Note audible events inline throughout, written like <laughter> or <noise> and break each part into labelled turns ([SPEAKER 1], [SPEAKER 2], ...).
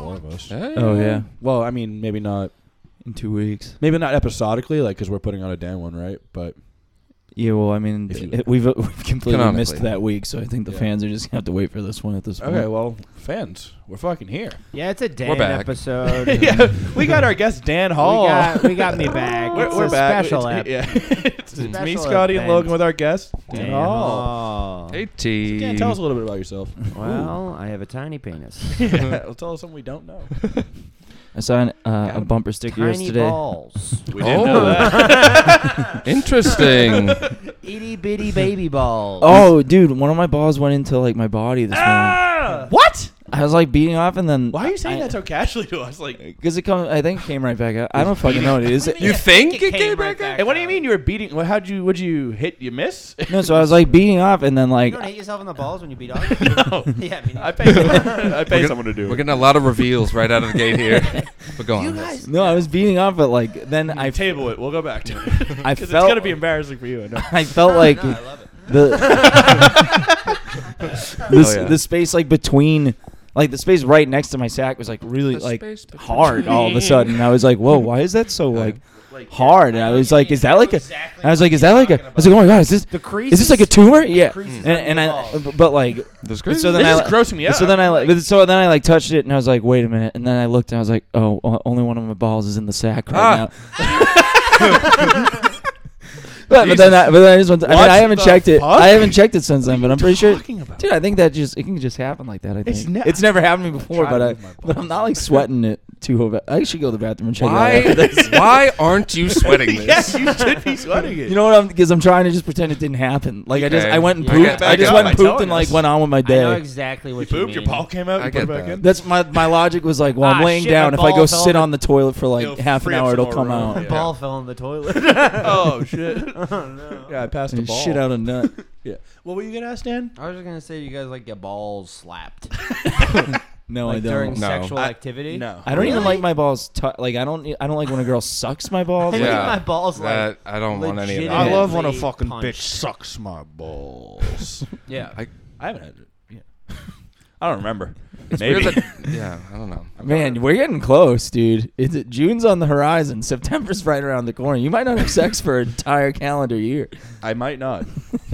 [SPEAKER 1] all of us.
[SPEAKER 2] Oh yeah,
[SPEAKER 1] Well, I mean, maybe not,
[SPEAKER 2] in two weeks.
[SPEAKER 1] maybe not episodically, like because we're putting out a damn one, right? But
[SPEAKER 2] Yeah, well, I mean,
[SPEAKER 1] If you-
[SPEAKER 2] it- we've we've completely
[SPEAKER 3] Canonically.
[SPEAKER 2] missed that week, so I think the
[SPEAKER 1] Yeah.
[SPEAKER 2] fans are just gonna have to wait for this one at this point.
[SPEAKER 1] okay, well, fans, we're fucking here.
[SPEAKER 4] Yeah, it's a Dan
[SPEAKER 3] back.
[SPEAKER 4] episode.
[SPEAKER 1] <laughs> yeah, we got our guest Dan Hall.
[SPEAKER 4] We got,
[SPEAKER 5] Oh.
[SPEAKER 4] we got me
[SPEAKER 5] <laughs>
[SPEAKER 1] <laughs>
[SPEAKER 4] back.
[SPEAKER 1] We're,
[SPEAKER 4] it's
[SPEAKER 1] we're
[SPEAKER 4] a
[SPEAKER 1] back.
[SPEAKER 4] special
[SPEAKER 1] It's-
[SPEAKER 4] app.
[SPEAKER 1] Yeah. <laughs> it's it's me,
[SPEAKER 4] Special
[SPEAKER 1] Scotty, and
[SPEAKER 4] event.
[SPEAKER 1] Logan with our guest Dan,
[SPEAKER 5] Oh.
[SPEAKER 4] Dan
[SPEAKER 1] Hall.
[SPEAKER 4] Hall.
[SPEAKER 3] Hey T.
[SPEAKER 1] Dan, tell us a little bit about yourself.
[SPEAKER 4] Oh. Well, I have a tiny penis.
[SPEAKER 1] <laughs> yeah, well, tell us something we don't <laughs> know.
[SPEAKER 2] I saw an, uh, a
[SPEAKER 4] Got
[SPEAKER 2] bumper sticker
[SPEAKER 4] tiny
[SPEAKER 2] yesterday.
[SPEAKER 4] balls.
[SPEAKER 5] We didn't know
[SPEAKER 3] Oh.
[SPEAKER 5] that.
[SPEAKER 3] <laughs> Interesting.
[SPEAKER 4] Itty bitty baby balls.
[SPEAKER 2] Oh, dude, one of my balls went into like my body this
[SPEAKER 5] Ah!
[SPEAKER 2] morning.
[SPEAKER 1] what?
[SPEAKER 2] I was like beating off, and then
[SPEAKER 1] Ah! Why are you saying
[SPEAKER 2] I-
[SPEAKER 1] that so casually to us?
[SPEAKER 4] <laughs>
[SPEAKER 1] Like,
[SPEAKER 2] Because it come, I think it came right back out. I don't fucking know what it is.
[SPEAKER 3] you think it
[SPEAKER 4] It
[SPEAKER 3] came
[SPEAKER 4] came
[SPEAKER 3] back
[SPEAKER 4] right
[SPEAKER 3] up?
[SPEAKER 4] back.
[SPEAKER 1] and what do you mean you were beating? What? How'd you? Would you hit? You miss? <laughs>
[SPEAKER 2] No, so I was like beating off, and then
[SPEAKER 4] You
[SPEAKER 2] like,
[SPEAKER 4] don't hit yourself in the balls when you beat off?
[SPEAKER 1] no.
[SPEAKER 4] <laughs> yeah, I mean,
[SPEAKER 1] I pay. someone- I pay
[SPEAKER 3] We're
[SPEAKER 1] someone to do
[SPEAKER 3] We're
[SPEAKER 1] it.
[SPEAKER 3] getting a lot of reveals right out of the gate here. But go on.
[SPEAKER 4] you
[SPEAKER 3] let's-
[SPEAKER 4] guys.
[SPEAKER 2] no, I was beating off, but like then I,
[SPEAKER 1] table it. We'll go back to
[SPEAKER 2] <laughs>
[SPEAKER 1] it.
[SPEAKER 2] I
[SPEAKER 1] 'Cause it's
[SPEAKER 2] felt-
[SPEAKER 1] gonna be embarrassing for you. I know.
[SPEAKER 2] I felt like
[SPEAKER 4] No, I love it.
[SPEAKER 2] the
[SPEAKER 3] <laughs>
[SPEAKER 2] <laughs> the, s-
[SPEAKER 3] Oh, yeah.
[SPEAKER 2] the space like between, like the space right next to my sack was like really like
[SPEAKER 3] space between-
[SPEAKER 2] hard all of a sudden. And I was like, whoa, why is that so like hard? And I was like, is that like a?
[SPEAKER 4] Exactly
[SPEAKER 2] I was
[SPEAKER 4] what
[SPEAKER 2] like, is
[SPEAKER 4] you're
[SPEAKER 2] that like a?
[SPEAKER 4] talking
[SPEAKER 2] I was like, oh my god, is this
[SPEAKER 4] The crease.
[SPEAKER 2] is this like a tumor? Yeah.
[SPEAKER 4] creases
[SPEAKER 2] And, and I, uh,
[SPEAKER 4] on the
[SPEAKER 2] but like
[SPEAKER 3] This
[SPEAKER 2] But
[SPEAKER 3] is
[SPEAKER 2] so
[SPEAKER 3] so
[SPEAKER 2] then
[SPEAKER 1] this
[SPEAKER 2] I
[SPEAKER 1] is
[SPEAKER 2] like-
[SPEAKER 1] grossing me out.
[SPEAKER 2] So then I like, but so then I like touched it and I was like, wait a minute. And then I looked and I was like, oh, o- only one of my balls is in the sack right
[SPEAKER 3] Ah.
[SPEAKER 2] now. but, but then I, but then I just went. To, I mean, I
[SPEAKER 1] What
[SPEAKER 2] haven't
[SPEAKER 1] the
[SPEAKER 2] checked it.
[SPEAKER 1] fuck?
[SPEAKER 2] I haven't checked it since then. But I'm pretty sure,
[SPEAKER 1] Talking about.
[SPEAKER 2] dude. I think that just it can just happen like that. I think
[SPEAKER 1] It's
[SPEAKER 2] it's,
[SPEAKER 1] not-
[SPEAKER 2] never happened to me before.
[SPEAKER 1] try to
[SPEAKER 2] But I,
[SPEAKER 1] move my
[SPEAKER 2] but I'm not like sweating it too. Over. I should go to the bathroom and <laughs> check it out.
[SPEAKER 3] why
[SPEAKER 2] after this.
[SPEAKER 3] why aren't you sweating this?
[SPEAKER 1] Yes, you should be sweating it.
[SPEAKER 2] You know what? I'm because I'm trying to just pretend it didn't happen. Like I just
[SPEAKER 3] Okay.
[SPEAKER 2] I went and
[SPEAKER 3] You
[SPEAKER 2] pooped.
[SPEAKER 3] got
[SPEAKER 2] I just
[SPEAKER 3] back
[SPEAKER 2] went
[SPEAKER 1] up
[SPEAKER 2] and
[SPEAKER 1] by
[SPEAKER 2] pooped
[SPEAKER 1] telling
[SPEAKER 2] and like
[SPEAKER 1] us.
[SPEAKER 2] went on with my
[SPEAKER 4] I know
[SPEAKER 2] day.
[SPEAKER 4] exactly
[SPEAKER 1] You
[SPEAKER 4] what you,
[SPEAKER 1] pooped. Your
[SPEAKER 4] mean. <laughs>
[SPEAKER 1] ball came out.
[SPEAKER 3] I
[SPEAKER 1] You put
[SPEAKER 3] get
[SPEAKER 1] it back
[SPEAKER 3] that.
[SPEAKER 1] in.
[SPEAKER 2] That's my my logic was like, well, I'm
[SPEAKER 4] Ah,
[SPEAKER 2] laying
[SPEAKER 4] shit,
[SPEAKER 2] down.
[SPEAKER 4] my
[SPEAKER 2] If I go
[SPEAKER 4] ball fell
[SPEAKER 2] sit
[SPEAKER 4] in
[SPEAKER 2] on the toilet for like
[SPEAKER 1] It'll
[SPEAKER 2] half an
[SPEAKER 1] free up
[SPEAKER 2] hour,
[SPEAKER 1] some
[SPEAKER 2] it'll
[SPEAKER 1] more
[SPEAKER 2] come
[SPEAKER 1] room,
[SPEAKER 2] out.
[SPEAKER 1] yeah.
[SPEAKER 4] Ball fell in the toilet.
[SPEAKER 1] oh shit!
[SPEAKER 4] oh no.
[SPEAKER 1] Yeah, I passed the
[SPEAKER 2] And
[SPEAKER 1] ball.
[SPEAKER 2] shit out of nut.
[SPEAKER 1] Yeah. What were you gonna ask, Dan?
[SPEAKER 4] I was just gonna say you guys like get balls slapped
[SPEAKER 2] No, I
[SPEAKER 4] like
[SPEAKER 2] don't.
[SPEAKER 4] during
[SPEAKER 3] No.
[SPEAKER 4] sexual
[SPEAKER 1] I-
[SPEAKER 4] activity. <laughs>
[SPEAKER 1] no.
[SPEAKER 2] I don't even
[SPEAKER 4] Really?
[SPEAKER 2] like my balls. tu like I don't. I don't like when a girl sucks my balls.
[SPEAKER 4] I
[SPEAKER 2] Like,
[SPEAKER 3] Yeah.
[SPEAKER 4] need my balls like
[SPEAKER 3] That- I don't want any of
[SPEAKER 4] I
[SPEAKER 3] that.
[SPEAKER 4] legitimately- love when a fucking bitch
[SPEAKER 1] sucks my balls.
[SPEAKER 4] yeah.
[SPEAKER 3] I-
[SPEAKER 1] <laughs> I haven't had it. Yeah. I don't remember.
[SPEAKER 3] Weird
[SPEAKER 1] Maybe.
[SPEAKER 3] that- <laughs> yeah, I don't know.
[SPEAKER 2] Man, we're getting close, dude. It's June's on the horizon. September's right around the corner. You might not have sex for an entire calendar year.
[SPEAKER 1] <laughs> I might not. <laughs>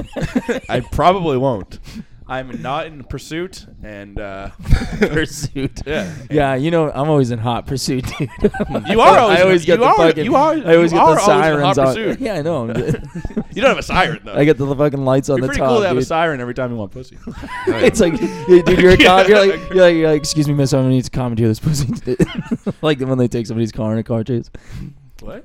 [SPEAKER 1] I probably won't. I'm not in pursuit, and uh,
[SPEAKER 2] <laughs> pursuit.
[SPEAKER 1] <laughs> Yeah.
[SPEAKER 2] Yeah, you know, I'm always in hot pursuit, dude.
[SPEAKER 1] <laughs> You are always
[SPEAKER 2] I always
[SPEAKER 1] in-
[SPEAKER 2] get
[SPEAKER 1] you
[SPEAKER 2] the
[SPEAKER 1] are-
[SPEAKER 2] fucking.
[SPEAKER 1] you are-
[SPEAKER 2] I always
[SPEAKER 1] you
[SPEAKER 2] get
[SPEAKER 1] are
[SPEAKER 2] the
[SPEAKER 1] always in hot
[SPEAKER 2] sirens on.
[SPEAKER 1] pursuit.
[SPEAKER 2] <laughs> Yeah, I know. I'm good.
[SPEAKER 1] <laughs> you don't have a siren though.
[SPEAKER 2] I get the fucking lights on
[SPEAKER 1] It'd be
[SPEAKER 2] the
[SPEAKER 1] pretty
[SPEAKER 2] top.
[SPEAKER 1] cool to have
[SPEAKER 2] dude.
[SPEAKER 1] a siren every time you want <laughs> pussy.
[SPEAKER 3] Oh,
[SPEAKER 2] <laughs>
[SPEAKER 3] yeah.
[SPEAKER 2] It's like, hey,
[SPEAKER 1] <laughs>
[SPEAKER 2] dude, you're a cop. You're like, you're like, you're like, excuse me, miss, I'm gonna need to commandeer this pussy. <laughs> like when they take somebody's car in a car chase.
[SPEAKER 1] what?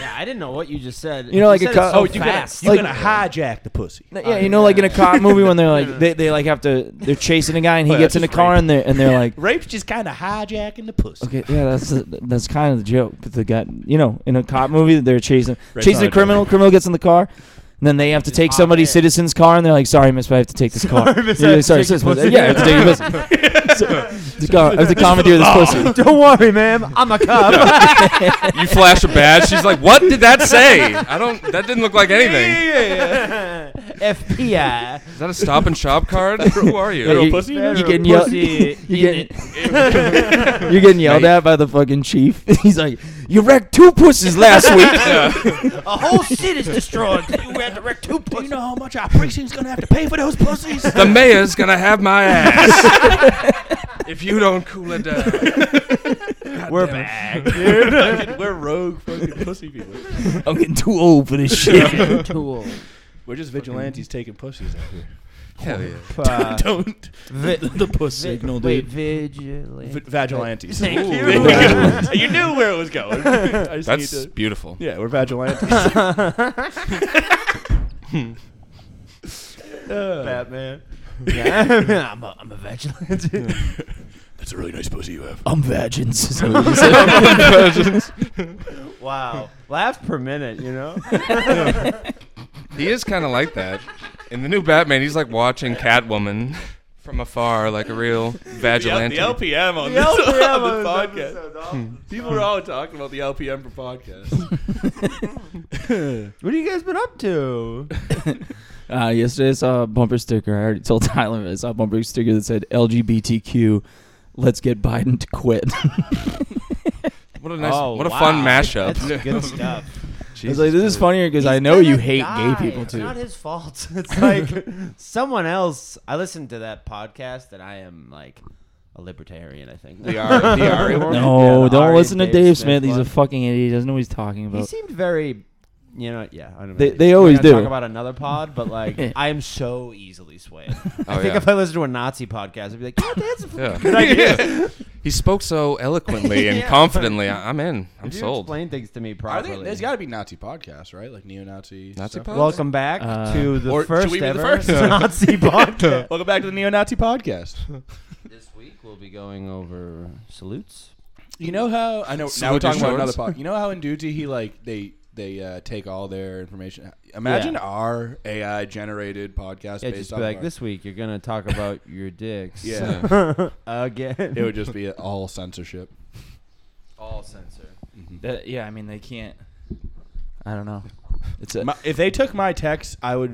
[SPEAKER 4] yeah, I didn't know what you just said.
[SPEAKER 2] You know, like a
[SPEAKER 4] said it
[SPEAKER 2] co-
[SPEAKER 4] so
[SPEAKER 2] oh,
[SPEAKER 1] you
[SPEAKER 4] fast.
[SPEAKER 1] You're
[SPEAKER 4] <laughs>
[SPEAKER 2] Like-
[SPEAKER 1] gonna hijack the pussy.
[SPEAKER 2] No, yeah, you know, like in a cop movie when they're like, they, they like have to, they're chasing a guy and he
[SPEAKER 1] Oh, yeah,
[SPEAKER 2] gets in a
[SPEAKER 1] that's
[SPEAKER 2] car
[SPEAKER 1] rape.
[SPEAKER 2] and they're and they're like,
[SPEAKER 1] Rape's just kind of hijacking the pussy.
[SPEAKER 2] okay, yeah, that's that's kind of the joke. But the guy, you know, in a cop movie, they're chasing
[SPEAKER 1] Rape's not
[SPEAKER 2] chasing
[SPEAKER 1] a
[SPEAKER 2] a
[SPEAKER 1] joke.
[SPEAKER 2] criminal. Criminal gets in the car. And then they have to
[SPEAKER 4] Just
[SPEAKER 2] take
[SPEAKER 4] hop
[SPEAKER 2] somebody's
[SPEAKER 4] in.
[SPEAKER 2] citizen's car, and they're like, "Sorry, miss, but I have to take this car."
[SPEAKER 4] Sorry, miss,
[SPEAKER 2] You're
[SPEAKER 4] I
[SPEAKER 2] like,
[SPEAKER 4] have
[SPEAKER 2] "Sorry,
[SPEAKER 4] to take
[SPEAKER 2] sis,
[SPEAKER 4] this
[SPEAKER 2] miss, yeah, I have to take this pussy. <laughs> So- I have to commandeer this
[SPEAKER 4] <laughs>
[SPEAKER 2] pussy.
[SPEAKER 4] Don't worry, ma'am. I'm a cop.
[SPEAKER 3] <laughs> you flash a badge. She's like, "What did that say? I don't. That didn't look like
[SPEAKER 4] <laughs>
[SPEAKER 3] anything.
[SPEAKER 4] FBI.
[SPEAKER 3] Is that a Stop and Shop card? Who
[SPEAKER 2] <laughs>
[SPEAKER 3] are
[SPEAKER 2] Yeah,
[SPEAKER 3] you?
[SPEAKER 1] Little
[SPEAKER 2] you-
[SPEAKER 1] pussy in there
[SPEAKER 2] you
[SPEAKER 1] or
[SPEAKER 2] getting
[SPEAKER 1] a
[SPEAKER 2] yelled.
[SPEAKER 4] pussy
[SPEAKER 2] <laughs> You getting
[SPEAKER 4] in
[SPEAKER 2] <laughs> you're getting yelled
[SPEAKER 3] Mate.
[SPEAKER 2] at by the fucking chief. <laughs> He's like, "You wrecked two pussies last week."
[SPEAKER 4] A whole city's destroyed. <laughs> You had to wreck two
[SPEAKER 1] Do you know how much our precinct's gonna have to pay for those pussies?
[SPEAKER 3] The mayor's gonna have my ass if you don't cool it down. God
[SPEAKER 4] We're
[SPEAKER 3] damn it.
[SPEAKER 4] back.
[SPEAKER 1] We're rogue fucking pussy people.
[SPEAKER 2] I'm getting too old for this shit.
[SPEAKER 4] Tool.
[SPEAKER 1] We're just vigilantes taking pussies out here.
[SPEAKER 3] Hell yeah.
[SPEAKER 4] <laughs> Uh,
[SPEAKER 1] <laughs> Don't
[SPEAKER 4] vi-
[SPEAKER 2] the puss
[SPEAKER 4] vi-
[SPEAKER 2] signal,
[SPEAKER 4] wait,
[SPEAKER 2] dude.
[SPEAKER 4] vigilante.
[SPEAKER 1] v- vigilantes.
[SPEAKER 4] Thank
[SPEAKER 3] Ooh.
[SPEAKER 4] you.
[SPEAKER 3] Thank
[SPEAKER 1] you knew where it was going. I just
[SPEAKER 3] That's
[SPEAKER 1] need to-
[SPEAKER 3] beautiful.
[SPEAKER 1] <laughs> yeah, we're vigilantes.
[SPEAKER 4] Batman. <laughs> Yeah, <laughs> I'm a, I'm a vigilante.
[SPEAKER 1] That's a really nice pussy you have.
[SPEAKER 2] I'm vagins.
[SPEAKER 4] wow. Laughs per minute, you know?
[SPEAKER 3] He is kind of like that. In the new Batman, he's like watching Catwoman from afar, like a real vigilante.
[SPEAKER 1] LPM on
[SPEAKER 4] The LPM on this episode,
[SPEAKER 1] People are all talking about the LPM for
[SPEAKER 4] <laughs>
[SPEAKER 1] podcasts.
[SPEAKER 4] What have you guys been up to?
[SPEAKER 2] Uh, yesterday I saw a bumper sticker. I already told Tyler I saw a bumper sticker that said LGBTQ let's get Biden to quit. <laughs>
[SPEAKER 3] What a nice,
[SPEAKER 1] Oh,
[SPEAKER 3] what a
[SPEAKER 1] wow.
[SPEAKER 3] fun mashup. <laughs>
[SPEAKER 4] That's <laughs> good stuff.
[SPEAKER 2] I was like, this is funnier because I
[SPEAKER 4] He's
[SPEAKER 2] know Oh, you
[SPEAKER 4] gonna
[SPEAKER 2] hate
[SPEAKER 4] die.
[SPEAKER 2] gay people
[SPEAKER 4] it's
[SPEAKER 2] too.
[SPEAKER 4] not his fault. <laughs> It's like someone else. I listened to that podcast and I am like a libertarian. I think <laughs>
[SPEAKER 3] The Ari- the Ari one?
[SPEAKER 2] No,
[SPEAKER 4] Yeah, the
[SPEAKER 2] don't
[SPEAKER 4] Ari
[SPEAKER 2] listen to
[SPEAKER 4] and
[SPEAKER 2] Dave, Smith. He's a
[SPEAKER 4] one.
[SPEAKER 2] fucking idiot. He doesn't know what he's talking
[SPEAKER 4] He
[SPEAKER 2] about.
[SPEAKER 4] seemed very, you know, yeah. I don't
[SPEAKER 2] They-
[SPEAKER 4] know.
[SPEAKER 2] they
[SPEAKER 4] We're
[SPEAKER 2] always
[SPEAKER 4] gonna
[SPEAKER 2] do.
[SPEAKER 4] Talk about another pod,
[SPEAKER 2] <laughs>
[SPEAKER 4] but like I am so easily swayed. I
[SPEAKER 3] Oh,
[SPEAKER 4] think
[SPEAKER 3] yeah.
[SPEAKER 4] if I listened to a Nazi podcast, I'd be like, yeah, that's a
[SPEAKER 3] Yeah.
[SPEAKER 4] good idea.
[SPEAKER 3] Yeah. <laughs> He spoke so eloquently and
[SPEAKER 4] Yeah.
[SPEAKER 3] confidently. I- I'm in. I'm
[SPEAKER 4] If you
[SPEAKER 3] sold.
[SPEAKER 4] Explain things to me
[SPEAKER 5] Are
[SPEAKER 4] properly.
[SPEAKER 5] there, there's got to be Nazi podcasts, right? Like neo-Nazi.
[SPEAKER 3] Nazi
[SPEAKER 5] stuff?
[SPEAKER 3] pod-
[SPEAKER 4] Welcome back
[SPEAKER 2] Uh,
[SPEAKER 4] to the
[SPEAKER 5] Or should
[SPEAKER 4] first
[SPEAKER 5] we be the
[SPEAKER 4] ever
[SPEAKER 5] first?
[SPEAKER 4] <laughs> Nazi podcast.
[SPEAKER 5] Welcome back to the neo-Nazi podcast.
[SPEAKER 4] This week we'll be going over salutes.
[SPEAKER 5] You know how I know now
[SPEAKER 3] Salute
[SPEAKER 5] we're talking
[SPEAKER 3] your
[SPEAKER 5] about another
[SPEAKER 3] shorts.
[SPEAKER 5] podcast. You know how in Duty he like they they uh, take all their information. Imagine our AI generated podcast
[SPEAKER 4] Yeah,
[SPEAKER 5] based
[SPEAKER 4] just
[SPEAKER 5] off
[SPEAKER 4] be like
[SPEAKER 5] of our-
[SPEAKER 4] this week you're gonna talk about your dicks.
[SPEAKER 5] Yeah.
[SPEAKER 2] <laughs>
[SPEAKER 4] again.
[SPEAKER 5] It would just be <laughs> all censorship.
[SPEAKER 4] all censor.
[SPEAKER 2] That- Uh, yeah, I mean they can't. I don't know. It's a
[SPEAKER 1] My- if they took my text, I would.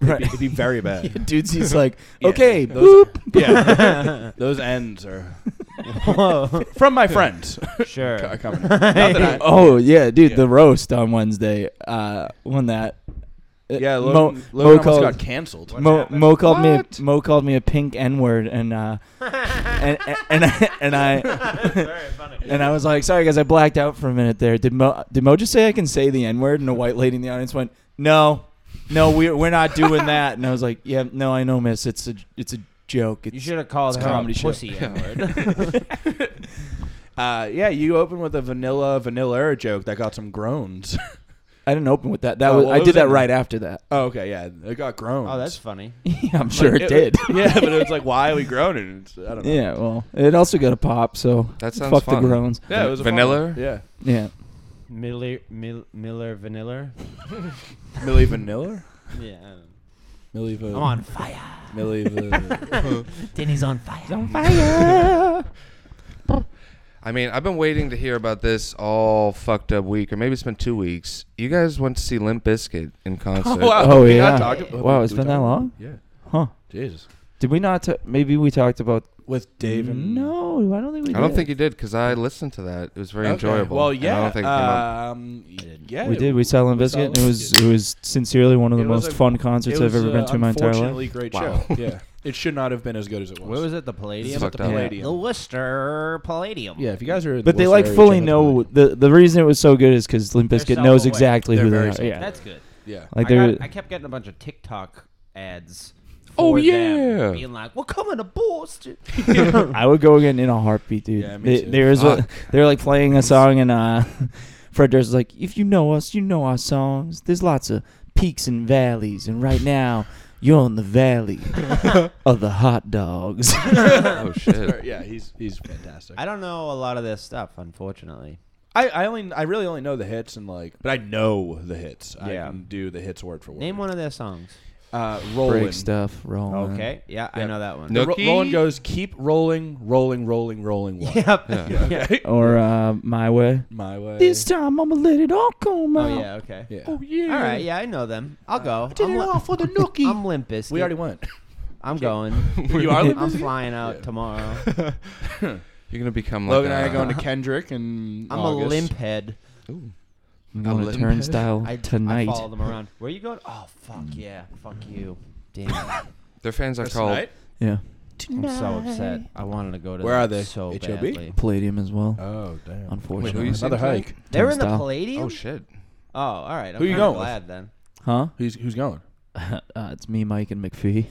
[SPEAKER 1] It'd,
[SPEAKER 2] Right.
[SPEAKER 1] be, it'd be very
[SPEAKER 2] <laughs>
[SPEAKER 1] bad.
[SPEAKER 2] dude's. He's like,
[SPEAKER 1] <laughs> Yeah.
[SPEAKER 2] okay,
[SPEAKER 1] Those- <laughs>
[SPEAKER 2] boop.
[SPEAKER 1] yeah, those ends are
[SPEAKER 4] Whoa.
[SPEAKER 1] from my friends.
[SPEAKER 4] Sure.
[SPEAKER 5] Co- coming. Not that I-
[SPEAKER 2] <laughs> Oh yeah, dude,
[SPEAKER 5] Yeah.
[SPEAKER 2] the roast on Wednesday. Uh, when that.
[SPEAKER 1] Yeah,
[SPEAKER 2] Mo-
[SPEAKER 1] Logan,
[SPEAKER 2] Mo,
[SPEAKER 1] Logan almost
[SPEAKER 2] called,
[SPEAKER 1] got canceled.
[SPEAKER 2] Mo, Mo called me. A, Mo called me a pink N word, and uh, and and and I, and I
[SPEAKER 4] Very funny.
[SPEAKER 2] and I was like, sorry guys, I blacked out for a minute there. Did Mo did Mo just say I can say the N word? And a white lady in the audience went, no, no, we're we're not doing that. And I was like, yeah, no, I know, miss. It's a it's a joke. It's
[SPEAKER 4] You should have called
[SPEAKER 2] it's
[SPEAKER 4] her a
[SPEAKER 2] comedy show.
[SPEAKER 4] pussy N-word.
[SPEAKER 1] Uh, yeah, you opened with a vanilla vanilla era joke that got some
[SPEAKER 5] <laughs>
[SPEAKER 1] groans.
[SPEAKER 2] I didn't open with that. That
[SPEAKER 1] Oh,
[SPEAKER 2] was
[SPEAKER 1] well,
[SPEAKER 2] I
[SPEAKER 1] it
[SPEAKER 2] did
[SPEAKER 1] was
[SPEAKER 2] that
[SPEAKER 1] in-
[SPEAKER 2] right after that. <laughs>
[SPEAKER 1] oh, okay, yeah, it got groans.
[SPEAKER 4] oh, that's funny.
[SPEAKER 2] Yeah, I'm sure
[SPEAKER 1] Like,
[SPEAKER 2] it, did.
[SPEAKER 1] yeah, but it's like, why are we groaning? It's, I don't know.
[SPEAKER 2] Yeah, well, it also got a pop. So
[SPEAKER 3] That sounds
[SPEAKER 2] fuck
[SPEAKER 3] fun.
[SPEAKER 2] the groans.
[SPEAKER 1] Yeah, it was a fun
[SPEAKER 3] Vanilla?
[SPEAKER 1] one. Yeah,
[SPEAKER 2] Yeah,
[SPEAKER 4] Miller, Mil- Miller, Vanilla.
[SPEAKER 1] Millie Vanilla.
[SPEAKER 4] Yeah. I don't know.
[SPEAKER 5] Millie
[SPEAKER 4] I'm
[SPEAKER 5] the,
[SPEAKER 4] on fire.
[SPEAKER 5] Millie the,
[SPEAKER 4] Denny's on fire. He's on
[SPEAKER 3] I mean, I've been waiting to hear about this all fucked up week, or maybe it's been two weeks. You guys went to see Limp Bizkit in concert.
[SPEAKER 2] Oh,
[SPEAKER 5] we
[SPEAKER 2] yeah.
[SPEAKER 5] not talked-
[SPEAKER 2] Wow, it's
[SPEAKER 5] we
[SPEAKER 2] been that
[SPEAKER 5] talked-
[SPEAKER 2] long?
[SPEAKER 5] Yeah.
[SPEAKER 2] huh?
[SPEAKER 5] Jesus.
[SPEAKER 2] Did we not? T- maybe we talked about
[SPEAKER 5] With Dave and
[SPEAKER 2] No, I don't think we.
[SPEAKER 3] I don't think you did because I listened to that. It was very
[SPEAKER 5] Okay.
[SPEAKER 3] enjoyable.
[SPEAKER 5] Well,
[SPEAKER 3] and
[SPEAKER 5] yeah.
[SPEAKER 3] I don't think it came up.
[SPEAKER 5] um, yeah.
[SPEAKER 2] we did. We saw Limp
[SPEAKER 5] We saw
[SPEAKER 2] Bizkit. and It
[SPEAKER 5] Limp
[SPEAKER 2] was
[SPEAKER 5] Bizkit.
[SPEAKER 2] it was sincerely one of the
[SPEAKER 5] It was
[SPEAKER 2] most
[SPEAKER 5] a-
[SPEAKER 2] fun concerts
[SPEAKER 5] It
[SPEAKER 2] I've
[SPEAKER 5] was,
[SPEAKER 2] ever been
[SPEAKER 5] uh,
[SPEAKER 2] to in my entire life.
[SPEAKER 5] Unfortunately, great
[SPEAKER 3] Wow.
[SPEAKER 5] show. yeah, it should not have been as good as it was.
[SPEAKER 4] Where was it? The Palladium.
[SPEAKER 3] fucked
[SPEAKER 4] The,
[SPEAKER 3] up.
[SPEAKER 5] Palladium.
[SPEAKER 4] the Worcester Palladium.
[SPEAKER 5] Yeah, if you guys are, in
[SPEAKER 2] But
[SPEAKER 5] the
[SPEAKER 2] they
[SPEAKER 5] Worcester
[SPEAKER 2] like
[SPEAKER 5] area,
[SPEAKER 2] fully
[SPEAKER 5] check out the
[SPEAKER 2] know
[SPEAKER 5] Palladium.
[SPEAKER 2] the the reason it was so good is because Limp
[SPEAKER 4] They're
[SPEAKER 2] Bizkit knows
[SPEAKER 4] self-aware.
[SPEAKER 2] exactly
[SPEAKER 5] They're
[SPEAKER 2] who
[SPEAKER 5] very
[SPEAKER 2] they are.
[SPEAKER 5] self-aware.
[SPEAKER 2] Yeah,
[SPEAKER 4] That's good.
[SPEAKER 5] Yeah,
[SPEAKER 2] like
[SPEAKER 4] I,
[SPEAKER 2] they're
[SPEAKER 4] got, I kept getting a bunch of TikTok ads.
[SPEAKER 3] Oh,
[SPEAKER 4] for them,
[SPEAKER 3] yeah.
[SPEAKER 4] being like, "We're coming to Boston."
[SPEAKER 2] <laughs> I would go again in a heartbeat, dude.
[SPEAKER 5] Yeah, me
[SPEAKER 2] They-
[SPEAKER 5] too.
[SPEAKER 2] There is a,
[SPEAKER 3] Fuck.
[SPEAKER 2] <laughs> they're like playing a song and uh, <laughs> Fred Durst is like, if you know us, you know our songs. There's lots of peaks and valleys, and right now you're on
[SPEAKER 5] <laughs>
[SPEAKER 2] the valley of the hot dogs.
[SPEAKER 3] Oh
[SPEAKER 5] <laughs>
[SPEAKER 3] shit!
[SPEAKER 5] yeah, he's he's fantastic.
[SPEAKER 4] I don't know a lot of this stuff, unfortunately.
[SPEAKER 1] I, I only I really only know the hits and like, but I know the hits.
[SPEAKER 4] Yeah.
[SPEAKER 1] I can do the hits word for word.
[SPEAKER 4] Name one of their songs.
[SPEAKER 1] Uh,
[SPEAKER 2] Break
[SPEAKER 1] rolling.
[SPEAKER 2] stuff, rolling.
[SPEAKER 4] Okay, yeah, I
[SPEAKER 1] Uh-huh. Yep.
[SPEAKER 4] know that one.
[SPEAKER 3] No.
[SPEAKER 1] The ro-
[SPEAKER 3] Nookie.
[SPEAKER 1] rolling goes. Keep rolling, rolling, rolling, rolling. One.
[SPEAKER 4] <laughs> Yep.
[SPEAKER 3] Yeah.
[SPEAKER 4] Yeah.
[SPEAKER 2] Or uh, my way.
[SPEAKER 5] My way.
[SPEAKER 2] This time I'ma let it all come out.
[SPEAKER 4] Oh yeah. Okay.
[SPEAKER 5] yeah.
[SPEAKER 2] yeah.
[SPEAKER 4] All right. Yeah, I know them. I'll go.
[SPEAKER 1] Did
[SPEAKER 4] I'm
[SPEAKER 1] it
[SPEAKER 4] li-
[SPEAKER 1] all
[SPEAKER 5] <laughs>
[SPEAKER 1] for the nookie.
[SPEAKER 4] I'm Limp Bizkit.
[SPEAKER 1] we already went. <laughs>
[SPEAKER 4] I'm going.
[SPEAKER 5] you are.
[SPEAKER 4] I'm flying out tomorrow.
[SPEAKER 3] You're gonna become like
[SPEAKER 5] Logan and I
[SPEAKER 3] a-
[SPEAKER 5] are going to
[SPEAKER 3] <laughs>
[SPEAKER 5] Kendrick and
[SPEAKER 4] I'm a
[SPEAKER 5] August.
[SPEAKER 4] limp head.
[SPEAKER 2] I'm
[SPEAKER 3] I'll
[SPEAKER 2] going
[SPEAKER 3] let
[SPEAKER 2] to
[SPEAKER 3] him-
[SPEAKER 2] turnstile
[SPEAKER 4] I,
[SPEAKER 2] tonight.
[SPEAKER 4] I follow them around. Where you going? Oh fuck
[SPEAKER 1] Mm.
[SPEAKER 4] yeah. Fuck you. Damn. it.
[SPEAKER 3] Their fans are
[SPEAKER 1] That's
[SPEAKER 3] called.
[SPEAKER 1] tonight?
[SPEAKER 2] yeah.
[SPEAKER 4] I'm so upset. I wanted to go to
[SPEAKER 5] Where are
[SPEAKER 4] that
[SPEAKER 5] they?
[SPEAKER 4] so
[SPEAKER 5] H.O.B.?
[SPEAKER 4] badly.
[SPEAKER 2] Palladium as well.
[SPEAKER 4] Uh,
[SPEAKER 5] Oh damn!
[SPEAKER 3] Wait,
[SPEAKER 2] unfortunately.
[SPEAKER 3] who you seeing
[SPEAKER 5] Another
[SPEAKER 3] tonight?
[SPEAKER 5] hike.
[SPEAKER 4] They were in the
[SPEAKER 2] Turnstile.
[SPEAKER 4] Palladium.
[SPEAKER 3] Oh shit!
[SPEAKER 4] Oh, all right. I'm
[SPEAKER 1] Who you
[SPEAKER 4] kinda
[SPEAKER 1] going with?
[SPEAKER 4] Glad then.
[SPEAKER 2] Huh?
[SPEAKER 5] Who's who's going?
[SPEAKER 2] uh, it's me, Mike, and McPhee.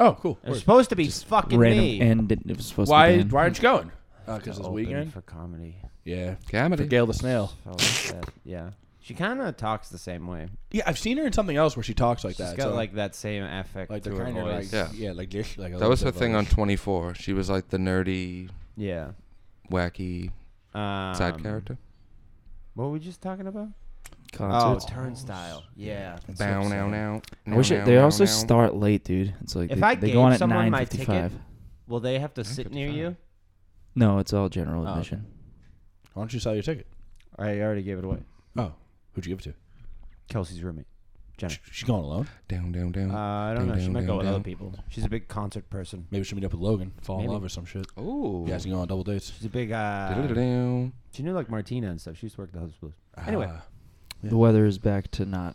[SPEAKER 5] Oh, cool.
[SPEAKER 4] It's supposed to be fucking
[SPEAKER 2] Random
[SPEAKER 4] me.
[SPEAKER 2] and it was supposed
[SPEAKER 1] Why
[SPEAKER 2] to be.
[SPEAKER 1] Why aren't you going?
[SPEAKER 5] Oh,
[SPEAKER 1] Because
[SPEAKER 4] Open
[SPEAKER 1] this weekend.
[SPEAKER 4] for comedy.
[SPEAKER 5] Yeah.
[SPEAKER 3] Comedy.
[SPEAKER 1] Gail the snail.
[SPEAKER 4] So upset. Oh, yeah. She kind of talks the same way.
[SPEAKER 1] Yeah, I've seen her in something else where she talks like
[SPEAKER 4] She's
[SPEAKER 1] that.
[SPEAKER 4] got
[SPEAKER 1] so-
[SPEAKER 4] like that same affect
[SPEAKER 5] Like
[SPEAKER 4] to
[SPEAKER 5] the
[SPEAKER 4] her
[SPEAKER 5] kind of
[SPEAKER 4] voice.
[SPEAKER 5] like
[SPEAKER 3] Yeah.
[SPEAKER 5] yeah, like dish, like a
[SPEAKER 3] That was her
[SPEAKER 5] little bit
[SPEAKER 3] thing
[SPEAKER 5] of
[SPEAKER 3] on 24. She was like the nerdy,
[SPEAKER 4] yeah.
[SPEAKER 3] wacky
[SPEAKER 4] Um,
[SPEAKER 3] side character.
[SPEAKER 4] What were we just talking about?
[SPEAKER 2] Concerts.
[SPEAKER 4] Oh, turnstile. Yeah.
[SPEAKER 3] Bow, now, now.
[SPEAKER 2] I wish it, they also start late, dude. It's like
[SPEAKER 4] If
[SPEAKER 2] they,
[SPEAKER 4] I
[SPEAKER 2] they
[SPEAKER 4] gave
[SPEAKER 2] go on at
[SPEAKER 4] someone my
[SPEAKER 2] 9:55.
[SPEAKER 4] ticket- Will they have to sit near
[SPEAKER 3] 55.
[SPEAKER 4] you?
[SPEAKER 2] No, it's all general
[SPEAKER 4] Oh, okay.
[SPEAKER 2] admission.
[SPEAKER 5] Why don't you sell your ticket?
[SPEAKER 4] I already gave it away.
[SPEAKER 5] Oh, who'd you give it to?
[SPEAKER 4] Kelsey's roommate. Jenner.
[SPEAKER 5] She's going alone.
[SPEAKER 3] Down, down, down.
[SPEAKER 4] Uh, I don't
[SPEAKER 3] down,
[SPEAKER 4] know. She
[SPEAKER 3] down,
[SPEAKER 4] might go
[SPEAKER 3] down,
[SPEAKER 4] with
[SPEAKER 3] down.
[SPEAKER 4] other people. She's a big concert person.
[SPEAKER 5] Maybe she'll meet up with Logan, fall
[SPEAKER 4] Maybe.
[SPEAKER 5] in love or some shit.
[SPEAKER 3] Ooh.
[SPEAKER 5] You guys can go on double dates.
[SPEAKER 4] She's a big. Uh,
[SPEAKER 3] Down.
[SPEAKER 4] she knew like Martina and stuff. She used to work at the House of Blues. Anyway.
[SPEAKER 5] Uh,
[SPEAKER 2] The weather is back to not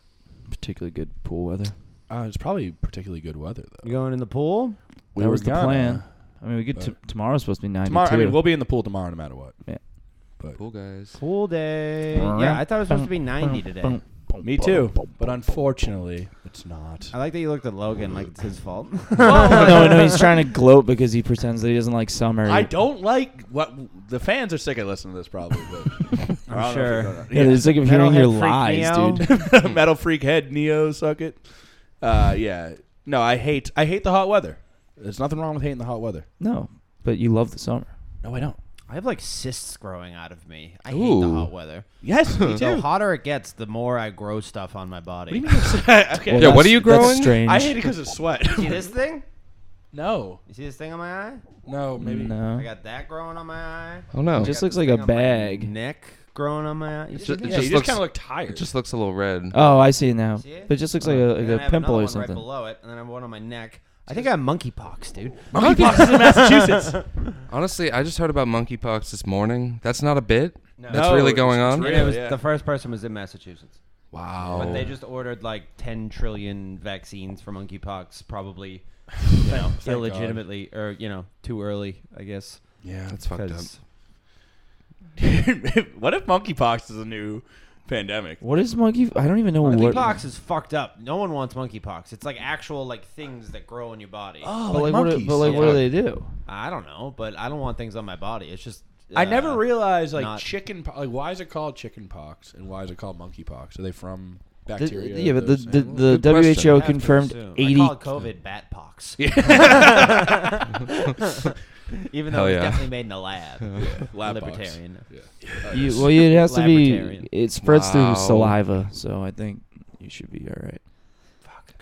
[SPEAKER 2] particularly good pool weather.
[SPEAKER 5] uh, it's probably particularly good weather though.
[SPEAKER 4] You going in the pool?
[SPEAKER 5] We
[SPEAKER 2] that
[SPEAKER 5] were
[SPEAKER 2] was the
[SPEAKER 5] gonna-
[SPEAKER 2] plan. I mean, we get to, tomorrow's supposed to be 92.
[SPEAKER 5] Tomorrow, I mean,
[SPEAKER 4] <laughs>
[SPEAKER 5] we'll be in the pool tomorrow no matter what.
[SPEAKER 3] Cool guys.
[SPEAKER 4] Pool day. Yeah, I thought it was supposed to be 90 today.
[SPEAKER 5] Me too. But unfortunately, it's not.
[SPEAKER 4] I like that you looked at Logan like it's his fault.
[SPEAKER 2] <laughs>
[SPEAKER 4] <laughs>
[SPEAKER 2] no, no, he's trying to gloat because he pretends that he doesn't like summer.
[SPEAKER 1] I
[SPEAKER 2] He-
[SPEAKER 1] don't like what the fans are sick of listening to this probably.
[SPEAKER 2] <laughs>
[SPEAKER 1] But
[SPEAKER 4] I'm sure.
[SPEAKER 2] Yeah, it's like I'm hearing
[SPEAKER 4] Metalhead
[SPEAKER 2] your
[SPEAKER 4] freak
[SPEAKER 2] lies,
[SPEAKER 4] Neo. <laughs>
[SPEAKER 5] <laughs>
[SPEAKER 2] dude.
[SPEAKER 1] Metal freak head Neo suck it. Uh, yeah. No, I hate I hate the hot weather.
[SPEAKER 5] There's nothing wrong with hating the hot weather.
[SPEAKER 2] no, but you love the summer.
[SPEAKER 5] No, <laughs> I don't.
[SPEAKER 4] I have like cysts growing out of me. I hate the
[SPEAKER 3] Ooh.
[SPEAKER 4] hot weather.
[SPEAKER 1] Yes,
[SPEAKER 4] <laughs>
[SPEAKER 1] me
[SPEAKER 4] The
[SPEAKER 1] too.
[SPEAKER 4] hotter it gets, the more I grow stuff on my body.
[SPEAKER 1] okay.
[SPEAKER 2] Well,
[SPEAKER 3] Yeah, what
[SPEAKER 2] that's-
[SPEAKER 3] are you
[SPEAKER 2] that's
[SPEAKER 3] growing?
[SPEAKER 2] strange.
[SPEAKER 1] I hate it because of
[SPEAKER 5] <laughs>
[SPEAKER 1] sweat.
[SPEAKER 4] See this thing?
[SPEAKER 5] No,
[SPEAKER 4] You see this thing on my eye?
[SPEAKER 5] no, maybe.
[SPEAKER 4] I
[SPEAKER 2] No.
[SPEAKER 4] got that growing on my eye.
[SPEAKER 3] Oh no.
[SPEAKER 2] It just
[SPEAKER 3] Just,
[SPEAKER 4] got
[SPEAKER 2] looks like
[SPEAKER 4] this
[SPEAKER 2] a
[SPEAKER 4] thing on my
[SPEAKER 2] bag.
[SPEAKER 4] Neck growing on my eye. You see
[SPEAKER 3] ju-
[SPEAKER 4] this?
[SPEAKER 3] just
[SPEAKER 1] you just
[SPEAKER 3] looks-
[SPEAKER 1] kind of look tired.
[SPEAKER 3] it just looks a little red.
[SPEAKER 2] Oh, I see now.
[SPEAKER 4] See it?
[SPEAKER 2] But it just looks like a,
[SPEAKER 4] And then I
[SPEAKER 2] like a
[SPEAKER 4] have another
[SPEAKER 2] pimple
[SPEAKER 4] one
[SPEAKER 2] or something.
[SPEAKER 4] Right below it, and then I have one on my neck. I think I have monkeypox, dude.
[SPEAKER 1] monkeypox in Massachusetts.
[SPEAKER 3] Honestly, I just heard about monkeypox this morning. That's not a bit.
[SPEAKER 4] No.
[SPEAKER 3] That's
[SPEAKER 1] No,
[SPEAKER 3] really
[SPEAKER 1] it's-
[SPEAKER 3] going
[SPEAKER 1] it's
[SPEAKER 3] on.
[SPEAKER 1] real.
[SPEAKER 4] And it was
[SPEAKER 1] yeah.
[SPEAKER 4] the first person was in Massachusetts.
[SPEAKER 3] Wow.
[SPEAKER 4] But they just ordered like 10 trillion vaccines for monkeypox, probably you know, illegitimately or you know too early, I guess.
[SPEAKER 5] Yeah,
[SPEAKER 3] That's fucked up.
[SPEAKER 4] 'Cause-
[SPEAKER 1] <laughs> what if monkeypox is a new pandemic?
[SPEAKER 2] What is monkey? I don't even know what.
[SPEAKER 4] Monkeypox is fucked up. No one wants monkeypox. It's like actual like things that grow in your body.
[SPEAKER 5] Oh,
[SPEAKER 2] But like, what, do- but like, what do they do?
[SPEAKER 4] I don't know, but I don't want things on my body. It's just
[SPEAKER 5] I
[SPEAKER 4] uh,
[SPEAKER 5] never realized like
[SPEAKER 4] not-
[SPEAKER 5] chicken. Po- like, why is it called chicken pox and why is it called monkey pox? Are they from
[SPEAKER 2] The-
[SPEAKER 5] bacteria?
[SPEAKER 2] yeah, but the
[SPEAKER 5] of those
[SPEAKER 2] the,
[SPEAKER 5] animals?
[SPEAKER 2] the
[SPEAKER 3] Good question.
[SPEAKER 2] WHO
[SPEAKER 4] have to
[SPEAKER 2] confirmed
[SPEAKER 4] assume. I
[SPEAKER 2] eighty.
[SPEAKER 4] call it COVID bat pox. <laughs> Even though
[SPEAKER 3] Hell
[SPEAKER 4] it's
[SPEAKER 3] yeah.
[SPEAKER 4] definitely made in a lab.
[SPEAKER 5] Lab pox.
[SPEAKER 4] Libertarian.
[SPEAKER 2] you- well, it has to be.
[SPEAKER 4] Laboratory.
[SPEAKER 2] It spreads
[SPEAKER 3] Wow.
[SPEAKER 2] through saliva, so I think you should be all right.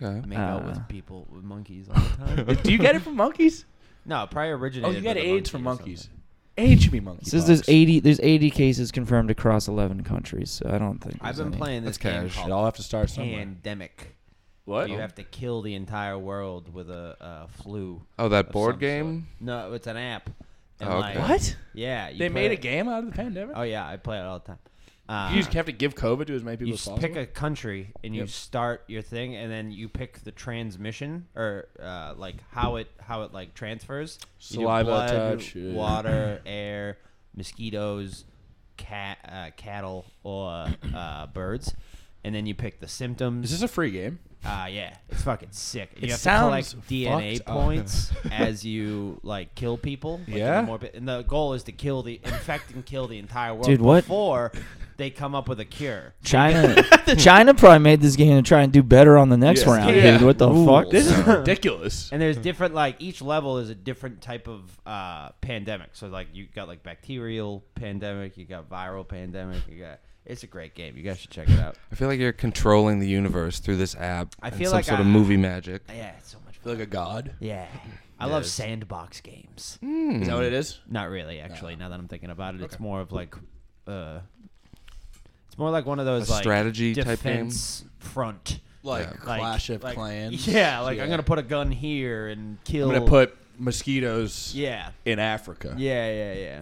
[SPEAKER 3] Okay.
[SPEAKER 4] I make out
[SPEAKER 2] Uh.
[SPEAKER 4] with people with monkeys all the time.
[SPEAKER 1] Do you get it from monkeys?
[SPEAKER 4] no, it probably
[SPEAKER 5] Oh,
[SPEAKER 4] originated.
[SPEAKER 5] you got
[SPEAKER 4] with a
[SPEAKER 5] AIDS
[SPEAKER 4] monkey
[SPEAKER 5] from
[SPEAKER 4] or
[SPEAKER 5] monkeys.
[SPEAKER 4] something.
[SPEAKER 5] AIDS should be monkey.
[SPEAKER 2] It says there's eighty. There's eighty cases confirmed across eleven countries, so I don't think.
[SPEAKER 4] I've
[SPEAKER 2] there's
[SPEAKER 4] been
[SPEAKER 2] any.
[SPEAKER 4] playing this
[SPEAKER 3] That's
[SPEAKER 4] game
[SPEAKER 3] cash.
[SPEAKER 5] It
[SPEAKER 4] called
[SPEAKER 5] all have to start somewhere.
[SPEAKER 4] Pandemic.
[SPEAKER 1] What?
[SPEAKER 4] You have to kill the entire world with a, a flu.
[SPEAKER 3] Oh, that
[SPEAKER 4] of
[SPEAKER 3] board
[SPEAKER 4] some
[SPEAKER 3] game.
[SPEAKER 4] sort. No, it's an app. And
[SPEAKER 3] Oh, okay.
[SPEAKER 4] like-
[SPEAKER 1] What?
[SPEAKER 4] Yeah. you
[SPEAKER 5] They
[SPEAKER 4] play
[SPEAKER 5] made a
[SPEAKER 4] it-
[SPEAKER 5] game out of the pandemic.
[SPEAKER 4] Oh yeah, I play it all the time. Uh,
[SPEAKER 1] You just have to give COVID to as many people
[SPEAKER 4] you
[SPEAKER 1] as
[SPEAKER 4] s-
[SPEAKER 1] possible.
[SPEAKER 4] pick a country and you start your thing and then you pick the transmission or uh, like how it how it like transfers You do
[SPEAKER 5] Saliva,
[SPEAKER 4] blood,
[SPEAKER 5] touch, yeah. <laughs>
[SPEAKER 4] water air mosquitoes cat uh, cattle or uh, birds and then you pick the symptoms
[SPEAKER 5] Is this a free <coughs> game?
[SPEAKER 4] uh, yeah, it's fucking sick. You
[SPEAKER 5] It
[SPEAKER 4] have
[SPEAKER 5] sounds
[SPEAKER 4] to collect DNA
[SPEAKER 5] fucked up. <laughs>
[SPEAKER 4] points as you like kill people. Like,
[SPEAKER 5] Yeah?
[SPEAKER 4] the more pe- and the goal is to kill the infect and kill the entire world
[SPEAKER 2] Dude, what-
[SPEAKER 4] before they come up with a cure.
[SPEAKER 2] China. China probably made this game to try and do better on the next
[SPEAKER 1] Yeah.
[SPEAKER 2] round,
[SPEAKER 1] Yeah.
[SPEAKER 2] dude. What the fuck?
[SPEAKER 1] This
[SPEAKER 2] <laughs>
[SPEAKER 1] is ridiculous.
[SPEAKER 4] And there's different like each level is a different type of uh, pandemic. So like you got like bacterial pandemic, you got viral pandemic, you got. It's a great game. You guys should check it out.
[SPEAKER 3] I feel like you're controlling the universe through this app.
[SPEAKER 4] I
[SPEAKER 3] and
[SPEAKER 4] feel
[SPEAKER 3] some
[SPEAKER 4] like
[SPEAKER 3] sort
[SPEAKER 4] I-
[SPEAKER 3] of movie magic.
[SPEAKER 4] Yeah, it's so much fun.
[SPEAKER 5] Like a god?
[SPEAKER 4] Yeah, I love sandbox games.
[SPEAKER 5] Is that what it is?
[SPEAKER 4] Not really, actually. Now that I'm thinking about it, it's more of like, uh, it's more like one of those
[SPEAKER 3] A
[SPEAKER 4] like
[SPEAKER 3] strategy type game?
[SPEAKER 4] defense front.
[SPEAKER 5] Like
[SPEAKER 4] Like-
[SPEAKER 5] Clash of
[SPEAKER 4] like-
[SPEAKER 5] Clans?
[SPEAKER 4] <laughs> Yeah, like I'm
[SPEAKER 5] Yeah.
[SPEAKER 4] gonna put a gun here and kill.
[SPEAKER 5] I'm gonna put mosquitoes
[SPEAKER 4] Yeah.
[SPEAKER 5] in Africa,
[SPEAKER 4] Yeah,
[SPEAKER 3] <laughs>
[SPEAKER 4] yeah, yeah.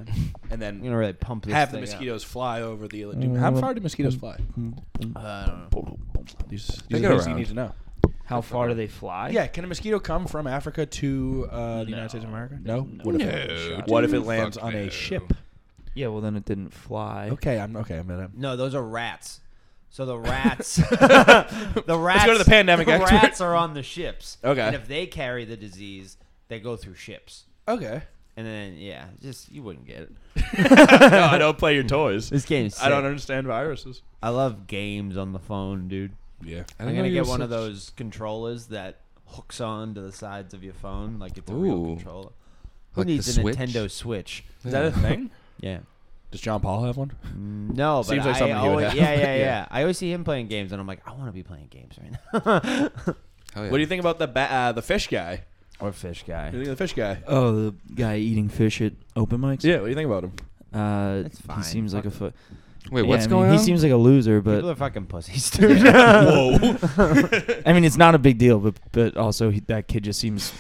[SPEAKER 5] and
[SPEAKER 4] I'm
[SPEAKER 5] then
[SPEAKER 4] gonna really pump this.
[SPEAKER 5] have the
[SPEAKER 4] thing up.
[SPEAKER 5] mosquitoes fly over the. Do, how far do mosquitoes fly? Mm-hmm.
[SPEAKER 4] Uh,
[SPEAKER 5] These, these
[SPEAKER 3] get
[SPEAKER 5] are things you
[SPEAKER 3] around.
[SPEAKER 5] need to know.
[SPEAKER 2] How far do they fly?
[SPEAKER 5] Yeah, can a mosquito come from Africa to uh, the United States of America? No. What if
[SPEAKER 3] No,
[SPEAKER 5] it, what if it
[SPEAKER 3] dude,
[SPEAKER 5] lands
[SPEAKER 3] fuck
[SPEAKER 5] on
[SPEAKER 3] no.
[SPEAKER 5] a ship?
[SPEAKER 2] Yeah. Well, then it didn't fly.
[SPEAKER 5] Okay, I'm okay. I'm gonna.
[SPEAKER 4] No, those are rats. So the rats, <laughs> the rats.
[SPEAKER 1] go to the pandemic
[SPEAKER 4] The
[SPEAKER 1] expert.
[SPEAKER 4] rats are on the ships.
[SPEAKER 5] Okay.
[SPEAKER 4] And if they carry the disease, they go through ships.
[SPEAKER 5] Okay.
[SPEAKER 4] And then yeah, just you wouldn't get it.
[SPEAKER 1] no, I don't play your
[SPEAKER 5] <laughs>
[SPEAKER 1] toys.
[SPEAKER 4] This game is.
[SPEAKER 1] I don't
[SPEAKER 4] sick.
[SPEAKER 1] understand viruses.
[SPEAKER 4] I love games on the phone, dude.
[SPEAKER 5] Yeah.
[SPEAKER 3] I
[SPEAKER 4] I'm
[SPEAKER 3] didn't know
[SPEAKER 4] gonna
[SPEAKER 3] you
[SPEAKER 4] get
[SPEAKER 3] were
[SPEAKER 4] one of
[SPEAKER 3] such-
[SPEAKER 4] those controllers that hooks on to the sides of your phone, like it's a real
[SPEAKER 3] Ooh.
[SPEAKER 4] controller. Who
[SPEAKER 3] Like the
[SPEAKER 4] needs a
[SPEAKER 3] Switch?
[SPEAKER 4] Nintendo Switch?
[SPEAKER 5] Is that a thing?
[SPEAKER 4] Yeah.
[SPEAKER 5] Does John Paul have one?
[SPEAKER 4] No, but
[SPEAKER 5] Seems like
[SPEAKER 4] I
[SPEAKER 5] something he would
[SPEAKER 4] always,
[SPEAKER 5] have.
[SPEAKER 4] yeah,
[SPEAKER 5] <laughs>
[SPEAKER 4] yeah,
[SPEAKER 5] Yeah.
[SPEAKER 4] yeah. I always see him playing games, and I'm like, I want to be playing games right now. <laughs>
[SPEAKER 3] Oh, yeah.
[SPEAKER 1] What do you think about the ba- uh, the fish guy?
[SPEAKER 4] or fish
[SPEAKER 1] What do
[SPEAKER 4] guy.
[SPEAKER 1] you think of the fish guy?
[SPEAKER 2] Oh, the guy eating fish at open mics.
[SPEAKER 1] Yeah, what do you think about him?
[SPEAKER 2] Uh,
[SPEAKER 4] That's
[SPEAKER 2] He
[SPEAKER 4] fine.
[SPEAKER 2] seems like a
[SPEAKER 4] Fuck
[SPEAKER 2] foot.
[SPEAKER 3] Wait,
[SPEAKER 2] Yeah,
[SPEAKER 3] what's
[SPEAKER 2] I mean,
[SPEAKER 3] going
[SPEAKER 2] He
[SPEAKER 3] on?
[SPEAKER 2] seems like a loser,
[SPEAKER 4] People
[SPEAKER 2] but
[SPEAKER 4] are
[SPEAKER 5] <laughs>
[SPEAKER 4] fucking pussies, dude. <laughs>
[SPEAKER 1] Whoa.
[SPEAKER 2] I mean, it's not a big deal. But but also he, that kid just seems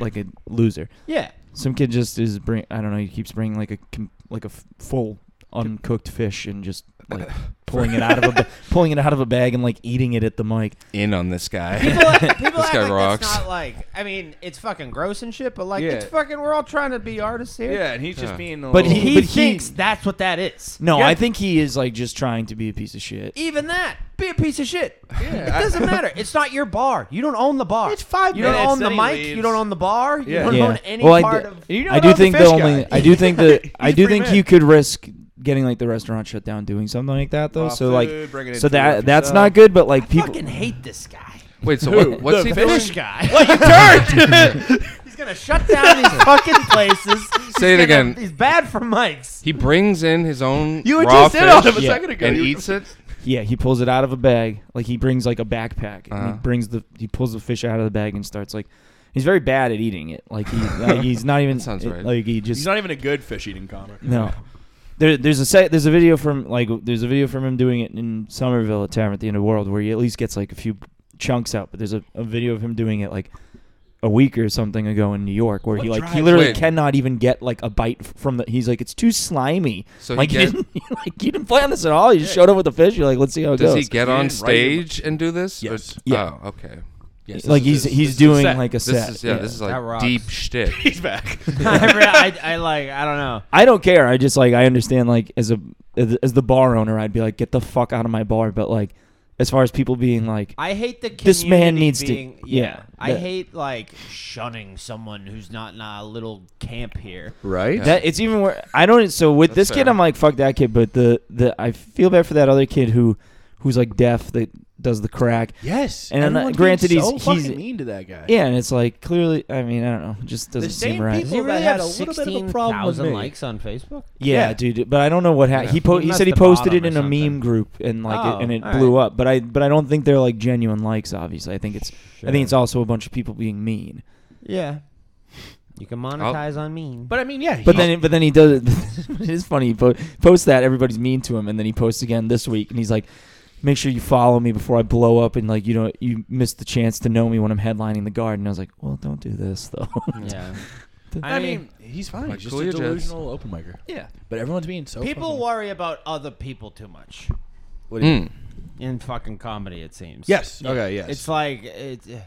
[SPEAKER 2] like a loser.
[SPEAKER 5] <laughs>
[SPEAKER 4] yeah.
[SPEAKER 2] Some kid just is bring. I don't know. He keeps bringing like a com- like a f- full uncooked fish and just like pulling it out of a ba- pulling it out of a bag and like eating it at the mic.
[SPEAKER 3] in on this guy. <laughs>
[SPEAKER 4] People, people
[SPEAKER 3] This
[SPEAKER 4] act
[SPEAKER 3] guy
[SPEAKER 4] like
[SPEAKER 3] rocks.
[SPEAKER 4] that's not like. I mean, it's fucking gross and shit, but like,
[SPEAKER 5] Yeah.
[SPEAKER 4] it's fucking. We're all trying to be artists here.
[SPEAKER 5] Yeah, and he's just being a
[SPEAKER 2] But
[SPEAKER 5] little-
[SPEAKER 4] He
[SPEAKER 2] But he-
[SPEAKER 4] thinks that's what that is.
[SPEAKER 2] No,
[SPEAKER 4] Yeah.
[SPEAKER 2] I think he is like just trying to be a piece of shit.
[SPEAKER 4] even that. Be a piece of shit.
[SPEAKER 5] Yeah,
[SPEAKER 4] it doesn't
[SPEAKER 5] <laughs>
[SPEAKER 4] matter. It's not your bar. You don't own the bar.
[SPEAKER 5] It's five
[SPEAKER 4] You don't
[SPEAKER 5] minutes,
[SPEAKER 4] own the
[SPEAKER 5] then he
[SPEAKER 4] mic.
[SPEAKER 5] leaves.
[SPEAKER 4] You don't own the bar. You
[SPEAKER 5] Yeah.
[SPEAKER 4] don't
[SPEAKER 2] Yeah.
[SPEAKER 4] own any
[SPEAKER 2] Well, I
[SPEAKER 4] part
[SPEAKER 2] d-
[SPEAKER 4] of.
[SPEAKER 5] You don't
[SPEAKER 2] I do
[SPEAKER 5] know the
[SPEAKER 2] think the
[SPEAKER 5] fish
[SPEAKER 2] only
[SPEAKER 5] guy.
[SPEAKER 2] I do think the I
[SPEAKER 5] He's
[SPEAKER 2] do
[SPEAKER 5] free
[SPEAKER 2] think
[SPEAKER 5] man.
[SPEAKER 2] you could risk getting like the restaurant shut down doing something like that though.
[SPEAKER 5] Raw
[SPEAKER 2] so
[SPEAKER 5] food, bring it
[SPEAKER 2] like
[SPEAKER 5] in,
[SPEAKER 2] so
[SPEAKER 5] food
[SPEAKER 2] that
[SPEAKER 5] up
[SPEAKER 2] that's
[SPEAKER 5] yourself.
[SPEAKER 2] not good. But like
[SPEAKER 4] I
[SPEAKER 2] people,
[SPEAKER 4] fucking hate this guy. <laughs>
[SPEAKER 3] Wait, so what, what's he doing?
[SPEAKER 4] Fish guy. What you he's gonna shut down these fucking places. He's
[SPEAKER 3] Say it
[SPEAKER 4] gonna-
[SPEAKER 3] again.
[SPEAKER 4] He's bad for mics.
[SPEAKER 3] He brings in his own
[SPEAKER 5] You were
[SPEAKER 3] raw
[SPEAKER 5] just
[SPEAKER 3] fish
[SPEAKER 5] in on him a
[SPEAKER 2] Yeah.
[SPEAKER 5] second ago.
[SPEAKER 3] and
[SPEAKER 5] You-
[SPEAKER 3] eats it.
[SPEAKER 2] yeah, he pulls it out of a bag. Like he brings like a backpack. And
[SPEAKER 3] Uh-huh.
[SPEAKER 2] he brings the he pulls the fish out of the bag and starts like he's very bad at eating it. Like he like, he's not even
[SPEAKER 3] sounds
[SPEAKER 2] it-
[SPEAKER 3] right.
[SPEAKER 2] like he just
[SPEAKER 5] He's not even a good fish eating comic.
[SPEAKER 2] No. There, there's a sec, there's a video from like there's a video from him doing it in Somerville at Tavern at the End of World where he at least gets like a few chunks out. But there's a, a video of him doing it like a week or something ago in New York where he like he literally
[SPEAKER 3] Wait.
[SPEAKER 2] cannot even get like a bite f- from the. He's like it's too slimy.
[SPEAKER 3] So he
[SPEAKER 2] like
[SPEAKER 3] get-
[SPEAKER 2] didn't <laughs> like you didn't plan this at all. You just showed up with the fish. You're like let's see how it
[SPEAKER 3] Does
[SPEAKER 2] goes.
[SPEAKER 3] he get
[SPEAKER 5] You
[SPEAKER 3] on
[SPEAKER 5] didn't write him.
[SPEAKER 3] stage and do this? Or-
[SPEAKER 5] Yes.
[SPEAKER 2] Yeah.
[SPEAKER 3] Oh, okay.
[SPEAKER 5] Yes,
[SPEAKER 2] like
[SPEAKER 5] this
[SPEAKER 2] he's
[SPEAKER 5] is his-
[SPEAKER 2] he's
[SPEAKER 5] this is
[SPEAKER 2] doing
[SPEAKER 5] set.
[SPEAKER 2] like a
[SPEAKER 3] This
[SPEAKER 2] set.
[SPEAKER 3] is yeah, This is
[SPEAKER 4] That
[SPEAKER 3] like
[SPEAKER 4] rocks.
[SPEAKER 3] deep shtick.
[SPEAKER 5] He's back.
[SPEAKER 4] I, re- I, I like. I don't know.
[SPEAKER 2] I don't care. I just like I understand like as a as as the bar owner, I'd be like get the fuck out of my bar. But like as far as people being like
[SPEAKER 4] I hate the community
[SPEAKER 2] This man needs to-
[SPEAKER 4] being,
[SPEAKER 2] yeah,
[SPEAKER 4] I
[SPEAKER 2] that-
[SPEAKER 4] hate like shunning someone who's not in a little camp here.
[SPEAKER 5] Right?
[SPEAKER 2] That it's even where I don't. e, So with
[SPEAKER 3] That's
[SPEAKER 2] this kid,
[SPEAKER 3] fair.
[SPEAKER 2] I'm like fuck that kid. But the the I feel bad for that other kid who who's like deaf that does the crack.
[SPEAKER 5] yes.
[SPEAKER 2] And I'm not-
[SPEAKER 5] everyone being
[SPEAKER 2] granted he's-
[SPEAKER 5] so fucking
[SPEAKER 2] he's-
[SPEAKER 5] mean to that guy.
[SPEAKER 2] Yeah, and it's like clearly. I mean, I don't know. It just doesn't
[SPEAKER 5] The
[SPEAKER 2] seem
[SPEAKER 5] same
[SPEAKER 2] right.
[SPEAKER 5] people that had a little bit of a problem with
[SPEAKER 4] 16,000
[SPEAKER 5] me.
[SPEAKER 4] likes on Facebook?
[SPEAKER 2] Yeah,
[SPEAKER 5] Yeah.
[SPEAKER 2] dude. But I don't know what happened. He po- he
[SPEAKER 4] Must
[SPEAKER 2] said he
[SPEAKER 4] have
[SPEAKER 2] posted it
[SPEAKER 4] bottom
[SPEAKER 2] in
[SPEAKER 4] or
[SPEAKER 2] a meme
[SPEAKER 4] something.
[SPEAKER 2] group and like
[SPEAKER 4] Oh,
[SPEAKER 2] it, and it
[SPEAKER 4] all
[SPEAKER 2] blew
[SPEAKER 4] right.
[SPEAKER 2] up. But I but I don't think they're like genuine likes. Obviously, I think it's I think it's also a bunch of people being mean.
[SPEAKER 4] Yeah. You can monetize on mean.
[SPEAKER 5] But I mean, yeah.
[SPEAKER 2] But
[SPEAKER 5] he-
[SPEAKER 2] then, but then he does. it <laughs> is funny. He po- posts that everybody's mean to him, and then he posts again this week, and he's like, "Make sure you follow me before I blow up, and like you know you missed the chance to know me when I'm headlining the garden." I was like, "Well, don't do this though." <laughs>
[SPEAKER 5] <laughs>
[SPEAKER 4] yeah.
[SPEAKER 5] I mean, he's fine.
[SPEAKER 3] Like,
[SPEAKER 5] he's just
[SPEAKER 3] cool
[SPEAKER 5] a
[SPEAKER 3] your jets.
[SPEAKER 5] delusional open micer.
[SPEAKER 2] yeah,
[SPEAKER 5] But everyone's being so
[SPEAKER 4] people
[SPEAKER 5] fucking-
[SPEAKER 4] worry about other people too much
[SPEAKER 5] What do you-
[SPEAKER 3] Mm.
[SPEAKER 4] in fucking comedy, it seems.
[SPEAKER 5] Yes. Okay. Yes.
[SPEAKER 4] It's like. eh. It's, <laughs>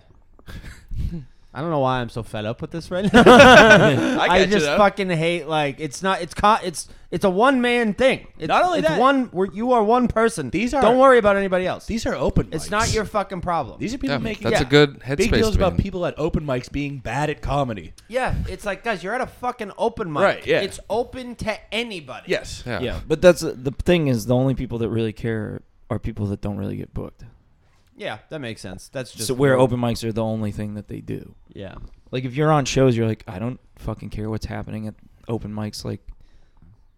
[SPEAKER 4] I don't know why I'm so fed up with this right now. <laughs> I,
[SPEAKER 5] getcha,
[SPEAKER 4] just
[SPEAKER 5] though.
[SPEAKER 4] fucking hate like it's not it's co- it's it's a one man thing. It's,
[SPEAKER 5] Not only
[SPEAKER 4] it's
[SPEAKER 5] that-
[SPEAKER 4] one where you are one person.
[SPEAKER 5] These
[SPEAKER 4] don't
[SPEAKER 5] are-
[SPEAKER 4] worry about anybody else.
[SPEAKER 5] these are open.
[SPEAKER 4] it's
[SPEAKER 5] mics.
[SPEAKER 4] not your fucking
[SPEAKER 5] <laughs>
[SPEAKER 4] problem.
[SPEAKER 5] These are people
[SPEAKER 3] Yeah,
[SPEAKER 5] making.
[SPEAKER 3] that's a
[SPEAKER 5] yeah,
[SPEAKER 3] good
[SPEAKER 5] Big
[SPEAKER 3] headspace
[SPEAKER 5] deals
[SPEAKER 3] to be
[SPEAKER 5] about
[SPEAKER 3] in.
[SPEAKER 5] people at open mics being bad at comedy.
[SPEAKER 4] Yeah, it's like guys, you're at a fucking open mic.
[SPEAKER 5] Right, yeah.
[SPEAKER 4] It's open to anybody.
[SPEAKER 5] Yes.
[SPEAKER 3] Yeah.
[SPEAKER 2] yeah. But that's uh, the thing is the only people that really care are people that don't really get booked.
[SPEAKER 4] Yeah, that makes sense. That's just
[SPEAKER 2] so where open mics are the only thing that they do.
[SPEAKER 4] Yeah.
[SPEAKER 2] Like if you're on shows, you're like, I don't fucking care what's happening at open mics. Like,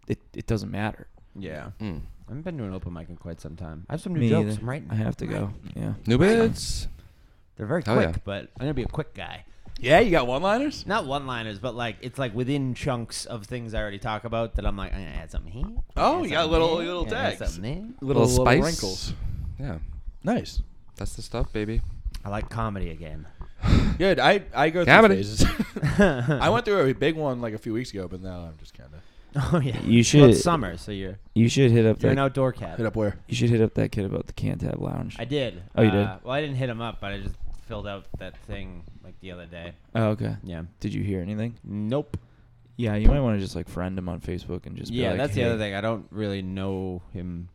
[SPEAKER 2] it it doesn't matter.
[SPEAKER 4] Yeah.
[SPEAKER 3] Mm.
[SPEAKER 4] Hmm. I haven't been to an open mic in quite some time. I have some new
[SPEAKER 2] Me
[SPEAKER 4] jokes.
[SPEAKER 2] either.
[SPEAKER 4] I'm writing.
[SPEAKER 2] I have to go. Yeah.
[SPEAKER 3] New bits.
[SPEAKER 4] They're very
[SPEAKER 3] Oh,
[SPEAKER 4] quick,
[SPEAKER 3] yeah.
[SPEAKER 4] but I'm gonna be a quick guy.
[SPEAKER 5] Yeah. You got one-liners.
[SPEAKER 4] Not one liners, but like it's like within chunks of things I already talk about that I'm like, I'm gonna add something here.
[SPEAKER 5] Oh,
[SPEAKER 4] add
[SPEAKER 5] you got
[SPEAKER 4] something
[SPEAKER 5] little-
[SPEAKER 4] there,
[SPEAKER 5] little
[SPEAKER 4] gonna add
[SPEAKER 5] tags.
[SPEAKER 4] something there.
[SPEAKER 3] Little spice.
[SPEAKER 5] wrinkles.
[SPEAKER 3] Yeah.
[SPEAKER 5] Nice.
[SPEAKER 3] That's the stuff, baby. <sighs>
[SPEAKER 4] I like comedy again. <laughs>
[SPEAKER 5] Good. I I go through
[SPEAKER 3] Comedy.
[SPEAKER 5] phases. <laughs> I went through a big one like a few weeks ago, but now I'm just kind of
[SPEAKER 4] oh yeah.
[SPEAKER 2] You
[SPEAKER 4] Well,
[SPEAKER 2] should-
[SPEAKER 4] it's summer, so you're
[SPEAKER 2] You should hit up
[SPEAKER 4] you're
[SPEAKER 2] that.
[SPEAKER 4] an outdoor cat.
[SPEAKER 5] hit up where.
[SPEAKER 2] You should hit up that kid about the Cantab Lounge.
[SPEAKER 4] I did.
[SPEAKER 2] Oh, you
[SPEAKER 4] Uh,
[SPEAKER 2] did?
[SPEAKER 4] Well, I didn't hit him up, but I just filled out that thing like the other day.
[SPEAKER 2] oh, okay.
[SPEAKER 4] Yeah.
[SPEAKER 2] Did you hear anything?
[SPEAKER 4] Nope.
[SPEAKER 2] Yeah, you might want to just like friend him on Facebook and just be
[SPEAKER 4] yeah,
[SPEAKER 2] like,
[SPEAKER 4] that's
[SPEAKER 2] "Hey."
[SPEAKER 4] the other thing. I don't really know him.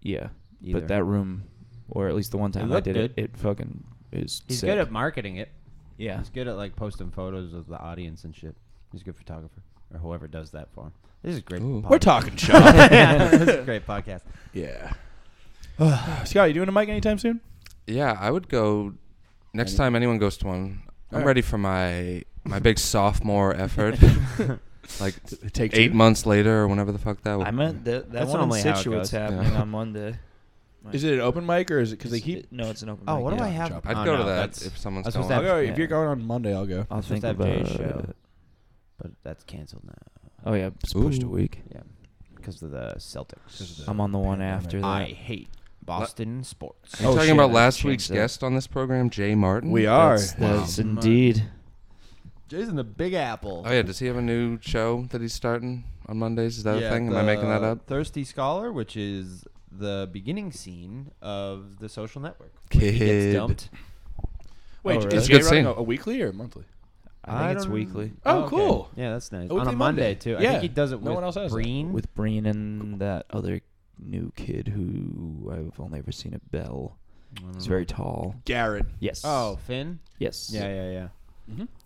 [SPEAKER 2] Yeah,
[SPEAKER 4] Either.
[SPEAKER 2] but that room, or at least the one time I
[SPEAKER 4] looked
[SPEAKER 2] did it,
[SPEAKER 4] good.
[SPEAKER 2] it fucking is.
[SPEAKER 4] He's
[SPEAKER 2] sick.
[SPEAKER 4] good at marketing it.
[SPEAKER 2] yeah.
[SPEAKER 4] He's good at like posting photos of the audience and shit. He's a good photographer or whoever does that for him. This is great.
[SPEAKER 3] Ooh.
[SPEAKER 4] podcast.
[SPEAKER 5] We're
[SPEAKER 4] <laughs>
[SPEAKER 5] talking shop.
[SPEAKER 4] yeah, this is a
[SPEAKER 3] <laughs>
[SPEAKER 4] great podcast.
[SPEAKER 5] yeah. <sighs> Scott, you doing a mic anytime soon?
[SPEAKER 3] Yeah, I would go next time anyone goes to one. I'm
[SPEAKER 5] Alright.
[SPEAKER 3] ready for my
[SPEAKER 5] <laughs>
[SPEAKER 3] my big sophomore effort. like
[SPEAKER 5] It takes
[SPEAKER 3] eight
[SPEAKER 5] you.
[SPEAKER 3] months later or whenever the fuck that was.
[SPEAKER 2] I meant that that
[SPEAKER 4] That's
[SPEAKER 2] one
[SPEAKER 4] normally
[SPEAKER 2] in
[SPEAKER 4] how it
[SPEAKER 2] Situate's
[SPEAKER 4] goes.
[SPEAKER 2] happening
[SPEAKER 3] Yeah.
[SPEAKER 2] on <laughs> Monday.
[SPEAKER 5] Is it an open mic or is it because they
[SPEAKER 2] It's-
[SPEAKER 5] keep?
[SPEAKER 2] it- no, it's an open.
[SPEAKER 4] Oh,
[SPEAKER 2] mic,
[SPEAKER 4] what do
[SPEAKER 2] yeah.
[SPEAKER 4] I have?
[SPEAKER 5] job.
[SPEAKER 3] I'd
[SPEAKER 4] oh,
[SPEAKER 3] go
[SPEAKER 4] no,
[SPEAKER 3] to that
[SPEAKER 4] that's-
[SPEAKER 3] if someone's
[SPEAKER 4] I was
[SPEAKER 3] going.
[SPEAKER 4] supposed
[SPEAKER 5] I'll
[SPEAKER 4] to
[SPEAKER 5] go.
[SPEAKER 2] Yeah.
[SPEAKER 5] If you're going on Monday, I'll go.
[SPEAKER 2] I'll think
[SPEAKER 4] Supposed to have
[SPEAKER 2] about
[SPEAKER 4] Jay's show.
[SPEAKER 2] it.
[SPEAKER 4] but that's canceled now.
[SPEAKER 2] Oh yeah, it's pushed a
[SPEAKER 3] Ooh.
[SPEAKER 2] week.
[SPEAKER 4] Yeah. because of the Celtics.
[SPEAKER 2] I'm on the one after that.
[SPEAKER 4] I hate Boston sports.
[SPEAKER 3] Are you
[SPEAKER 2] Oh,
[SPEAKER 3] talking
[SPEAKER 2] shit,
[SPEAKER 3] about
[SPEAKER 2] I
[SPEAKER 3] last
[SPEAKER 2] changed
[SPEAKER 3] week's
[SPEAKER 2] that.
[SPEAKER 3] guest on this program, Jay Martin?
[SPEAKER 5] We are.
[SPEAKER 2] That's, that's indeed.
[SPEAKER 4] Jason, the Big Apple.
[SPEAKER 3] Oh yeah, does he have a new show that he's starting on Mondays? Is that a thing? Am I making that
[SPEAKER 4] the
[SPEAKER 3] up?
[SPEAKER 4] Thirsty Scholar, which is the beginning scene of the social network. He
[SPEAKER 3] Kid.
[SPEAKER 4] gets dumped.
[SPEAKER 5] Wait,
[SPEAKER 2] Oh,
[SPEAKER 5] is
[SPEAKER 2] really?
[SPEAKER 5] Jay
[SPEAKER 3] Good
[SPEAKER 5] running
[SPEAKER 3] scene.
[SPEAKER 5] a, a weekly or monthly?
[SPEAKER 2] I think it's
[SPEAKER 4] don't-
[SPEAKER 2] weekly
[SPEAKER 5] Oh,
[SPEAKER 4] okay.
[SPEAKER 5] cool.
[SPEAKER 4] Yeah, that's nice.
[SPEAKER 5] A
[SPEAKER 4] On
[SPEAKER 5] weekly
[SPEAKER 4] a Monday,
[SPEAKER 5] Monday.
[SPEAKER 4] too. I
[SPEAKER 5] Yeah.
[SPEAKER 4] think he does it
[SPEAKER 5] No
[SPEAKER 4] with
[SPEAKER 5] one else has that.
[SPEAKER 4] Breen.
[SPEAKER 2] with Breen and that other new kid who I've only ever seen at Bell. He's very tall.
[SPEAKER 5] Garrett.
[SPEAKER 2] Yes.
[SPEAKER 4] Mm. oh, Finn?
[SPEAKER 2] Yes.
[SPEAKER 4] Yeah, yeah, yeah.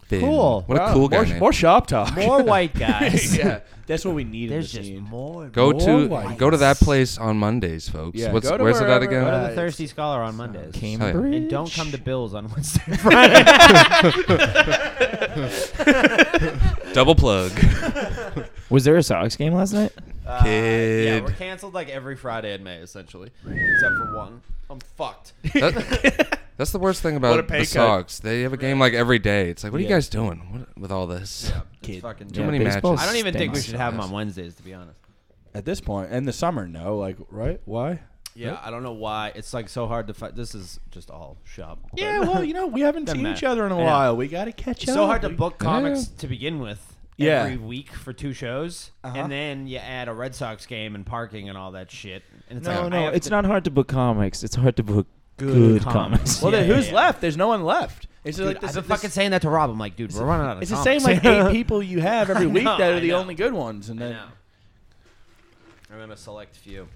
[SPEAKER 3] Finn.
[SPEAKER 4] Cool.
[SPEAKER 3] What a
[SPEAKER 5] Wow,
[SPEAKER 3] cool guy.
[SPEAKER 5] More,
[SPEAKER 3] name.
[SPEAKER 5] more shop talk. <laughs>
[SPEAKER 4] <laughs> More white guys.
[SPEAKER 5] yeah, that's what we need
[SPEAKER 4] There's
[SPEAKER 5] in the
[SPEAKER 4] just
[SPEAKER 5] scene.
[SPEAKER 4] more.
[SPEAKER 3] go
[SPEAKER 5] more
[SPEAKER 3] to
[SPEAKER 5] whites.
[SPEAKER 3] go to that place on Mondays, folks.
[SPEAKER 5] Yeah,
[SPEAKER 3] What's,
[SPEAKER 5] go to
[SPEAKER 3] where's it at
[SPEAKER 5] wherever-
[SPEAKER 3] again?
[SPEAKER 4] Go to
[SPEAKER 5] Uh,
[SPEAKER 4] the Thirsty Scholar on Mondays.
[SPEAKER 2] Cambridge.
[SPEAKER 4] Oh, And don't come to Bills on <laughs> Wednesday and Friday.
[SPEAKER 3] Double plug.
[SPEAKER 5] <laughs>
[SPEAKER 2] Was there a Sox game last night?
[SPEAKER 4] Uh, yeah,
[SPEAKER 3] Kid.
[SPEAKER 4] we're canceled like every Friday in May, essentially. Except for one. I'm fucked. <laughs>
[SPEAKER 3] That- that's the worst thing about
[SPEAKER 5] pay
[SPEAKER 3] the
[SPEAKER 5] cut.
[SPEAKER 3] Sox. They have a game like every day. It's like, what are you
[SPEAKER 5] Yeah.
[SPEAKER 3] guys doing what, with all this?
[SPEAKER 4] It's fucking
[SPEAKER 3] Too
[SPEAKER 4] dumb.
[SPEAKER 3] many
[SPEAKER 2] baseball
[SPEAKER 3] matches.
[SPEAKER 4] I don't even think we
[SPEAKER 2] stinks.
[SPEAKER 4] should have them on Wednesdays, to be honest.
[SPEAKER 5] At this point, in the summer, no, like right? Why?
[SPEAKER 4] Yeah, I don't know why. It's like so hard to find. This is just all shop. but-
[SPEAKER 5] Yeah, well, you know, we haven't
[SPEAKER 4] Doesn't
[SPEAKER 5] seen each
[SPEAKER 4] matter.
[SPEAKER 5] other in a
[SPEAKER 4] I know.
[SPEAKER 5] while. We got to catch
[SPEAKER 4] <laughs> It's
[SPEAKER 5] up.
[SPEAKER 4] so hard to
[SPEAKER 5] We-
[SPEAKER 4] book comics to begin with
[SPEAKER 5] Yeah. Uh-huh.
[SPEAKER 4] every week for two shows, and then you add a Red Sox game and parking and all that shit. And it's
[SPEAKER 2] No,
[SPEAKER 4] like, I
[SPEAKER 2] Oh, no.
[SPEAKER 4] have
[SPEAKER 2] It's
[SPEAKER 4] to-
[SPEAKER 2] not hard to book comics. It's hard to book good, comics.
[SPEAKER 5] Well, then
[SPEAKER 4] Yeah,
[SPEAKER 5] who's
[SPEAKER 4] yeah, yeah.
[SPEAKER 5] left? There's no one left. It's
[SPEAKER 4] Dude,
[SPEAKER 5] like this,
[SPEAKER 4] I've been
[SPEAKER 5] this-
[SPEAKER 4] fucking saying that to Rob. I'm like, dude, we're running out of
[SPEAKER 5] It's the
[SPEAKER 4] comics.
[SPEAKER 5] same <laughs> like eight people you
[SPEAKER 4] <laughs>
[SPEAKER 5] have every week
[SPEAKER 4] know,
[SPEAKER 5] that
[SPEAKER 4] I
[SPEAKER 5] are the
[SPEAKER 4] know.
[SPEAKER 5] only good ones, and
[SPEAKER 4] <laughs> I
[SPEAKER 5] then
[SPEAKER 4] know. I'm in a select few.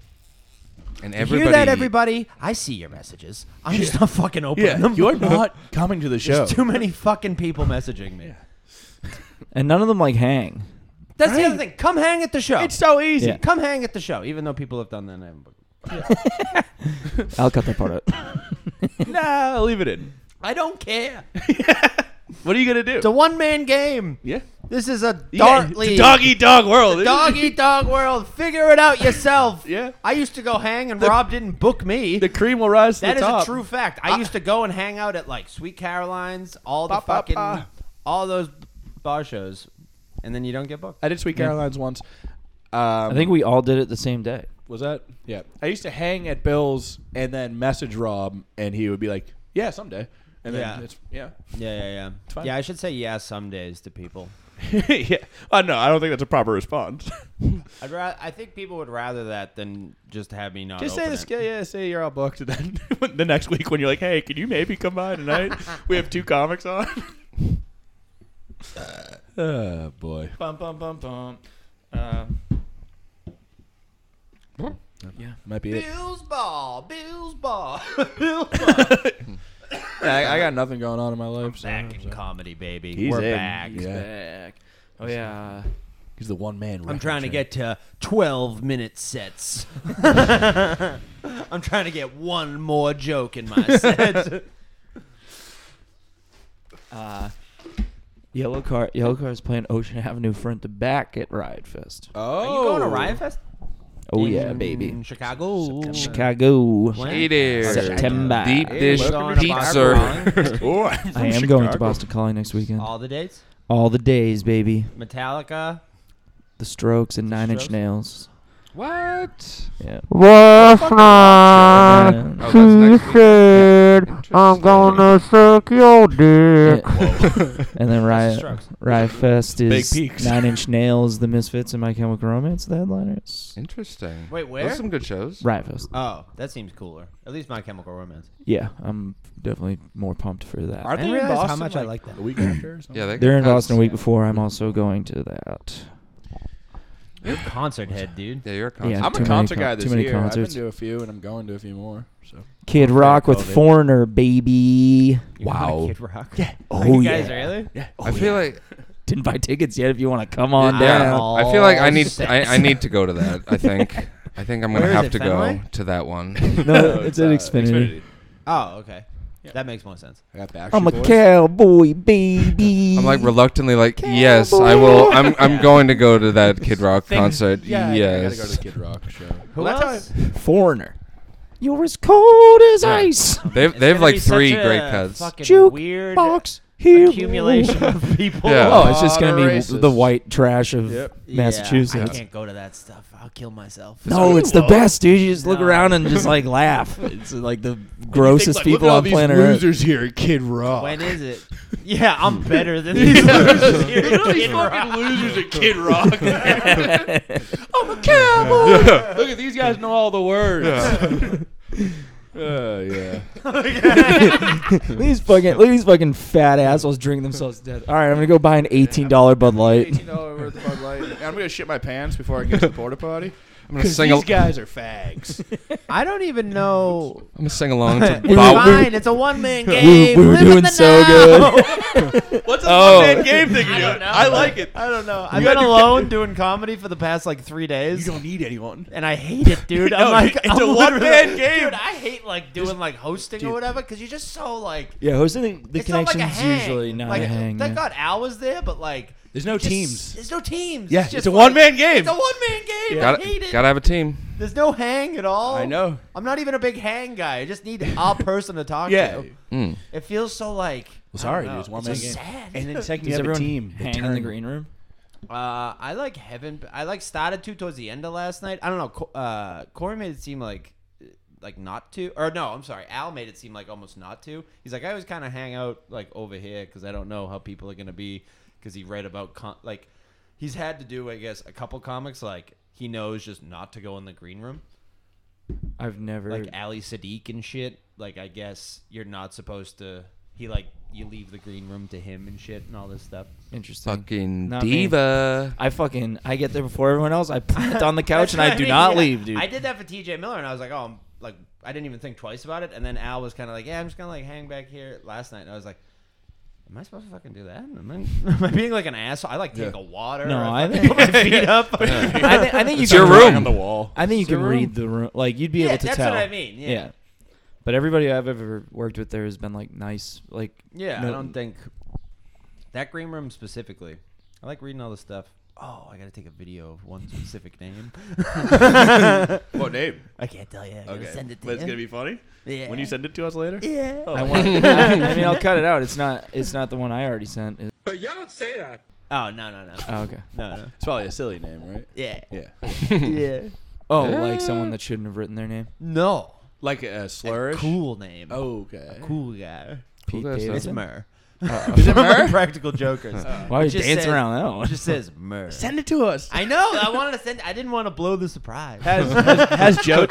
[SPEAKER 3] And
[SPEAKER 4] You
[SPEAKER 3] everybody.
[SPEAKER 4] Hear that, everybody? I see your messages. I'm just not fucking opening
[SPEAKER 5] yeah,
[SPEAKER 4] them.
[SPEAKER 5] you're not coming to the show.
[SPEAKER 4] There's too many fucking people messaging me.
[SPEAKER 2] and none of them like hang.
[SPEAKER 4] That's the other thing. Come hang at the show.
[SPEAKER 5] It's so easy.
[SPEAKER 2] Yeah.
[SPEAKER 4] Come hang at the show, even though people have done that. and I haven't booked.
[SPEAKER 2] I'll cut that part out.
[SPEAKER 4] <laughs>
[SPEAKER 5] nah, I'll leave it in.
[SPEAKER 4] I don't care.
[SPEAKER 5] What are you gonna do?
[SPEAKER 4] It's a one man game.
[SPEAKER 5] yeah,
[SPEAKER 4] This is a
[SPEAKER 5] You got-
[SPEAKER 4] dart league.
[SPEAKER 5] dog eat dog world.
[SPEAKER 4] Dog eat dog world. Figure it out yourself.
[SPEAKER 5] Yeah.
[SPEAKER 4] I used to go hang, and Rob didn't book me.
[SPEAKER 5] the cream will rise to
[SPEAKER 4] that
[SPEAKER 5] the
[SPEAKER 4] is
[SPEAKER 5] top. Ah.
[SPEAKER 4] a true fact. I, used to go and hang out at like Sweet Caroline's, all the
[SPEAKER 5] Ba, ba,
[SPEAKER 4] fucking,
[SPEAKER 5] ba.
[SPEAKER 4] all those bar shows, and then you don't get booked.
[SPEAKER 5] I did Sweet Caroline's once. Um,
[SPEAKER 2] I think we all did it the same day.
[SPEAKER 5] was that. Yeah, I used to hang at Bill's and then message Rob, and he would be like, "Yeah, someday." And then
[SPEAKER 4] Yeah.
[SPEAKER 5] it's yeah,
[SPEAKER 4] Yeah, yeah, yeah.
[SPEAKER 5] fine.
[SPEAKER 4] Yeah, I should say yeah some days to people.
[SPEAKER 5] <laughs> yeah. Uh, no, I don't think that's a proper <laughs> response.
[SPEAKER 4] I'd rather. I think people would rather that than just have me not.
[SPEAKER 5] Just say
[SPEAKER 4] open
[SPEAKER 5] this,
[SPEAKER 4] it.
[SPEAKER 5] yeah, yeah, say you're all booked, and then <laughs> when- the next week when you're like, "Hey, can you maybe come by tonight? we have two comics on." <laughs> oh boy.
[SPEAKER 2] Bum bum bum bum. Uh,
[SPEAKER 5] Yeah, might be
[SPEAKER 4] Bills ball, Bills
[SPEAKER 5] <laughs>
[SPEAKER 4] ball, Bills
[SPEAKER 5] I, I got nothing going on in my life. So
[SPEAKER 4] back in comedy, baby.
[SPEAKER 5] He's
[SPEAKER 4] We're
[SPEAKER 5] in.
[SPEAKER 4] back.
[SPEAKER 5] He's back.
[SPEAKER 2] back. Oh yeah.
[SPEAKER 5] He's the one man.
[SPEAKER 4] I'm trying to get to 12
[SPEAKER 3] <laughs>
[SPEAKER 4] minute sets. I'm trying to get one more joke in my
[SPEAKER 3] <laughs>
[SPEAKER 4] set.
[SPEAKER 2] Uh, yellow car. Yellow car is playing Ocean Avenue front to back at Riot Fest.
[SPEAKER 5] Oh,
[SPEAKER 4] Are you going to Riot Fest?
[SPEAKER 2] Oh
[SPEAKER 4] In
[SPEAKER 2] yeah, baby.
[SPEAKER 4] Chicago.
[SPEAKER 2] Chicago.
[SPEAKER 3] Hey there.
[SPEAKER 2] September.
[SPEAKER 3] Deep
[SPEAKER 2] Hey,
[SPEAKER 3] dish
[SPEAKER 4] welcome to
[SPEAKER 3] pizza.
[SPEAKER 5] Oh, I'm from
[SPEAKER 2] I am going to
[SPEAKER 5] Chicago.
[SPEAKER 2] Boston Calling next weekend.
[SPEAKER 4] All the dates.
[SPEAKER 2] All the days, baby.
[SPEAKER 4] Metallica.
[SPEAKER 2] The Strokes and Nine Inch
[SPEAKER 4] Strokes?
[SPEAKER 2] Nails.
[SPEAKER 3] what?
[SPEAKER 2] Yeah.
[SPEAKER 3] Oh, that's next week. Interesting.
[SPEAKER 6] suck your dick.
[SPEAKER 2] Yeah. <laughs> and then Riot,
[SPEAKER 4] Strokes.
[SPEAKER 2] Riot Fest is
[SPEAKER 5] peaks.
[SPEAKER 2] Nine Inch Nails, The Misfits, and My Chemical Romance, the headliners.
[SPEAKER 3] Interesting.
[SPEAKER 4] Wait,
[SPEAKER 3] Those
[SPEAKER 4] where?
[SPEAKER 3] are some good shows.
[SPEAKER 2] Riot Fest.
[SPEAKER 4] Oh, that seems cooler. At least My Chemical Romance.
[SPEAKER 2] Yeah, I'm definitely more pumped for that.
[SPEAKER 5] Aren't
[SPEAKER 4] I
[SPEAKER 5] they
[SPEAKER 4] didn't
[SPEAKER 5] in
[SPEAKER 4] realize how
[SPEAKER 5] Boston?
[SPEAKER 4] much I like that.
[SPEAKER 5] The week after. Or something?
[SPEAKER 3] Yeah, they
[SPEAKER 2] They're in
[SPEAKER 3] got
[SPEAKER 2] Boston a
[SPEAKER 3] cuts.
[SPEAKER 2] week before. I'm also going to that.
[SPEAKER 4] You're a concert head, dude.
[SPEAKER 3] Yeah, you're a concert.
[SPEAKER 2] Yeah.
[SPEAKER 5] I'm
[SPEAKER 2] too
[SPEAKER 5] a
[SPEAKER 2] many
[SPEAKER 5] concert
[SPEAKER 2] con-
[SPEAKER 5] guy
[SPEAKER 2] too
[SPEAKER 5] this
[SPEAKER 2] many
[SPEAKER 5] year.
[SPEAKER 2] concerts.
[SPEAKER 5] I've been to a few, and I'm going to a few more. So
[SPEAKER 2] Kid Rock with
[SPEAKER 5] COVID.
[SPEAKER 2] Foreigner, baby.
[SPEAKER 4] You're not a
[SPEAKER 5] Wow.
[SPEAKER 4] Kid Rock.
[SPEAKER 2] Oh
[SPEAKER 4] Are you
[SPEAKER 2] yeah.
[SPEAKER 4] guys really?
[SPEAKER 3] I feel like
[SPEAKER 2] <laughs> Didn't buy tickets yet. If you want to come on
[SPEAKER 3] yeah,
[SPEAKER 2] down.
[SPEAKER 3] I feel like I
[SPEAKER 4] All
[SPEAKER 3] need
[SPEAKER 4] set.
[SPEAKER 3] I, I need to go to that. I think I think I'm gonna
[SPEAKER 4] Where is
[SPEAKER 3] have
[SPEAKER 4] it,
[SPEAKER 3] to
[SPEAKER 4] Fenway?
[SPEAKER 3] go to that one.
[SPEAKER 2] No,
[SPEAKER 5] uh,
[SPEAKER 2] it's at Xfinity.
[SPEAKER 4] Oh, okay. That makes more sense.
[SPEAKER 5] I got Backstreet
[SPEAKER 2] I'm a
[SPEAKER 5] Boys.
[SPEAKER 2] cowboy, baby.
[SPEAKER 3] I'm like reluctantly like yes, I will. I'm I'm going to go to that Kid Rock concert.
[SPEAKER 5] Yeah, I gotta
[SPEAKER 3] yes.
[SPEAKER 5] go to the Kid Rock show.
[SPEAKER 4] Who
[SPEAKER 5] Well, that's
[SPEAKER 4] else?
[SPEAKER 5] how I-
[SPEAKER 2] Foreigner. You're as cold as ice.
[SPEAKER 3] They've
[SPEAKER 4] It's
[SPEAKER 3] they've
[SPEAKER 4] gonna
[SPEAKER 3] like
[SPEAKER 4] be such
[SPEAKER 3] three <laughs>
[SPEAKER 4] a
[SPEAKER 3] great cuts.
[SPEAKER 4] Fucking
[SPEAKER 2] Juke
[SPEAKER 4] weird
[SPEAKER 2] box
[SPEAKER 4] accumulation of people.
[SPEAKER 3] Yeah.
[SPEAKER 2] <laughs> Oh, it's just
[SPEAKER 1] Lot
[SPEAKER 2] gonna be
[SPEAKER 1] of
[SPEAKER 2] w- the
[SPEAKER 1] racists.
[SPEAKER 2] white trash of
[SPEAKER 1] Yep.
[SPEAKER 4] Yeah, I
[SPEAKER 2] Massachusetts.
[SPEAKER 4] can't go to that stuff. I'll kill myself.
[SPEAKER 2] no, it's the best, dude. You just look
[SPEAKER 4] No.
[SPEAKER 2] around and just like laugh. It's like the grossest
[SPEAKER 5] Like,
[SPEAKER 2] people
[SPEAKER 5] look at all
[SPEAKER 2] on
[SPEAKER 5] these
[SPEAKER 2] planet Earth.
[SPEAKER 5] losers here, at Kid Rock. <laughs>
[SPEAKER 4] When is it? <laughs> Yeah,
[SPEAKER 1] <laughs>
[SPEAKER 4] I'm better than these losers here. Kid Rock.
[SPEAKER 5] losers at Kid Rock.
[SPEAKER 1] I'm a
[SPEAKER 2] <laughs>
[SPEAKER 1] cowboy.
[SPEAKER 4] <laughs>
[SPEAKER 5] Look at these guys know all the words.
[SPEAKER 3] <laughs>
[SPEAKER 5] Oh yeah.
[SPEAKER 2] Look at these fucking, look at these fucking fat assholes drinking themselves to death. All right, I'm gonna go buy an eighteen dollar Bud Light.
[SPEAKER 5] Eighteen dollar worth of Bud Light. <laughs> And I'm gonna shit my pants before I get to the porta potty.
[SPEAKER 3] I'm gonna
[SPEAKER 5] Because
[SPEAKER 3] sing.
[SPEAKER 5] these
[SPEAKER 3] Al- I'm
[SPEAKER 5] guys are <laughs> fags.
[SPEAKER 4] I don't even know.
[SPEAKER 3] gonna sing along <laughs> to
[SPEAKER 4] It's
[SPEAKER 2] Bob-
[SPEAKER 4] fine. It's a one man game.
[SPEAKER 2] <laughs> we were
[SPEAKER 4] Live in
[SPEAKER 2] doing
[SPEAKER 4] the
[SPEAKER 2] so
[SPEAKER 4] now.
[SPEAKER 2] good.
[SPEAKER 4] <laughs>
[SPEAKER 1] What's a
[SPEAKER 2] Oh.
[SPEAKER 1] one-man game thing?
[SPEAKER 4] I
[SPEAKER 1] you
[SPEAKER 4] don't
[SPEAKER 1] do?
[SPEAKER 4] know.
[SPEAKER 1] I like it.
[SPEAKER 4] I don't know. I've
[SPEAKER 1] You
[SPEAKER 4] been
[SPEAKER 1] had your-
[SPEAKER 4] alone doing comedy for the past like three
[SPEAKER 5] you
[SPEAKER 4] days,
[SPEAKER 5] don't need anyone.
[SPEAKER 4] and I hate it, dude.
[SPEAKER 1] <laughs>
[SPEAKER 4] I'm
[SPEAKER 1] No,
[SPEAKER 4] like,
[SPEAKER 1] it's
[SPEAKER 4] I'm
[SPEAKER 1] a one-man
[SPEAKER 4] literally-
[SPEAKER 1] game.
[SPEAKER 4] Dude, I hate like doing like hosting or whatever because you're just so like.
[SPEAKER 2] yeah, hosting the, the
[SPEAKER 4] it's not like a
[SPEAKER 2] connection's
[SPEAKER 4] hang.
[SPEAKER 2] usually not
[SPEAKER 4] like,
[SPEAKER 2] a hang.
[SPEAKER 4] Thank
[SPEAKER 2] yeah.
[SPEAKER 4] God Al was there, but like,
[SPEAKER 5] There's no
[SPEAKER 4] just-
[SPEAKER 5] teams.
[SPEAKER 4] There's no teams.
[SPEAKER 5] Yeah,
[SPEAKER 4] just
[SPEAKER 5] it's a
[SPEAKER 4] like-
[SPEAKER 5] one-man game.
[SPEAKER 4] It's a one man game. I hate
[SPEAKER 3] gotta,
[SPEAKER 4] it.
[SPEAKER 3] gotta have a team.
[SPEAKER 4] There's no hang at all.
[SPEAKER 5] I know.
[SPEAKER 4] I'm not even a big hang guy. I just need
[SPEAKER 5] <laughs>
[SPEAKER 4] a person to talk
[SPEAKER 5] Yeah.
[SPEAKER 4] to. It feels so like.
[SPEAKER 5] Well, sorry,
[SPEAKER 4] I
[SPEAKER 5] dude.
[SPEAKER 4] don't
[SPEAKER 5] It's
[SPEAKER 4] know.
[SPEAKER 5] one man
[SPEAKER 4] so
[SPEAKER 5] game.
[SPEAKER 4] sad.
[SPEAKER 5] And
[SPEAKER 4] <laughs>
[SPEAKER 5] then technically,
[SPEAKER 2] Does
[SPEAKER 5] you have a
[SPEAKER 2] everyone
[SPEAKER 5] team. They
[SPEAKER 2] hang in the
[SPEAKER 5] turn.
[SPEAKER 2] green room?
[SPEAKER 4] Uh, I like heaven. I like started to towards the end of last night. I don't know. Co- Uh, Corey made it seem like like not to, or no, I'm sorry. Al made it seem like almost not to. He's like, I always kind of hang out like over here because I don't know how people are gonna be. Because he read about con- like he's had to do, I guess, a couple comics like he knows just not to go in the green room,
[SPEAKER 2] I've never.
[SPEAKER 4] like Ali Sadiq and shit. Like I guess you're not supposed to. He like you leave the green room to him and shit and all this stuff.
[SPEAKER 2] interesting.
[SPEAKER 3] Fucking
[SPEAKER 2] Not me.
[SPEAKER 3] diva.
[SPEAKER 2] I fucking I get there before everyone else. I plant
[SPEAKER 4] <laughs>
[SPEAKER 2] on the couch and
[SPEAKER 4] That's
[SPEAKER 2] I
[SPEAKER 4] what
[SPEAKER 2] do
[SPEAKER 4] mean,
[SPEAKER 2] not
[SPEAKER 4] yeah.
[SPEAKER 2] leave, dude.
[SPEAKER 4] I did that for TJ Miller, and I was like, oh, I'm like, I didn't even think twice about it. And then Al was kind of like, yeah, I'm just gonna like hang back here last night, and I was like. Am I supposed to fucking do that? Am I, <laughs> am I being like an asshole? I like take a water.
[SPEAKER 2] No,
[SPEAKER 4] or
[SPEAKER 2] I
[SPEAKER 4] I,
[SPEAKER 2] think-
[SPEAKER 4] fucking put <laughs>
[SPEAKER 2] <laughs>
[SPEAKER 4] my feet up.
[SPEAKER 2] I, thi- I think you
[SPEAKER 3] It's
[SPEAKER 2] can
[SPEAKER 3] your
[SPEAKER 2] read-
[SPEAKER 3] room.
[SPEAKER 5] on the
[SPEAKER 3] <laughs>
[SPEAKER 5] wall.
[SPEAKER 2] I think you
[SPEAKER 4] It's
[SPEAKER 2] can
[SPEAKER 4] your
[SPEAKER 2] read
[SPEAKER 4] room.
[SPEAKER 2] the room. Like you'd be
[SPEAKER 4] Yeah,
[SPEAKER 2] able to
[SPEAKER 4] that's
[SPEAKER 2] tell.
[SPEAKER 4] what I mean. Yeah, yeah.
[SPEAKER 2] But everybody I've ever worked with there has been like nice. Like
[SPEAKER 4] I
[SPEAKER 2] no-
[SPEAKER 4] don't think that green room specifically. I like reading all this stuff. Oh, I gotta take a video of one specific name. <laughs> Oh,
[SPEAKER 5] What name?
[SPEAKER 4] I can't tell you. I gotta
[SPEAKER 5] Okay.
[SPEAKER 4] send it to
[SPEAKER 5] But it's
[SPEAKER 4] you.
[SPEAKER 5] gonna be funny
[SPEAKER 4] yeah.
[SPEAKER 1] When you send it to us later?
[SPEAKER 4] yeah.
[SPEAKER 2] I
[SPEAKER 4] <laughs>
[SPEAKER 2] want. I, I mean, I'll cut it out. It's not. It's not the one I already sent. It-
[SPEAKER 4] Oh no no no
[SPEAKER 2] oh, okay.
[SPEAKER 4] no no.
[SPEAKER 5] It's probably a silly name, right?
[SPEAKER 4] Yeah
[SPEAKER 5] Yeah.
[SPEAKER 4] yeah.
[SPEAKER 2] Oh, like someone that shouldn't have written their name.
[SPEAKER 4] No.
[SPEAKER 5] Like a, a slurish.
[SPEAKER 4] Cool name.
[SPEAKER 5] Oh, okay.
[SPEAKER 4] cool guy.
[SPEAKER 2] Pete
[SPEAKER 3] that's
[SPEAKER 4] It's
[SPEAKER 2] Davidson.
[SPEAKER 4] Mer. <laughs> Is it Mer? Practical Jokers.
[SPEAKER 2] Why are you
[SPEAKER 4] Just
[SPEAKER 2] dancing
[SPEAKER 4] says-
[SPEAKER 2] around that
[SPEAKER 4] It
[SPEAKER 2] one?
[SPEAKER 4] just says
[SPEAKER 5] <laughs>
[SPEAKER 4] Mer.
[SPEAKER 5] Send it to us.
[SPEAKER 4] I know.
[SPEAKER 5] <laughs>
[SPEAKER 4] I wanted to send. I didn't want to blow the surprise.
[SPEAKER 5] Has,
[SPEAKER 2] <laughs>
[SPEAKER 5] has, has
[SPEAKER 4] <laughs>
[SPEAKER 5] Joe?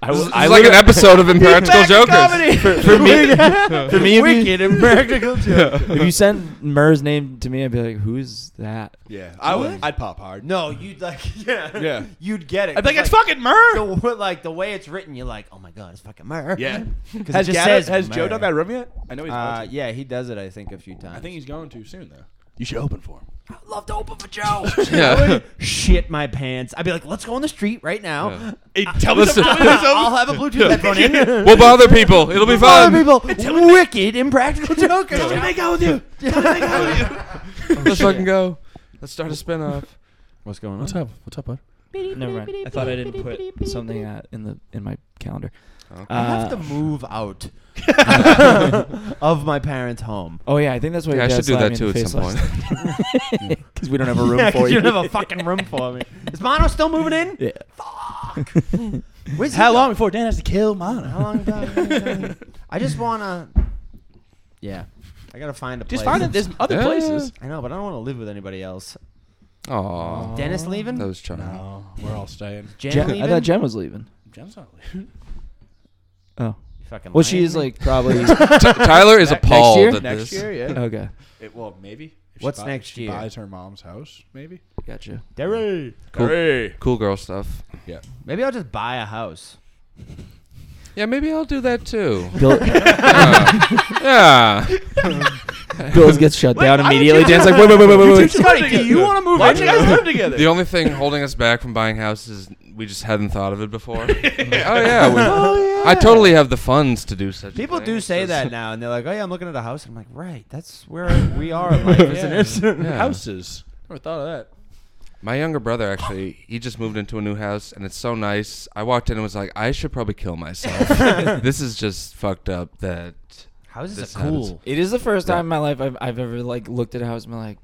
[SPEAKER 2] I, w-
[SPEAKER 3] It's
[SPEAKER 2] I
[SPEAKER 3] like an
[SPEAKER 2] would-
[SPEAKER 3] episode of Impractical Jokers. <laughs>
[SPEAKER 4] Comedy.
[SPEAKER 2] for, for me.
[SPEAKER 4] <laughs>
[SPEAKER 2] For me, if you,
[SPEAKER 4] Wicked and
[SPEAKER 5] <laughs>
[SPEAKER 4] practical joke.
[SPEAKER 2] if you sent Mur's name to me, I'd be like, "Who's that?"
[SPEAKER 5] Yeah, I would. I'd pop hard.
[SPEAKER 4] No, you'd like, <laughs> yeah,
[SPEAKER 5] Yeah.
[SPEAKER 4] you'd get it.
[SPEAKER 5] I'd be like, it's
[SPEAKER 4] fucking
[SPEAKER 5] fucking Murr.
[SPEAKER 4] the, like the way it's written. You're like, oh my god, it's fucking Mer. <laughs>
[SPEAKER 5] Yeah.
[SPEAKER 4] because
[SPEAKER 5] Has,
[SPEAKER 4] it just
[SPEAKER 5] Gavin-
[SPEAKER 4] says
[SPEAKER 5] has Joe
[SPEAKER 4] Mer.
[SPEAKER 5] done that room yet? I know he's.
[SPEAKER 4] Uh,
[SPEAKER 5] about to.
[SPEAKER 4] yeah, he does it. I think a few times.
[SPEAKER 5] I think he's going to soon though. You should open for him.
[SPEAKER 4] love to open
[SPEAKER 5] <laughs>
[SPEAKER 4] for Joe.
[SPEAKER 3] Yeah.
[SPEAKER 4] <laughs> Shit my pants. I'd be like, let's go on the street right now.
[SPEAKER 3] Yeah.
[SPEAKER 5] Hey, tell me
[SPEAKER 3] Listen, <laughs>
[SPEAKER 5] something.
[SPEAKER 4] I'll have a Bluetooth headphone in.
[SPEAKER 3] we'll bother people. It'll be
[SPEAKER 4] Other
[SPEAKER 3] fun.
[SPEAKER 4] people, wicked impractical jokers.
[SPEAKER 3] Let's fucking go. Let's start a spinoff.
[SPEAKER 4] What's going on?
[SPEAKER 5] What's up? What's up, bud?
[SPEAKER 2] Never mind. I thought I didn't put something uh, in the in my calendar.
[SPEAKER 4] I
[SPEAKER 2] Uh,
[SPEAKER 4] have to move
[SPEAKER 2] <laughs>
[SPEAKER 4] out of my parents' home.
[SPEAKER 2] oh yeah, I think that's why. your
[SPEAKER 3] Yeah, I
[SPEAKER 2] dad
[SPEAKER 3] should do
[SPEAKER 2] slapped
[SPEAKER 3] that
[SPEAKER 2] me in
[SPEAKER 3] too
[SPEAKER 2] the
[SPEAKER 3] at
[SPEAKER 2] face
[SPEAKER 3] some
[SPEAKER 2] last
[SPEAKER 3] point.
[SPEAKER 2] night. because we don't <laughs> have a room
[SPEAKER 4] Yeah, 'cause
[SPEAKER 2] for you.
[SPEAKER 4] you don't have a fucking room for me. Is Mono still moving in? <laughs>
[SPEAKER 2] Yeah. <laughs>
[SPEAKER 4] Where's he
[SPEAKER 5] How
[SPEAKER 4] go-
[SPEAKER 5] long before Dan has to kill Mana?
[SPEAKER 4] How long? does- I just wanna. Yeah, I gotta find a place.
[SPEAKER 5] Just find it. There's other
[SPEAKER 3] Yeah.
[SPEAKER 5] places.
[SPEAKER 4] I know, but I don't want to live with anybody else.
[SPEAKER 3] Aw,
[SPEAKER 4] Dennis leaving?
[SPEAKER 3] that was charming.
[SPEAKER 5] No, Oh, we're all staying.
[SPEAKER 4] Jen
[SPEAKER 2] Jen- <laughs>
[SPEAKER 4] leaving?
[SPEAKER 2] I thought Jen was leaving.
[SPEAKER 5] Jen's not leaving.
[SPEAKER 2] Oh,
[SPEAKER 4] You fucking
[SPEAKER 2] well,
[SPEAKER 4] lying
[SPEAKER 2] she is
[SPEAKER 4] to me?
[SPEAKER 2] like probably
[SPEAKER 3] T- Tyler is appalled
[SPEAKER 2] year?
[SPEAKER 3] at
[SPEAKER 5] Next
[SPEAKER 3] this.
[SPEAKER 5] year, yeah.
[SPEAKER 2] okay.
[SPEAKER 5] It- well, maybe. If she
[SPEAKER 4] What's
[SPEAKER 5] buy-
[SPEAKER 4] next
[SPEAKER 5] she
[SPEAKER 4] year?
[SPEAKER 5] Buys her mom's house, maybe.
[SPEAKER 2] Gotcha.
[SPEAKER 4] Derry.
[SPEAKER 3] Cool, cool girl stuff.
[SPEAKER 4] Maybe I'll just buy a house.
[SPEAKER 3] Yeah, maybe I'll do that too.
[SPEAKER 2] Bill,
[SPEAKER 3] Yeah.
[SPEAKER 2] Bill's gets shut down immediately. Dan's like, wait, wait, wait, wait, wait, wait.
[SPEAKER 4] do you want to move
[SPEAKER 5] Why don't you guys live together?
[SPEAKER 3] The only thing holding us back from buying houses is we just hadn't thought of it before. Like, oh yeah, we, I totally have the funds to do such. a
[SPEAKER 4] <laughs> People
[SPEAKER 3] thing.
[SPEAKER 4] do
[SPEAKER 3] It's
[SPEAKER 4] say
[SPEAKER 3] just- <laughs>
[SPEAKER 4] that now, and they're like, "Oh yeah, I'm looking at a house." I'm like, "Right, that's where we are in life, isn't it?"
[SPEAKER 2] <laughs>
[SPEAKER 3] Yeah.
[SPEAKER 5] Houses. Never thought of that.
[SPEAKER 3] My younger brother actually, he just moved into a new house, and it's so nice. I walked in and was like, I should probably kill myself. this is just fucked up. That
[SPEAKER 4] How is this,
[SPEAKER 3] This
[SPEAKER 4] a
[SPEAKER 3] happens.
[SPEAKER 4] cool?
[SPEAKER 2] It is the first time in my life I've, I've ever like looked at a house and been like,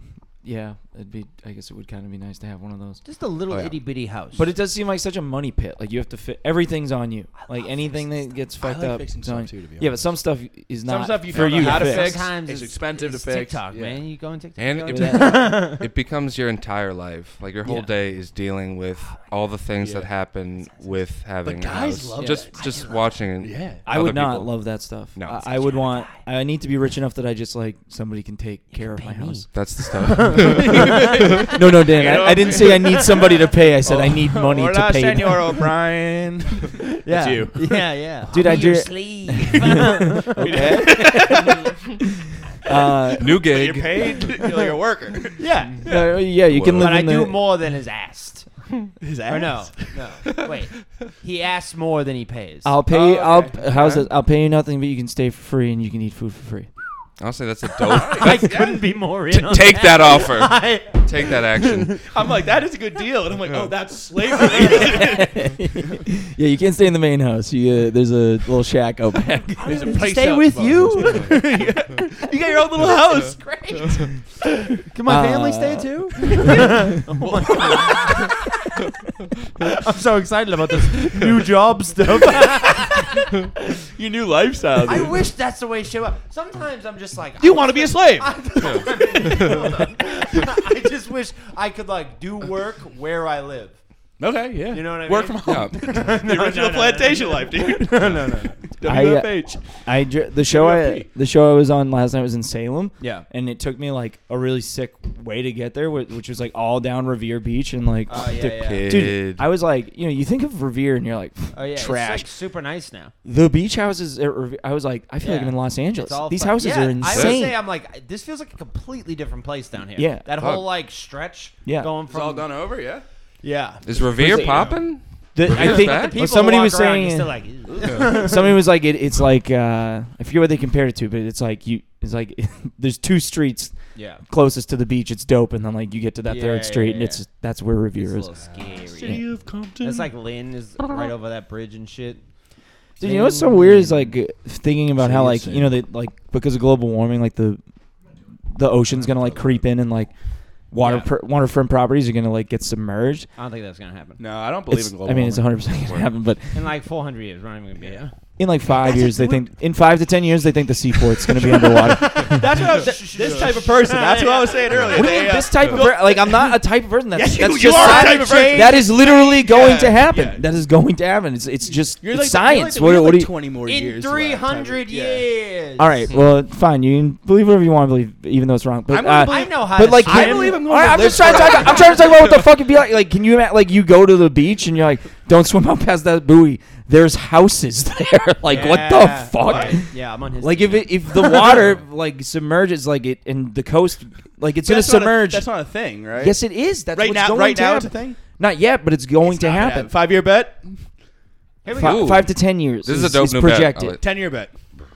[SPEAKER 2] yeah, it'd be. I guess it would kind of be nice to have one of those.
[SPEAKER 4] <laughs> Just a little
[SPEAKER 3] Oh, yeah.
[SPEAKER 4] itty bitty house.
[SPEAKER 2] But it does seem like such a money pit. Like you have to fit everything's on you. Like anything that gets fucked
[SPEAKER 5] like
[SPEAKER 2] up.
[SPEAKER 5] fixing
[SPEAKER 2] it's
[SPEAKER 5] stuff
[SPEAKER 2] on-
[SPEAKER 5] too, to be
[SPEAKER 2] yeah, but some stuff is not
[SPEAKER 5] stuff you
[SPEAKER 2] for
[SPEAKER 5] don't know
[SPEAKER 2] you
[SPEAKER 5] how
[SPEAKER 2] to
[SPEAKER 5] to
[SPEAKER 2] fix.
[SPEAKER 5] fix.
[SPEAKER 4] sometimes
[SPEAKER 5] It's expensive to
[SPEAKER 4] it's
[SPEAKER 5] fix.
[SPEAKER 4] TikTok,
[SPEAKER 5] Yeah.
[SPEAKER 4] man. You go on TikTok.
[SPEAKER 3] And
[SPEAKER 4] you go
[SPEAKER 3] it,
[SPEAKER 4] on
[SPEAKER 2] Yeah.
[SPEAKER 5] <laughs>
[SPEAKER 3] it becomes your entire life. Like your whole
[SPEAKER 2] Yeah.
[SPEAKER 3] day is dealing with all the things that happen with having. a
[SPEAKER 5] guys
[SPEAKER 3] house.
[SPEAKER 5] love
[SPEAKER 3] just
[SPEAKER 5] that.
[SPEAKER 3] just watching.
[SPEAKER 5] Yeah.
[SPEAKER 2] I would
[SPEAKER 3] other
[SPEAKER 2] not
[SPEAKER 3] people.
[SPEAKER 2] love that stuff.
[SPEAKER 3] No.
[SPEAKER 2] I, I would want. I need to be rich enough that I just like somebody can take care of my house. <laughs>
[SPEAKER 3] That's the stuff.
[SPEAKER 2] no, no, Dan. I, I didn't say I need somebody to pay. I said I
[SPEAKER 5] Oh,
[SPEAKER 2] need money to
[SPEAKER 1] Hola,
[SPEAKER 2] pay. them.
[SPEAKER 1] Senor
[SPEAKER 2] <laughs>
[SPEAKER 1] O'Brien.
[SPEAKER 2] yeah. <laughs>
[SPEAKER 1] you.
[SPEAKER 4] <laughs> yeah, yeah.
[SPEAKER 2] Dude, I
[SPEAKER 4] Hump your
[SPEAKER 2] did- <laughs>
[SPEAKER 4] sleeve. <laughs>
[SPEAKER 2] okay. uh,
[SPEAKER 3] New gig. <laughs>
[SPEAKER 1] paid. You're like a worker.
[SPEAKER 4] yeah.
[SPEAKER 2] no, yeah, you can
[SPEAKER 4] But
[SPEAKER 2] live
[SPEAKER 4] I
[SPEAKER 2] in the.
[SPEAKER 4] do more than
[SPEAKER 2] <laughs>
[SPEAKER 4] is asked.
[SPEAKER 1] His
[SPEAKER 4] Or no, no. Wait, he asks more than he pays.
[SPEAKER 2] I'll pay.
[SPEAKER 1] Oh,
[SPEAKER 2] I'll how's it? I'll pay you nothing, but you can stay for free and you can eat food for free.
[SPEAKER 3] Honestly, that's a dope.
[SPEAKER 4] <laughs>
[SPEAKER 2] <laughs>
[SPEAKER 4] I couldn't be more in.
[SPEAKER 3] T-
[SPEAKER 4] on
[SPEAKER 3] take that offer.
[SPEAKER 4] <laughs> I,
[SPEAKER 3] Take that action.
[SPEAKER 1] I'm like, that is a good deal. And I'm like, oh, that's slavery.
[SPEAKER 2] <laughs> yeah, you can't stay in the main house. You, uh, there's a little shack out back.
[SPEAKER 5] There's a
[SPEAKER 4] place
[SPEAKER 5] place
[SPEAKER 4] stay
[SPEAKER 5] out
[SPEAKER 4] with
[SPEAKER 5] above.
[SPEAKER 4] <laughs> you.
[SPEAKER 1] you got
[SPEAKER 2] <laughs>
[SPEAKER 1] your own little house.
[SPEAKER 4] <laughs> Can my
[SPEAKER 2] Uh,
[SPEAKER 4] family stay too? Oh my God. I'm so excited about this new job stuff.
[SPEAKER 1] Your new lifestyle.
[SPEAKER 4] <laughs> I
[SPEAKER 1] Dude.
[SPEAKER 4] wish that's the way it show up. Sometimes I'm just like,
[SPEAKER 1] you want to be a slave.
[SPEAKER 4] <laughs> I, Hold on. <laughs> I just wish I could like do work where I live.
[SPEAKER 5] Okay, yeah.
[SPEAKER 4] You know what I
[SPEAKER 1] Work
[SPEAKER 4] mean?
[SPEAKER 1] from home.
[SPEAKER 3] Yeah.
[SPEAKER 4] <laughs>
[SPEAKER 1] the original plantation life, dude. no, no, no.
[SPEAKER 2] I, uh,
[SPEAKER 1] WFH.
[SPEAKER 2] I dr- the show I
[SPEAKER 5] WFP.
[SPEAKER 2] the show I was on last night was in Salem.
[SPEAKER 4] Yeah.
[SPEAKER 2] and it took me like a really sick way to get there, whi- which was like all down Revere Beach and like.
[SPEAKER 4] Oh, yeah,
[SPEAKER 2] to-
[SPEAKER 4] yeah.
[SPEAKER 2] Dude,
[SPEAKER 3] Kid.
[SPEAKER 2] I was like, you know, you think of Revere and you're like,
[SPEAKER 4] Oh yeah,
[SPEAKER 2] trash.
[SPEAKER 4] It's like super nice now.
[SPEAKER 2] the beach houses at Revere, I was like, I feel like I'm
[SPEAKER 4] Yeah.
[SPEAKER 2] in Los Angeles.
[SPEAKER 4] It's all
[SPEAKER 2] These
[SPEAKER 4] fun-
[SPEAKER 2] houses
[SPEAKER 4] Yeah,
[SPEAKER 2] are
[SPEAKER 4] I would
[SPEAKER 2] insane.
[SPEAKER 4] say I'm like, this feels like a completely different place down here.
[SPEAKER 2] Yeah.
[SPEAKER 4] that
[SPEAKER 3] Oh.
[SPEAKER 4] whole like stretch.
[SPEAKER 2] Yeah.
[SPEAKER 4] going
[SPEAKER 5] It's all
[SPEAKER 4] from
[SPEAKER 5] done over, yeah.
[SPEAKER 4] yeah.
[SPEAKER 3] Is Revere popping?
[SPEAKER 2] The- I
[SPEAKER 3] Revere's
[SPEAKER 2] think
[SPEAKER 3] back?
[SPEAKER 2] well,
[SPEAKER 3] The
[SPEAKER 4] People
[SPEAKER 2] somebody was
[SPEAKER 4] around,
[SPEAKER 2] saying
[SPEAKER 4] still like,
[SPEAKER 1] <laughs>
[SPEAKER 4] <laughs>
[SPEAKER 2] <laughs>
[SPEAKER 4] "Ew."
[SPEAKER 2] somebody was like it, it's like uh, I forget what they compared it to, but it's like you it's like <laughs> there's two streets
[SPEAKER 4] yeah,
[SPEAKER 2] closest to the beach. It's dope, and then like you get to that
[SPEAKER 4] Yeah,
[SPEAKER 2] third street,
[SPEAKER 4] yeah,
[SPEAKER 2] and
[SPEAKER 4] yeah.
[SPEAKER 2] it's that's where
[SPEAKER 4] it's a
[SPEAKER 2] Revere
[SPEAKER 4] little
[SPEAKER 2] is.
[SPEAKER 4] scary.
[SPEAKER 2] <laughs>
[SPEAKER 4] It's like Lynn is right over that bridge and shit.
[SPEAKER 2] Dude, you know what's so weird is like thinking about how like you know that like because of global warming, like the the ocean's gonna like creep in and like water
[SPEAKER 4] Yeah.
[SPEAKER 2] per, waterfront properties are gonna like get submerged.
[SPEAKER 4] I don't think that's gonna happen.
[SPEAKER 5] No, I don't believe
[SPEAKER 2] It's-
[SPEAKER 5] in global
[SPEAKER 2] I mean, it's
[SPEAKER 5] warming.
[SPEAKER 2] 100 percent gonna happen, but
[SPEAKER 4] In like 400 years, we're not even gonna be here.
[SPEAKER 2] in like five years, they think in five to ten years, they think the seaport's gonna
[SPEAKER 5] <laughs>
[SPEAKER 2] be underwater.
[SPEAKER 1] <laughs> That's what I
[SPEAKER 4] <laughs>
[SPEAKER 1] was, this type of person. That's what I was saying earlier.
[SPEAKER 2] What do you
[SPEAKER 1] They,
[SPEAKER 2] mean
[SPEAKER 1] uh,
[SPEAKER 2] this type of per- like I'm not a type of person that's,
[SPEAKER 1] Yes, you-
[SPEAKER 2] that's
[SPEAKER 1] you
[SPEAKER 2] just
[SPEAKER 1] are a
[SPEAKER 2] science.
[SPEAKER 1] type of person.
[SPEAKER 2] that is literally going to happen.
[SPEAKER 1] yeah.
[SPEAKER 2] That is going to happen. It's it's just
[SPEAKER 5] You're like
[SPEAKER 2] it's
[SPEAKER 5] the- you're like
[SPEAKER 2] science.
[SPEAKER 5] the-
[SPEAKER 2] what
[SPEAKER 5] you're
[SPEAKER 2] what
[SPEAKER 5] like
[SPEAKER 2] do you?
[SPEAKER 5] 20 more
[SPEAKER 4] In
[SPEAKER 5] years?
[SPEAKER 4] 300
[SPEAKER 5] left.
[SPEAKER 4] years.
[SPEAKER 2] All right, well, fine. You can believe whatever you want to believe, even though it's wrong. But
[SPEAKER 5] I'm
[SPEAKER 2] uh,
[SPEAKER 5] gonna
[SPEAKER 4] I know how.
[SPEAKER 2] but
[SPEAKER 4] to
[SPEAKER 2] like,
[SPEAKER 4] swim.
[SPEAKER 2] can-
[SPEAKER 5] believe I'm
[SPEAKER 2] all right,
[SPEAKER 5] gonna
[SPEAKER 2] I'm just trying
[SPEAKER 5] live
[SPEAKER 2] to talk. I'm trying to talk about what the fuck it'd be like. Like, can you ima- like you go to the beach and you're like, don't swim out past that buoy. There's houses <laughs> there. like, what the
[SPEAKER 4] Yeah.
[SPEAKER 2] fuck?
[SPEAKER 4] Right. Yeah, I'm on his.
[SPEAKER 2] Like
[SPEAKER 4] team
[SPEAKER 2] if it, if the water like submerges like it and the coast like it's gonna
[SPEAKER 5] That's not a-
[SPEAKER 2] submerge.
[SPEAKER 5] That's not a thing, right?
[SPEAKER 2] yes, it is. That's
[SPEAKER 1] Right
[SPEAKER 2] what's
[SPEAKER 1] now-
[SPEAKER 2] going
[SPEAKER 1] right
[SPEAKER 2] to
[SPEAKER 1] now it's a
[SPEAKER 2] happen.
[SPEAKER 1] thing?
[SPEAKER 2] Not yet, but it's going to
[SPEAKER 1] Yeah,
[SPEAKER 2] happen.
[SPEAKER 1] Five year bet,
[SPEAKER 4] Here we
[SPEAKER 2] Fi-
[SPEAKER 4] go.
[SPEAKER 3] Ooh.
[SPEAKER 2] five to ten years.
[SPEAKER 3] This is a dope new bet.
[SPEAKER 2] projected.
[SPEAKER 3] I like-
[SPEAKER 1] ten year bet.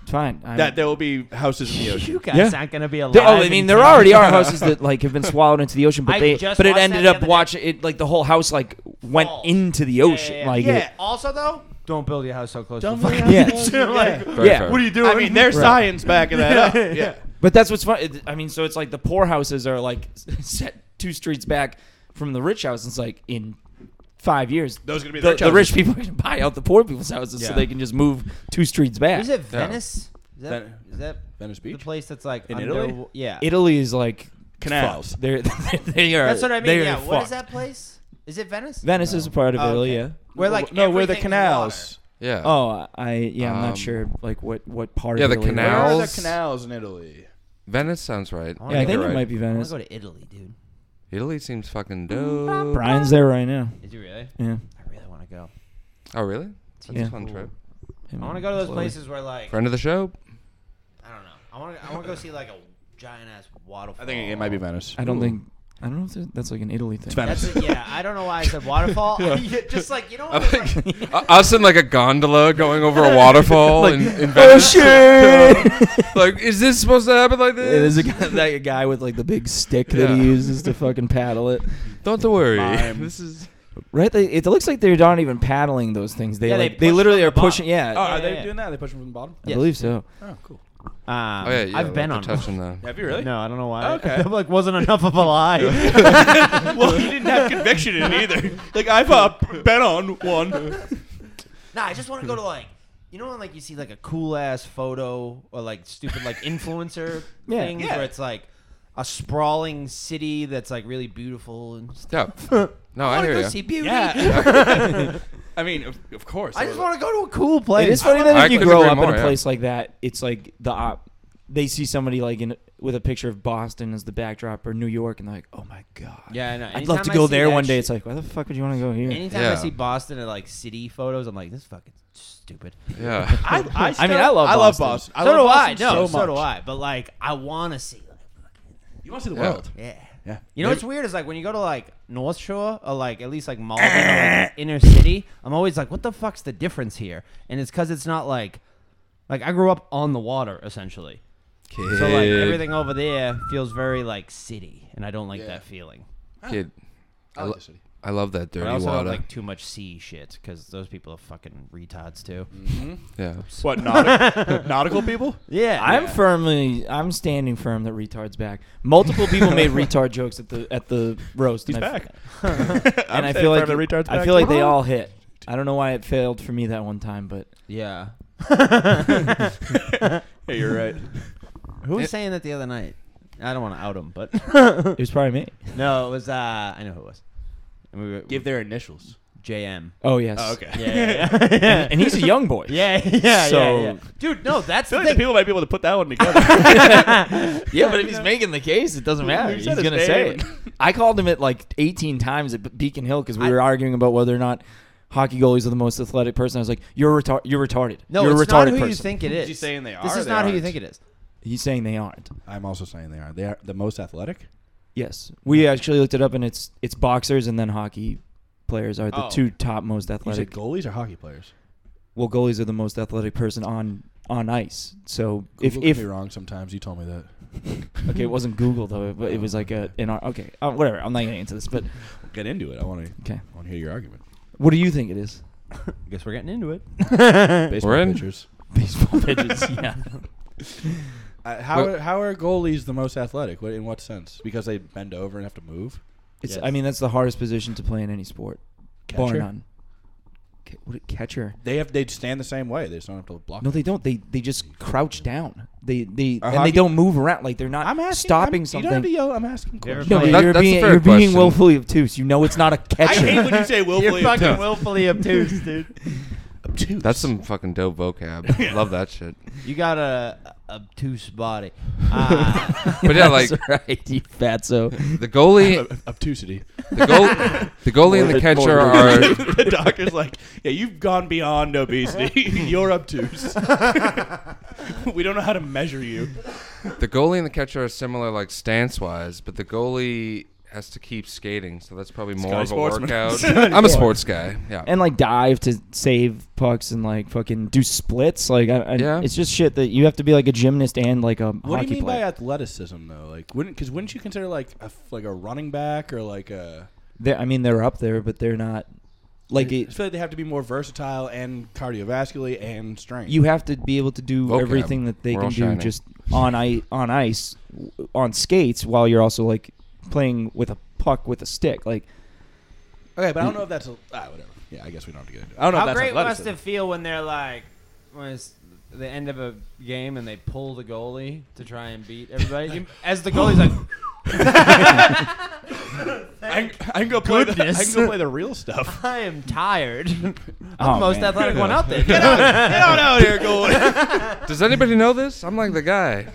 [SPEAKER 2] Fine. I'm,
[SPEAKER 1] That there will be houses in the ocean. <laughs>
[SPEAKER 4] <laughs> You guys
[SPEAKER 2] Yeah.
[SPEAKER 4] aren't gonna be alive.
[SPEAKER 2] There- oh, I mean,
[SPEAKER 4] in
[SPEAKER 2] there
[SPEAKER 4] 10
[SPEAKER 2] already are houses that like
[SPEAKER 4] <laughs>
[SPEAKER 2] have been swallowed into the ocean, but
[SPEAKER 4] I
[SPEAKER 2] they
[SPEAKER 4] just
[SPEAKER 2] but it
[SPEAKER 4] watched
[SPEAKER 2] ended
[SPEAKER 4] that the
[SPEAKER 2] up
[SPEAKER 4] other
[SPEAKER 2] watching it like the whole house like went
[SPEAKER 4] Falls.
[SPEAKER 2] into the ocean.
[SPEAKER 4] yeah, yeah.
[SPEAKER 2] Like
[SPEAKER 1] Yeah.
[SPEAKER 4] Also, though, don't build your house so close
[SPEAKER 5] Don't
[SPEAKER 4] to the
[SPEAKER 5] worry, I'll
[SPEAKER 4] fucking <laughs>
[SPEAKER 2] Yeah.
[SPEAKER 5] be
[SPEAKER 4] beach.
[SPEAKER 5] there.
[SPEAKER 4] like,
[SPEAKER 5] Yeah.
[SPEAKER 3] Very
[SPEAKER 2] Yeah.
[SPEAKER 3] fair.
[SPEAKER 4] what are you doing?
[SPEAKER 1] I mean, there's
[SPEAKER 2] Right.
[SPEAKER 1] science backing that
[SPEAKER 4] <laughs>
[SPEAKER 1] up.
[SPEAKER 4] Yeah.
[SPEAKER 1] Yeah.
[SPEAKER 2] it. But that's what's fun. it- I mean, so it's like the poor houses are like <laughs> set two streets back from the rich house. It's like in five years,
[SPEAKER 1] Those are gonna be the
[SPEAKER 2] the,
[SPEAKER 1] rich
[SPEAKER 2] the rich
[SPEAKER 1] houses.
[SPEAKER 2] people are gonna buy out the poor people's houses so
[SPEAKER 5] Yeah.
[SPEAKER 2] they can just move two streets back.
[SPEAKER 4] Is it Venice? Is that,
[SPEAKER 5] Ven-
[SPEAKER 4] is that
[SPEAKER 5] Venice
[SPEAKER 4] the
[SPEAKER 5] Beach?
[SPEAKER 4] place that's like
[SPEAKER 5] In
[SPEAKER 4] under-
[SPEAKER 5] Italy?
[SPEAKER 4] Yeah,
[SPEAKER 2] Italy is like
[SPEAKER 1] Canals.
[SPEAKER 2] fucked. They're, <laughs> they are.
[SPEAKER 4] that's what I mean.
[SPEAKER 2] they are
[SPEAKER 4] Yeah, what is
[SPEAKER 2] fucked.
[SPEAKER 4] that place? Is it Venice?
[SPEAKER 2] Venice is a part of
[SPEAKER 4] Oh,
[SPEAKER 2] Italy.
[SPEAKER 4] okay.
[SPEAKER 2] Yeah.
[SPEAKER 4] Where like
[SPEAKER 1] no, where the
[SPEAKER 4] everything's
[SPEAKER 1] canals.
[SPEAKER 3] Yeah.
[SPEAKER 2] Oh, I yeah, I'm
[SPEAKER 3] Um,
[SPEAKER 2] not sure like what what part
[SPEAKER 3] yeah,
[SPEAKER 2] of
[SPEAKER 3] the
[SPEAKER 2] Italy.
[SPEAKER 5] Where
[SPEAKER 3] canal.
[SPEAKER 5] are the
[SPEAKER 3] Canals.
[SPEAKER 5] canals in Italy?
[SPEAKER 3] Venice sounds right.
[SPEAKER 4] I
[SPEAKER 2] Oh, Yeah, I
[SPEAKER 4] You're
[SPEAKER 2] think
[SPEAKER 3] you're
[SPEAKER 2] it
[SPEAKER 3] right.
[SPEAKER 2] might be
[SPEAKER 4] Water. I want
[SPEAKER 2] Venice.
[SPEAKER 4] to go to Italy, dude.
[SPEAKER 3] Italy seems fucking dope.
[SPEAKER 2] Brian's there right now.
[SPEAKER 4] Did you really?
[SPEAKER 2] Yeah.
[SPEAKER 4] I really want to go.
[SPEAKER 3] Oh really? That's
[SPEAKER 2] Yeah.
[SPEAKER 3] a fun trip.
[SPEAKER 4] I want to go to those places where like
[SPEAKER 3] Friend of the show.
[SPEAKER 4] I don't know. I want to. I want to go see like a giant ass waterfall.
[SPEAKER 5] I think it might be Venice.
[SPEAKER 2] I don't think. I don't know if there- that's like an Italy thing. <laughs>
[SPEAKER 5] Venice.
[SPEAKER 4] That's a, yeah. I don't know why I
[SPEAKER 3] <laughs>
[SPEAKER 4] said waterfall. <laughs> Yeah, Just like you know, what, like,
[SPEAKER 3] Uh, Us in like a gondola going over a
[SPEAKER 2] <laughs>
[SPEAKER 3] waterfall in, in
[SPEAKER 2] Oh
[SPEAKER 3] Venice.
[SPEAKER 2] shit!
[SPEAKER 3] <laughs> Like, is this supposed to happen like this?
[SPEAKER 2] There's a guy, that guy with like the big stick that
[SPEAKER 3] Yeah.
[SPEAKER 2] he uses to fucking paddle it.
[SPEAKER 3] Don't worry.
[SPEAKER 5] Mime.
[SPEAKER 3] This is
[SPEAKER 2] Right? They, it looks like they're not even paddling those things. They
[SPEAKER 4] Yeah, they
[SPEAKER 2] like they,
[SPEAKER 4] push
[SPEAKER 2] literally
[SPEAKER 4] from
[SPEAKER 2] are
[SPEAKER 4] the bottom.
[SPEAKER 2] pushing. Yeah,
[SPEAKER 5] <laughs> Oh, are
[SPEAKER 4] Yeah,
[SPEAKER 5] they
[SPEAKER 4] yeah.
[SPEAKER 5] doing that? They push them from the bottom?
[SPEAKER 2] I
[SPEAKER 4] Yes.
[SPEAKER 2] believe so.
[SPEAKER 5] Oh, cool.
[SPEAKER 4] Um,
[SPEAKER 3] Oh yeah, yeah
[SPEAKER 4] I've been
[SPEAKER 3] they're
[SPEAKER 4] on.
[SPEAKER 3] touching the.
[SPEAKER 1] Have you really?
[SPEAKER 4] No, I don't know why.
[SPEAKER 1] Okay.
[SPEAKER 4] That, <laughs> like wasn't enough of a <laughs> lie.
[SPEAKER 1] well, you didn't have conviction in it <laughs> either. Like I've uh, been on one.
[SPEAKER 4] Nah, I just want to go to like, you know, when like you see like a cool ass photo or like stupid like <laughs> influencer
[SPEAKER 2] Yeah.
[SPEAKER 4] things
[SPEAKER 1] Yeah.
[SPEAKER 4] where it's like a sprawling city that's like really beautiful and stuff.
[SPEAKER 3] Yeah.
[SPEAKER 2] <laughs>
[SPEAKER 3] No, I,
[SPEAKER 4] I want to
[SPEAKER 3] hear
[SPEAKER 4] go
[SPEAKER 3] you.
[SPEAKER 4] see beauty.
[SPEAKER 1] Yeah. I mean, of, of course.
[SPEAKER 4] <laughs> I just want to go to a cool place.
[SPEAKER 2] It is funny
[SPEAKER 3] I
[SPEAKER 2] that if you
[SPEAKER 3] couldn't
[SPEAKER 2] grow
[SPEAKER 3] agree
[SPEAKER 2] up
[SPEAKER 3] more,
[SPEAKER 2] in a
[SPEAKER 3] yeah.
[SPEAKER 2] place like that, it's like the op. They see somebody like in with a picture of Boston as the backdrop or New York, and they're like, "Oh my god,
[SPEAKER 4] Yeah, I know.
[SPEAKER 2] I'd love to
[SPEAKER 4] Anytime I
[SPEAKER 2] go
[SPEAKER 4] see
[SPEAKER 2] there
[SPEAKER 4] that
[SPEAKER 2] one day."
[SPEAKER 4] shit-
[SPEAKER 2] It's like, why the fuck would you want to go here?
[SPEAKER 4] Anytime I
[SPEAKER 3] Yeah.
[SPEAKER 4] see Boston and like city photos, I'm like, this is fucking stupid.
[SPEAKER 3] Yeah.
[SPEAKER 4] <laughs>
[SPEAKER 1] I, I,
[SPEAKER 2] I mean, I love
[SPEAKER 1] I love Boston.
[SPEAKER 2] Boston.
[SPEAKER 1] I
[SPEAKER 4] so
[SPEAKER 1] love
[SPEAKER 4] do I.
[SPEAKER 1] Boston
[SPEAKER 4] No, so,
[SPEAKER 1] so, much.
[SPEAKER 4] do I. But like, I want to see. Like,
[SPEAKER 1] You want to see the
[SPEAKER 3] Yeah.
[SPEAKER 1] world?
[SPEAKER 4] yeah.
[SPEAKER 5] Yeah.
[SPEAKER 4] You know what's weird is like when you go to like North Shore or like at least like Malden
[SPEAKER 1] <laughs>
[SPEAKER 4] or like inner city, I'm always like, what the fuck's the difference here? And it's because it's not like, like I grew up on the water essentially, so like everything over there feels very like city, and I don't like
[SPEAKER 5] Yeah.
[SPEAKER 4] that feeling.
[SPEAKER 3] Ah. Kid,
[SPEAKER 5] I like the city.
[SPEAKER 3] I love that
[SPEAKER 4] But
[SPEAKER 3] dirty
[SPEAKER 4] I also don't
[SPEAKER 3] water.
[SPEAKER 4] like too much sea shit because those people are fucking retards too.
[SPEAKER 3] yeah.
[SPEAKER 1] What nautical, nautical people?
[SPEAKER 4] Yeah,
[SPEAKER 2] I'm firmly, I'm standing firm that retard's back. Multiple people
[SPEAKER 4] <laughs>
[SPEAKER 2] made retard jokes at the at the roast.
[SPEAKER 1] He's
[SPEAKER 2] and I f-
[SPEAKER 1] back.
[SPEAKER 2] and
[SPEAKER 1] <laughs> I'm
[SPEAKER 2] I
[SPEAKER 1] saying
[SPEAKER 2] feel like
[SPEAKER 1] firm that retard's
[SPEAKER 2] I
[SPEAKER 1] back.
[SPEAKER 2] feel like they all hit. I don't know why it failed for me that one time, but
[SPEAKER 1] <laughs>
[SPEAKER 4] yeah.
[SPEAKER 1] Hey, you're right.
[SPEAKER 4] Who was saying that the other night? I don't want to out him, but
[SPEAKER 2] <laughs> it was probably me.
[SPEAKER 4] no, it was uh, I know who it was. And we were,
[SPEAKER 1] their initials.
[SPEAKER 4] JM.
[SPEAKER 2] Oh yes.
[SPEAKER 1] Oh, okay. <laughs>
[SPEAKER 4] Yeah, yeah, yeah.
[SPEAKER 2] And he's a young boy.
[SPEAKER 4] Yeah, <laughs> yeah,
[SPEAKER 2] So-
[SPEAKER 4] yeah, yeah. Dude, no, that's
[SPEAKER 1] I feel
[SPEAKER 4] the
[SPEAKER 1] like the
[SPEAKER 4] thing.
[SPEAKER 1] people might be able to put that
[SPEAKER 4] <laughs>
[SPEAKER 1] one together.
[SPEAKER 2] <laughs> Yeah, but if he's making the case, it doesn't matter.
[SPEAKER 1] He
[SPEAKER 2] He's
[SPEAKER 1] said his
[SPEAKER 2] gonna say
[SPEAKER 1] name.
[SPEAKER 2] it. <laughs> I called him it like 18 times at Beacon Hill because we
[SPEAKER 4] I-
[SPEAKER 2] were arguing about whether or not hockey goalies are the most athletic person. I was like, "You're retar- You're retarded.
[SPEAKER 4] No,
[SPEAKER 2] you're a
[SPEAKER 4] it's
[SPEAKER 2] retarded
[SPEAKER 4] not who
[SPEAKER 2] person."
[SPEAKER 4] you think it is.
[SPEAKER 1] Is he saying they
[SPEAKER 4] This
[SPEAKER 1] are or
[SPEAKER 4] is
[SPEAKER 1] they
[SPEAKER 4] not who you
[SPEAKER 1] aren't?
[SPEAKER 4] think it is.
[SPEAKER 2] He's saying they aren't.
[SPEAKER 5] I'm also saying they are. They are the most athletic.
[SPEAKER 2] Yes, we actually looked it up, and it's it's boxers and then hockey players are the
[SPEAKER 1] Oh.
[SPEAKER 2] two top most
[SPEAKER 5] You said
[SPEAKER 2] athletic.
[SPEAKER 5] goalies or hockey players?
[SPEAKER 2] well, goalies are the most athletic person on on ice. So
[SPEAKER 5] Google
[SPEAKER 2] if
[SPEAKER 5] can
[SPEAKER 2] if
[SPEAKER 5] be wrong sometimes. You told me that.
[SPEAKER 2] <laughs> okay, it wasn't Google though, but it was like a in our okay, uh, whatever. I'm not getting into this, but
[SPEAKER 5] Get into it. I want to.
[SPEAKER 2] okay.
[SPEAKER 5] I want to hear your argument.
[SPEAKER 2] What do you think it is? <laughs>
[SPEAKER 4] Guess we're
[SPEAKER 1] <laughs>
[SPEAKER 4] getting into it.
[SPEAKER 5] Baseball
[SPEAKER 3] We're in.
[SPEAKER 5] pitchers.
[SPEAKER 2] Baseball pitches. Yeah.
[SPEAKER 5] Uh, how are, how are goalies the most athletic? What, in what sense? Because they bend over and have to move.
[SPEAKER 2] It's.
[SPEAKER 4] Yes.
[SPEAKER 2] I mean, that's the hardest position to play in any sport, bar
[SPEAKER 5] Catcher?
[SPEAKER 2] none. Ca- what- Catcher?
[SPEAKER 5] They have they stand the same way. They just don't have to block.
[SPEAKER 2] No, they don't. They they just crouch down. They they
[SPEAKER 5] Are
[SPEAKER 2] and
[SPEAKER 5] hockey-
[SPEAKER 2] they don't move around. Like they're not
[SPEAKER 5] I'm asking.
[SPEAKER 2] stopping
[SPEAKER 5] I'm, You
[SPEAKER 2] something.
[SPEAKER 5] don't have to yell. I'm asking questions.
[SPEAKER 2] No,
[SPEAKER 4] That-
[SPEAKER 2] but you're
[SPEAKER 3] that's a
[SPEAKER 2] being
[SPEAKER 3] fair
[SPEAKER 2] you're being
[SPEAKER 3] question.
[SPEAKER 2] willfully obtuse. You know it's not a
[SPEAKER 5] <laughs>
[SPEAKER 1] I
[SPEAKER 2] catcher. <laughs>
[SPEAKER 1] hate when you say willfully.
[SPEAKER 3] fucking
[SPEAKER 4] willfully obtuse, dude.
[SPEAKER 5] Obtuse.
[SPEAKER 3] That's some fucking dope vocab. Love that shit.
[SPEAKER 4] You got a a
[SPEAKER 1] <laughs>
[SPEAKER 4] obtuse body. Uh,
[SPEAKER 3] But yeah, like
[SPEAKER 5] <laughs>
[SPEAKER 2] That's right, <laughs> you fatso.
[SPEAKER 3] the goalie,
[SPEAKER 5] Ob- obtusity.
[SPEAKER 3] the goal, the goalie and the
[SPEAKER 2] Morbid-
[SPEAKER 3] catcher
[SPEAKER 2] morbid.
[SPEAKER 3] are
[SPEAKER 1] <laughs> the doctor's like, yeah, you've gone beyond obesity. <laughs> You're obtuse. we don't know how to measure you.
[SPEAKER 3] <laughs> the goalie and the catcher are similar, like stance wise, but the goalie has to keep skating, so that's probably more
[SPEAKER 1] Sky
[SPEAKER 3] of a
[SPEAKER 1] sportsman.
[SPEAKER 3] workout. I'm a sports guy. Yeah.
[SPEAKER 2] And like dive to save pucks and like fucking do splits. Like I, I,
[SPEAKER 3] Yeah.
[SPEAKER 2] it's just shit that you have to be like a gymnast and like a
[SPEAKER 5] What do
[SPEAKER 2] hockey
[SPEAKER 5] you mean by
[SPEAKER 2] player.
[SPEAKER 5] athleticism though? Like wouldn't because wouldn't you consider like a f- like a running back or like a
[SPEAKER 2] They're- I mean, they're up there, but they're not like
[SPEAKER 5] I
[SPEAKER 2] it,
[SPEAKER 5] feel like they have to be more versatile and cardiovascularly and strength.
[SPEAKER 2] you have to be able to do
[SPEAKER 3] Vocab.
[SPEAKER 2] everything that they
[SPEAKER 3] We're
[SPEAKER 2] can
[SPEAKER 3] all
[SPEAKER 2] do
[SPEAKER 3] shining.
[SPEAKER 2] just on ice on ice w- on skates while you're also like playing with a puck with a stick. Like
[SPEAKER 5] okay, but I don't know if that's a, ah, whatever. Yeah, I guess we don't have to get into. it. I
[SPEAKER 3] Oh,
[SPEAKER 5] don't know
[SPEAKER 4] how
[SPEAKER 5] if that's
[SPEAKER 4] great must
[SPEAKER 5] athleticism.
[SPEAKER 4] it feel when they're like, when it's the end of a game and they pull the goalie to try and beat everybody?
[SPEAKER 3] <laughs>
[SPEAKER 4] You- as the goalie's like,
[SPEAKER 1] I, I can go play. The, I can
[SPEAKER 4] Goodness.
[SPEAKER 1] go play the real <laughs> stuff.
[SPEAKER 4] I
[SPEAKER 3] <laughs>
[SPEAKER 4] am tired. I'm
[SPEAKER 2] Oh,
[SPEAKER 4] the most
[SPEAKER 2] man.
[SPEAKER 4] athletic one out there.
[SPEAKER 1] Get on out here, <laughs> goalie.
[SPEAKER 3] Does anybody know this? I'm like the guy.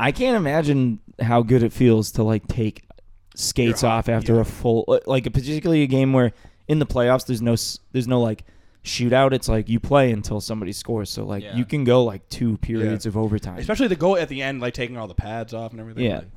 [SPEAKER 2] I can't imagine how good it feels to like take skates off after a full li- like a, particularly a game where in the playoffs there's no s- there's no like shootout. It's like you play until somebody scores. So like
[SPEAKER 4] Yeah.
[SPEAKER 2] you can go like two periods of overtime.
[SPEAKER 5] Especially the goal at the end, like taking all the pads off and everything.
[SPEAKER 1] <laughs>
[SPEAKER 2] Yeah.
[SPEAKER 5] like,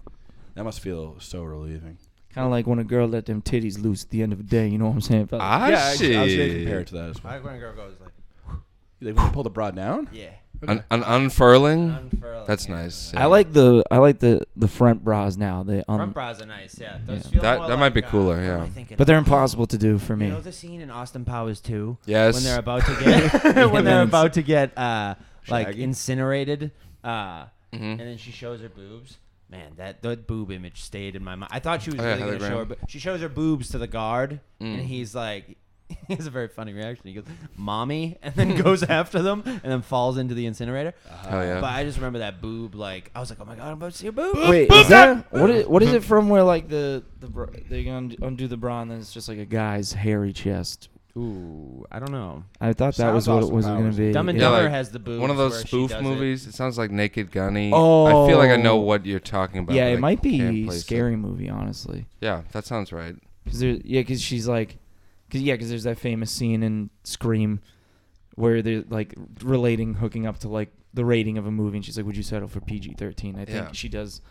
[SPEAKER 5] that must feel so relieving.
[SPEAKER 2] Kind of like when a girl let them titties loose at the end of the day. You know what I'm saying? fella?
[SPEAKER 3] Ah,
[SPEAKER 5] yeah, I, I was gonna
[SPEAKER 3] shit.
[SPEAKER 5] compare it to that as well.
[SPEAKER 4] Like when a girl goes like,
[SPEAKER 5] They want to pull the broad down.
[SPEAKER 4] yeah.
[SPEAKER 3] An, an unfurling.
[SPEAKER 4] Unfurling.
[SPEAKER 3] That's
[SPEAKER 4] yeah.
[SPEAKER 3] nice.
[SPEAKER 2] I like the I like the the front bras now. They um,
[SPEAKER 4] Front bras are nice, yeah. Those feel
[SPEAKER 3] That-
[SPEAKER 4] more
[SPEAKER 3] that might
[SPEAKER 4] like,
[SPEAKER 3] be
[SPEAKER 4] uh,
[SPEAKER 3] cooler,
[SPEAKER 4] what am
[SPEAKER 3] yeah.
[SPEAKER 4] I thinking
[SPEAKER 2] but
[SPEAKER 4] of?
[SPEAKER 2] they're impossible to do for me.
[SPEAKER 4] You know the scene in Austin Powers 2?
[SPEAKER 3] Yes. <laughs>
[SPEAKER 4] <laughs> When they're about to get when they're
[SPEAKER 2] Yes.
[SPEAKER 4] about to get uh, like
[SPEAKER 5] Shaggy.
[SPEAKER 4] incinerated, uh,
[SPEAKER 3] Mm-hmm.
[SPEAKER 4] and then she shows her boobs. Man, that the boob image stayed in my mind. I thought she was
[SPEAKER 3] Oh, yeah,
[SPEAKER 4] really
[SPEAKER 3] Heather
[SPEAKER 4] gonna show her,
[SPEAKER 3] Graham.
[SPEAKER 4] but she shows her boobs to the guard,
[SPEAKER 3] Mm.
[SPEAKER 4] and he's like. <laughs> He has a very funny reaction. He goes, "Mommy," <laughs> and then
[SPEAKER 3] <laughs>
[SPEAKER 4] goes after them, and then falls into the incinerator.
[SPEAKER 3] Uh-huh. Hell yeah.
[SPEAKER 4] But I just remember that boob. Like I was like, "Oh my god, I'm about to see a boob."
[SPEAKER 2] Wait, is that, what is what is it from? Where like the the bra, they un- undo the bra and then it's just like a guy's hairy chest.
[SPEAKER 4] Ooh, I don't know.
[SPEAKER 2] I thought that was
[SPEAKER 5] Sounds
[SPEAKER 2] what
[SPEAKER 5] Austin
[SPEAKER 2] it was going
[SPEAKER 5] Powers.
[SPEAKER 2] to be.
[SPEAKER 4] Dumb and
[SPEAKER 2] Yeah.
[SPEAKER 3] like,
[SPEAKER 4] Dumber has the boobs.
[SPEAKER 3] One of those
[SPEAKER 4] where she
[SPEAKER 3] spoof
[SPEAKER 4] does it.
[SPEAKER 3] movies. It. sounds like Naked Gunny. I
[SPEAKER 2] Oh.
[SPEAKER 3] feel like I know what you're talking about.
[SPEAKER 2] Yeah,
[SPEAKER 3] but
[SPEAKER 2] it
[SPEAKER 3] I
[SPEAKER 2] might
[SPEAKER 3] can't
[SPEAKER 2] be
[SPEAKER 3] place it.
[SPEAKER 2] scary movie, honestly.
[SPEAKER 3] Yeah, that sounds right.
[SPEAKER 2] Cause there, yeah, cause she's like, cause yeah, cause there's that famous scene in Scream where they're like relating hooking up to like the rating of a movie, and she's like, "Would you settle for PG-13?" I think
[SPEAKER 3] Yeah.
[SPEAKER 2] she does